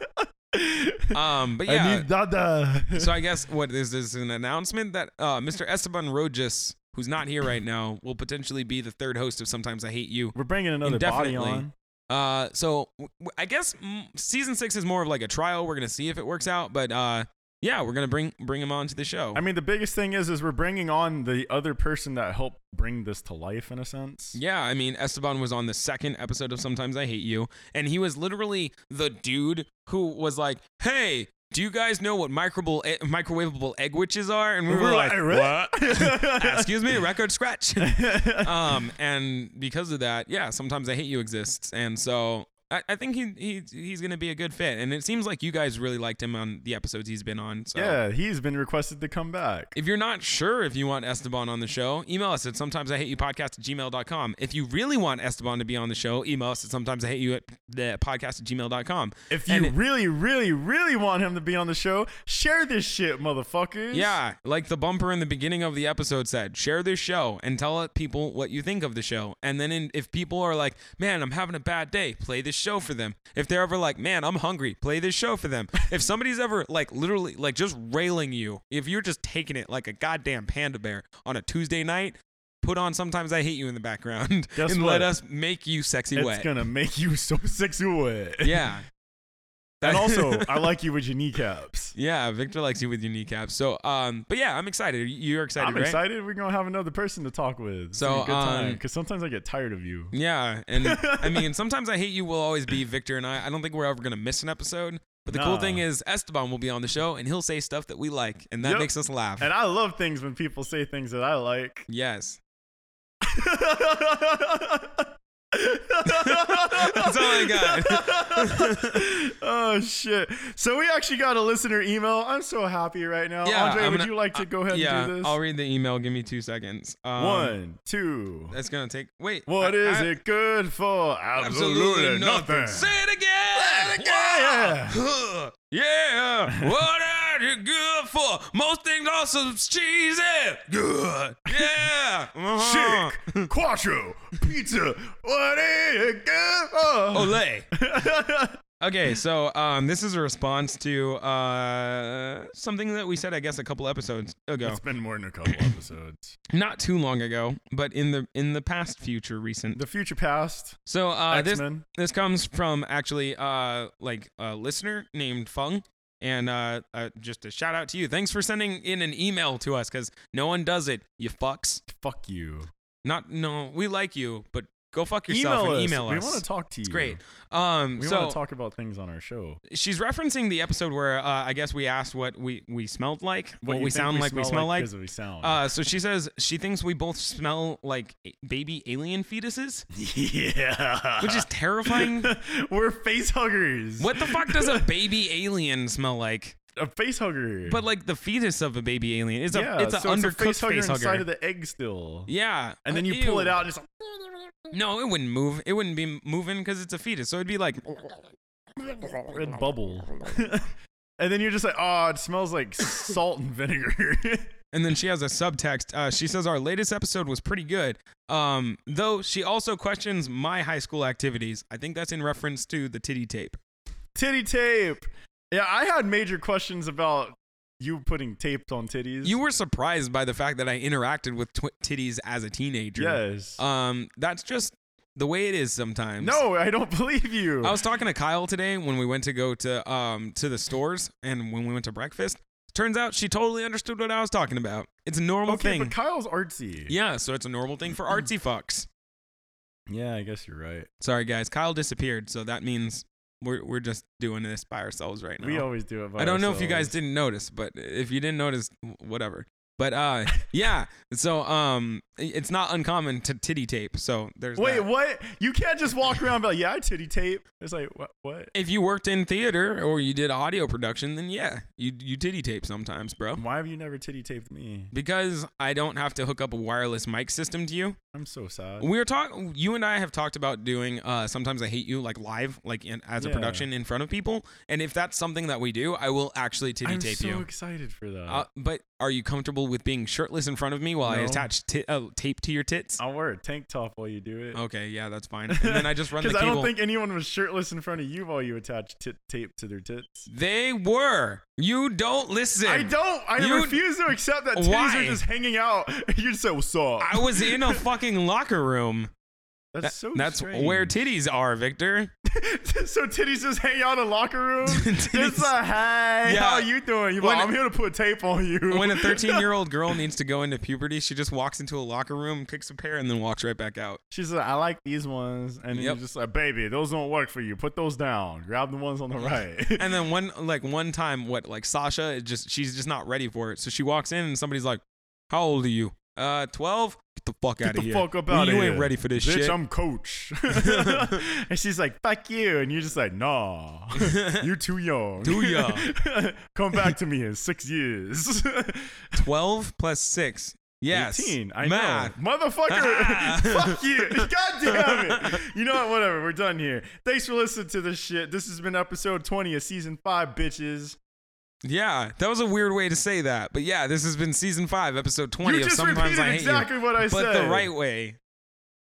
Speaker 5: Um, but yeah.
Speaker 3: I need dada.
Speaker 5: so I guess what is this an announcement that uh, Mr. Esteban Rojas, who's not here right now, will potentially be the third host of Sometimes I Hate You.
Speaker 3: We're bringing another body
Speaker 5: Indefinitely.
Speaker 3: on.
Speaker 5: Uh, so w- w- I guess mm, season six is more of like a trial. We're gonna see if it works out, but uh, yeah, we're gonna bring bring him on to the show.
Speaker 3: I mean, the biggest thing is, is we're bringing on the other person that helped bring this to life, in a sense.
Speaker 5: yeah, I mean Esteban was on the second episode of Sometimes I Hate You, and he was literally the dude who was like, "Hey, do you guys know what microbal e- microwavable egg witches are?" And we were like,
Speaker 3: *laughs*
Speaker 5: "Excuse me, record scratch." um, and because of that, yeah, sometimes I hate you exists, and so I, I think he, he he's gonna be a good fit. And it seems like you guys really liked him on the episodes he's been on. So.
Speaker 3: yeah, he's been requested to come back.
Speaker 5: If you're not sure if you want Esteban on the show, email us at sometimes I hate you podcast at gmail.com. If you really want Esteban to be on the show, email us at sometimes I hate you at the podcast at gmail.com.
Speaker 3: If you
Speaker 5: And it-
Speaker 3: really, really, really want him to be on the show, share this shit, motherfuckers.
Speaker 5: yeah, like the bumper in the beginning of the episode said, share this show and tell people what you think of the show. And then in, if people are like, man, I'm having a bad day, play this show for them. If they're ever like, man, I'm hungry, play this show for them. if somebody's ever like literally like just railing you, if you're just taking it like a goddamn panda bear on a Tuesday night, put on Sometimes I Hate You in the background *laughs*
Speaker 3: Guess
Speaker 5: and
Speaker 3: what?
Speaker 5: let us make you sexy
Speaker 3: It's
Speaker 5: wet.
Speaker 3: gonna *laughs* make you so sexy wet.
Speaker 5: yeah. *laughs*
Speaker 3: And also, I like you with your kneecaps.
Speaker 5: yeah, Victor likes you with your kneecaps. So, um, but yeah, I'm excited. You're excited,
Speaker 3: I'm
Speaker 5: right?
Speaker 3: excited. We're gonna have another person to talk with. It's
Speaker 5: So,
Speaker 3: gonna be a good time
Speaker 5: um,
Speaker 3: because sometimes I get tired of you.
Speaker 5: Yeah, and
Speaker 3: *laughs*
Speaker 5: I mean, sometimes I hate you will always be Victor and I. I don't think we're ever gonna miss an episode. But the cool
Speaker 3: Nah.
Speaker 5: thing is, Esteban will be on the show and he'll say stuff that we like, and that
Speaker 3: Yep.
Speaker 5: makes us laugh.
Speaker 3: And I love things when people say things that I like.
Speaker 5: yes,
Speaker 3: That's
Speaker 5: that's all I got.
Speaker 3: *laughs* oh shit! So we actually got a listener email. I'm so happy right now.
Speaker 5: Yeah,
Speaker 3: Uh, Andre,
Speaker 5: I'm
Speaker 3: would
Speaker 5: gonna-
Speaker 3: you like to go ahead
Speaker 5: yeah,
Speaker 3: and do this?
Speaker 5: I'll read the email. Give me two seconds. Um,
Speaker 3: One, two.
Speaker 5: That's gonna take. Wait.
Speaker 3: What
Speaker 5: I-
Speaker 3: is
Speaker 5: I-
Speaker 3: it good for? Absolutely, nothing.
Speaker 5: Say it again.
Speaker 3: Yeah.
Speaker 5: Huh. Yeah. what are you good for? Most things are some
Speaker 3: *laughs*
Speaker 5: cheesy. Good. Yeah. Uh-huh.
Speaker 3: Chick, quattro, pizza. What is it good for?
Speaker 5: Olay.
Speaker 3: *laughs*
Speaker 5: Okay, so um, this is a response to uh, something that we said, I guess, a couple episodes ago.
Speaker 3: It's been more than a couple episodes.
Speaker 5: Not too long ago, but in the in the past, future, recent.
Speaker 3: The future past.
Speaker 5: So uh, this
Speaker 3: X-Men.
Speaker 5: this comes from actually uh, like a listener named Fung, and uh, uh, just a shout out to you. Thanks for sending in an email to us because no one does it. You fucks.
Speaker 3: Fuck you.
Speaker 5: Not no, we like you, but Go fuck yourself
Speaker 3: email
Speaker 5: and
Speaker 3: us.
Speaker 5: email
Speaker 3: we
Speaker 5: us.
Speaker 3: want to talk to you.
Speaker 5: It's great. Um,
Speaker 3: We
Speaker 5: so
Speaker 3: want to talk about things on our show.
Speaker 5: she's referencing the episode where uh, I guess we asked what we we smelled like, what,
Speaker 3: you
Speaker 5: we
Speaker 3: think
Speaker 5: sound like, we smell like.
Speaker 3: because we sound.
Speaker 5: Uh, so she says she thinks we both smell like a- baby alien fetuses,
Speaker 3: *laughs* yeah.
Speaker 5: which is
Speaker 3: *laughs*
Speaker 5: terrifying.
Speaker 3: We're face huggers.
Speaker 5: what the fuck does a baby alien smell like?
Speaker 3: A face hugger.
Speaker 5: But like the fetus of a baby alien, it's a
Speaker 3: yeah,
Speaker 5: it's an
Speaker 3: so
Speaker 5: undercooked
Speaker 3: it's a face hugger inside
Speaker 5: hugger.
Speaker 3: of the egg still.
Speaker 5: yeah,
Speaker 3: And then
Speaker 5: Uh,
Speaker 3: you pull it
Speaker 5: ew.
Speaker 3: out and it's like,
Speaker 5: No, it wouldn't move. It wouldn't be moving because it's a fetus. So it'd be like, *laughs*
Speaker 3: red bubble. *laughs* and then you're just like, oh, it
Speaker 5: *laughs*
Speaker 3: smells like salt and vinegar. *laughs*
Speaker 5: and then she has a subtext. Uh, she says our latest episode was pretty good, um, though she also questions my high school activities. I think that's in reference to the titty tape.
Speaker 3: Titty tape. Yeah, I had major questions about you putting tapes on titties.
Speaker 5: You were surprised by the fact that I interacted with tw- titties as a teenager.
Speaker 3: Yes.
Speaker 5: Um, that's just the way it is sometimes.
Speaker 3: no, I don't believe you.
Speaker 5: I was talking to Kyle today when we went to go to um to the stores and when we went to breakfast. Turns out she totally understood what I was talking about. It's a normal
Speaker 3: okay,
Speaker 5: thing.
Speaker 3: but Kyle's artsy.
Speaker 5: Yeah, so it's a normal thing for artsy fucks.
Speaker 3: Yeah, I guess you're right.
Speaker 5: Sorry guys, Kyle disappeared, so that means we're we're just doing this by ourselves right now.
Speaker 3: We always do it. By
Speaker 5: I don't know if you guys
Speaker 3: ourselves.
Speaker 5: didn't notice, but if you didn't notice, w- whatever. But uh, *laughs* yeah, so um, i- it's not uncommon to titty tape. So there's
Speaker 3: Wait,
Speaker 5: that.
Speaker 3: what? You can't just walk around and be like, yeah, I titty tape. It's like, what? What?
Speaker 5: If you worked in theater or you did audio production, then yeah, you you titty tape sometimes, bro.
Speaker 3: Why have you never titty taped me?
Speaker 5: Because I don't have to hook up a wireless mic system to you.
Speaker 3: I'm so sad.
Speaker 5: We were talking. You and I have talked about doing. Uh, Sometimes I hate you, like live, like in, as a
Speaker 3: Yeah.
Speaker 5: production in front of people. And if that's something that we do, I will actually titty
Speaker 3: I'm
Speaker 5: tape
Speaker 3: so
Speaker 5: you.
Speaker 3: excited for that.
Speaker 5: Uh, but are you comfortable with being shirtless in front of me while I
Speaker 3: No.
Speaker 5: attach ti- uh, tape to your tits?
Speaker 3: I'll wear a tank top while you do it.
Speaker 5: Okay, yeah, that's fine. Oh, And then I
Speaker 3: *laughs*
Speaker 5: just run the
Speaker 3: Because
Speaker 5: cable.
Speaker 3: I don't think anyone was shirtless in front of you while you attached tit tape to their tits.
Speaker 5: they were. You don't listen.
Speaker 3: I don't. I
Speaker 5: You-
Speaker 3: refuse to accept that titties
Speaker 5: Why?
Speaker 3: are just hanging out. *laughs* You just say, "What's up?"
Speaker 5: I was in
Speaker 3: *laughs*
Speaker 5: a fucking locker room.
Speaker 3: that's
Speaker 5: That-
Speaker 3: so.
Speaker 5: that's
Speaker 3: strange.
Speaker 5: where titties are, Victor.
Speaker 3: *laughs* so titties just hang out in locker
Speaker 5: *laughs*
Speaker 3: room.
Speaker 5: Titties-
Speaker 3: it's like, hey,
Speaker 5: Yeah.
Speaker 3: how you doing? You like,
Speaker 5: When-
Speaker 3: I'm here to put tape on you.
Speaker 5: When
Speaker 3: *laughs*
Speaker 5: a 13 year old girl needs to go into puberty, she just walks into a locker room, picks a pair, and then walks right back out.
Speaker 3: She's like, I like these ones, and then
Speaker 5: Yep.
Speaker 3: you're just like, baby, those don't work for you. Put those down. Grab the ones on
Speaker 5: *laughs*
Speaker 3: the right.
Speaker 5: And then one like one time, what like Sasha is just she's just not ready for it. So she walks in and somebody's like, "How old are you? Uh, 12? Get the fuck out
Speaker 3: *laughs* Get
Speaker 5: of
Speaker 3: the
Speaker 5: here.
Speaker 3: fuck up
Speaker 5: Well,
Speaker 3: out of
Speaker 5: you
Speaker 3: here.
Speaker 5: ain't ready for this
Speaker 3: Bitch,
Speaker 5: shit. *laughs*
Speaker 3: I'm coach. *laughs* and she's like, fuck you. And you're just
Speaker 5: *laughs*
Speaker 3: like, nah. you're too young.
Speaker 5: Too young.
Speaker 3: *laughs* Come
Speaker 5: *laughs*
Speaker 3: back to me in six years. *laughs*
Speaker 5: 12 plus six. Yes.
Speaker 3: 18. I
Speaker 5: Math.
Speaker 3: know.
Speaker 5: *laughs*
Speaker 3: Motherfucker. Fuck you. God damn it. You know what? Whatever. We're done here. Thanks for listening to this shit. This has been episode 20 of season five, bitches.
Speaker 5: Yeah, that was a weird way to say that, but yeah, this has been season five, episode 20
Speaker 3: You
Speaker 5: of
Speaker 3: just
Speaker 5: Sometimes
Speaker 3: repeated
Speaker 5: I Hate
Speaker 3: exactly
Speaker 5: You,
Speaker 3: what I
Speaker 5: but
Speaker 3: said.
Speaker 5: the right way.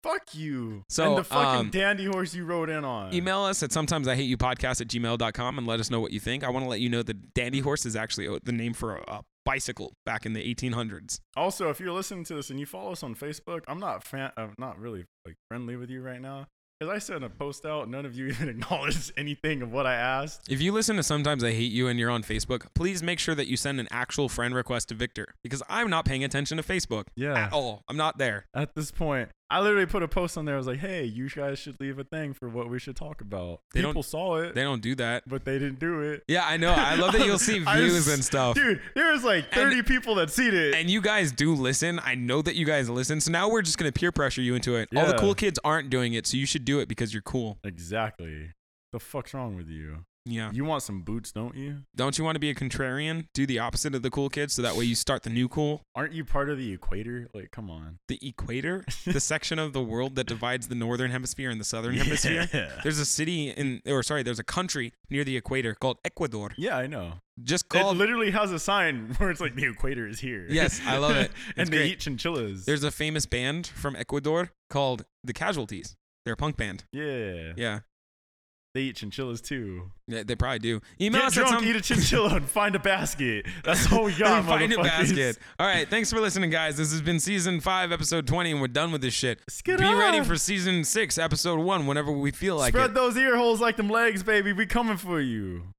Speaker 3: Fuck you.
Speaker 5: So,
Speaker 3: and the fucking
Speaker 5: um,
Speaker 3: dandy horse you rode in on.
Speaker 5: Email us at sometimes I hate you podcast at gmail.com and let us know what you think. I want to let you know that Dandy Horse is actually uh, the name for a, a bicycle back in the 1800s.
Speaker 3: Also, if you're listening to this and you follow us on Facebook, I'm not fan, I'm not really like friendly with you right now because I sent a post out. None of you *laughs* even acknowledged anything of what I asked.
Speaker 5: If you listen to Sometimes I Hate You and you're on Facebook, please make sure that you send an actual friend request to Victor because I'm not paying attention to Facebook
Speaker 3: Yeah.
Speaker 5: at all. I'm not there.
Speaker 3: At this point, I literally put a post on there. I was like, "Hey, you guys should leave a thing for what we should talk about."
Speaker 5: They don't-
Speaker 3: People saw it,
Speaker 5: They don't do
Speaker 3: *laughs*
Speaker 5: that.
Speaker 3: but they didn't do it.
Speaker 5: Yeah, I know. *laughs* I love that
Speaker 3: *laughs*
Speaker 5: you'll see
Speaker 3: I
Speaker 5: views
Speaker 3: s-
Speaker 5: and stuff.
Speaker 3: Dude, there's like 30 people that seen it.
Speaker 5: and you guys do listen. I know that you guys listen. So now we're just gonna peer pressure you into it. All the
Speaker 3: Yeah.
Speaker 5: cool kids aren't doing it, so you should do it because you're cool.
Speaker 3: exactly. The fuck's wrong with you?
Speaker 5: Yeah.
Speaker 3: You want some boots, don't you?
Speaker 5: Don't you want to be a contrarian? Do the opposite of the cool kids, so that way you start the new cool.
Speaker 3: Aren't you part of the equator? Like, come on.
Speaker 5: The
Speaker 3: *laughs*
Speaker 5: equator, the section of the world that divides the northern hemisphere and the southern hemisphere.
Speaker 3: *laughs* Yeah.
Speaker 5: There's a city in, or sorry, there's a country near the equator called Ecuador.
Speaker 3: Yeah, I know.
Speaker 5: Just
Speaker 3: it
Speaker 5: called.
Speaker 3: literally has a sign *laughs* where it's like the equator is here.
Speaker 5: Yes, I love it.
Speaker 3: *laughs* and
Speaker 5: It's
Speaker 3: they
Speaker 5: great.
Speaker 3: eat chinchillas.
Speaker 5: There's a famous band from Ecuador called the Casualties. They're a punk band.
Speaker 3: yeah,
Speaker 5: Yeah,
Speaker 3: they eat chinchillas too.
Speaker 5: yeah they probably do. Email
Speaker 3: Get
Speaker 5: us at some-
Speaker 3: drunk, eat a *laughs* chinchilla, and find a basket. That's
Speaker 5: *laughs*
Speaker 3: all we got.
Speaker 5: And find a
Speaker 3: motherfuckers.
Speaker 5: basket. All right, thanks for listening, guys. This has been season five, episode twenty, and we're done with this shit.
Speaker 3: Skid
Speaker 5: Be ready
Speaker 3: off.
Speaker 5: for season six, episode one, whenever we feel like
Speaker 3: Spread
Speaker 5: it.
Speaker 3: those ear holes like them legs, baby. We coming for you.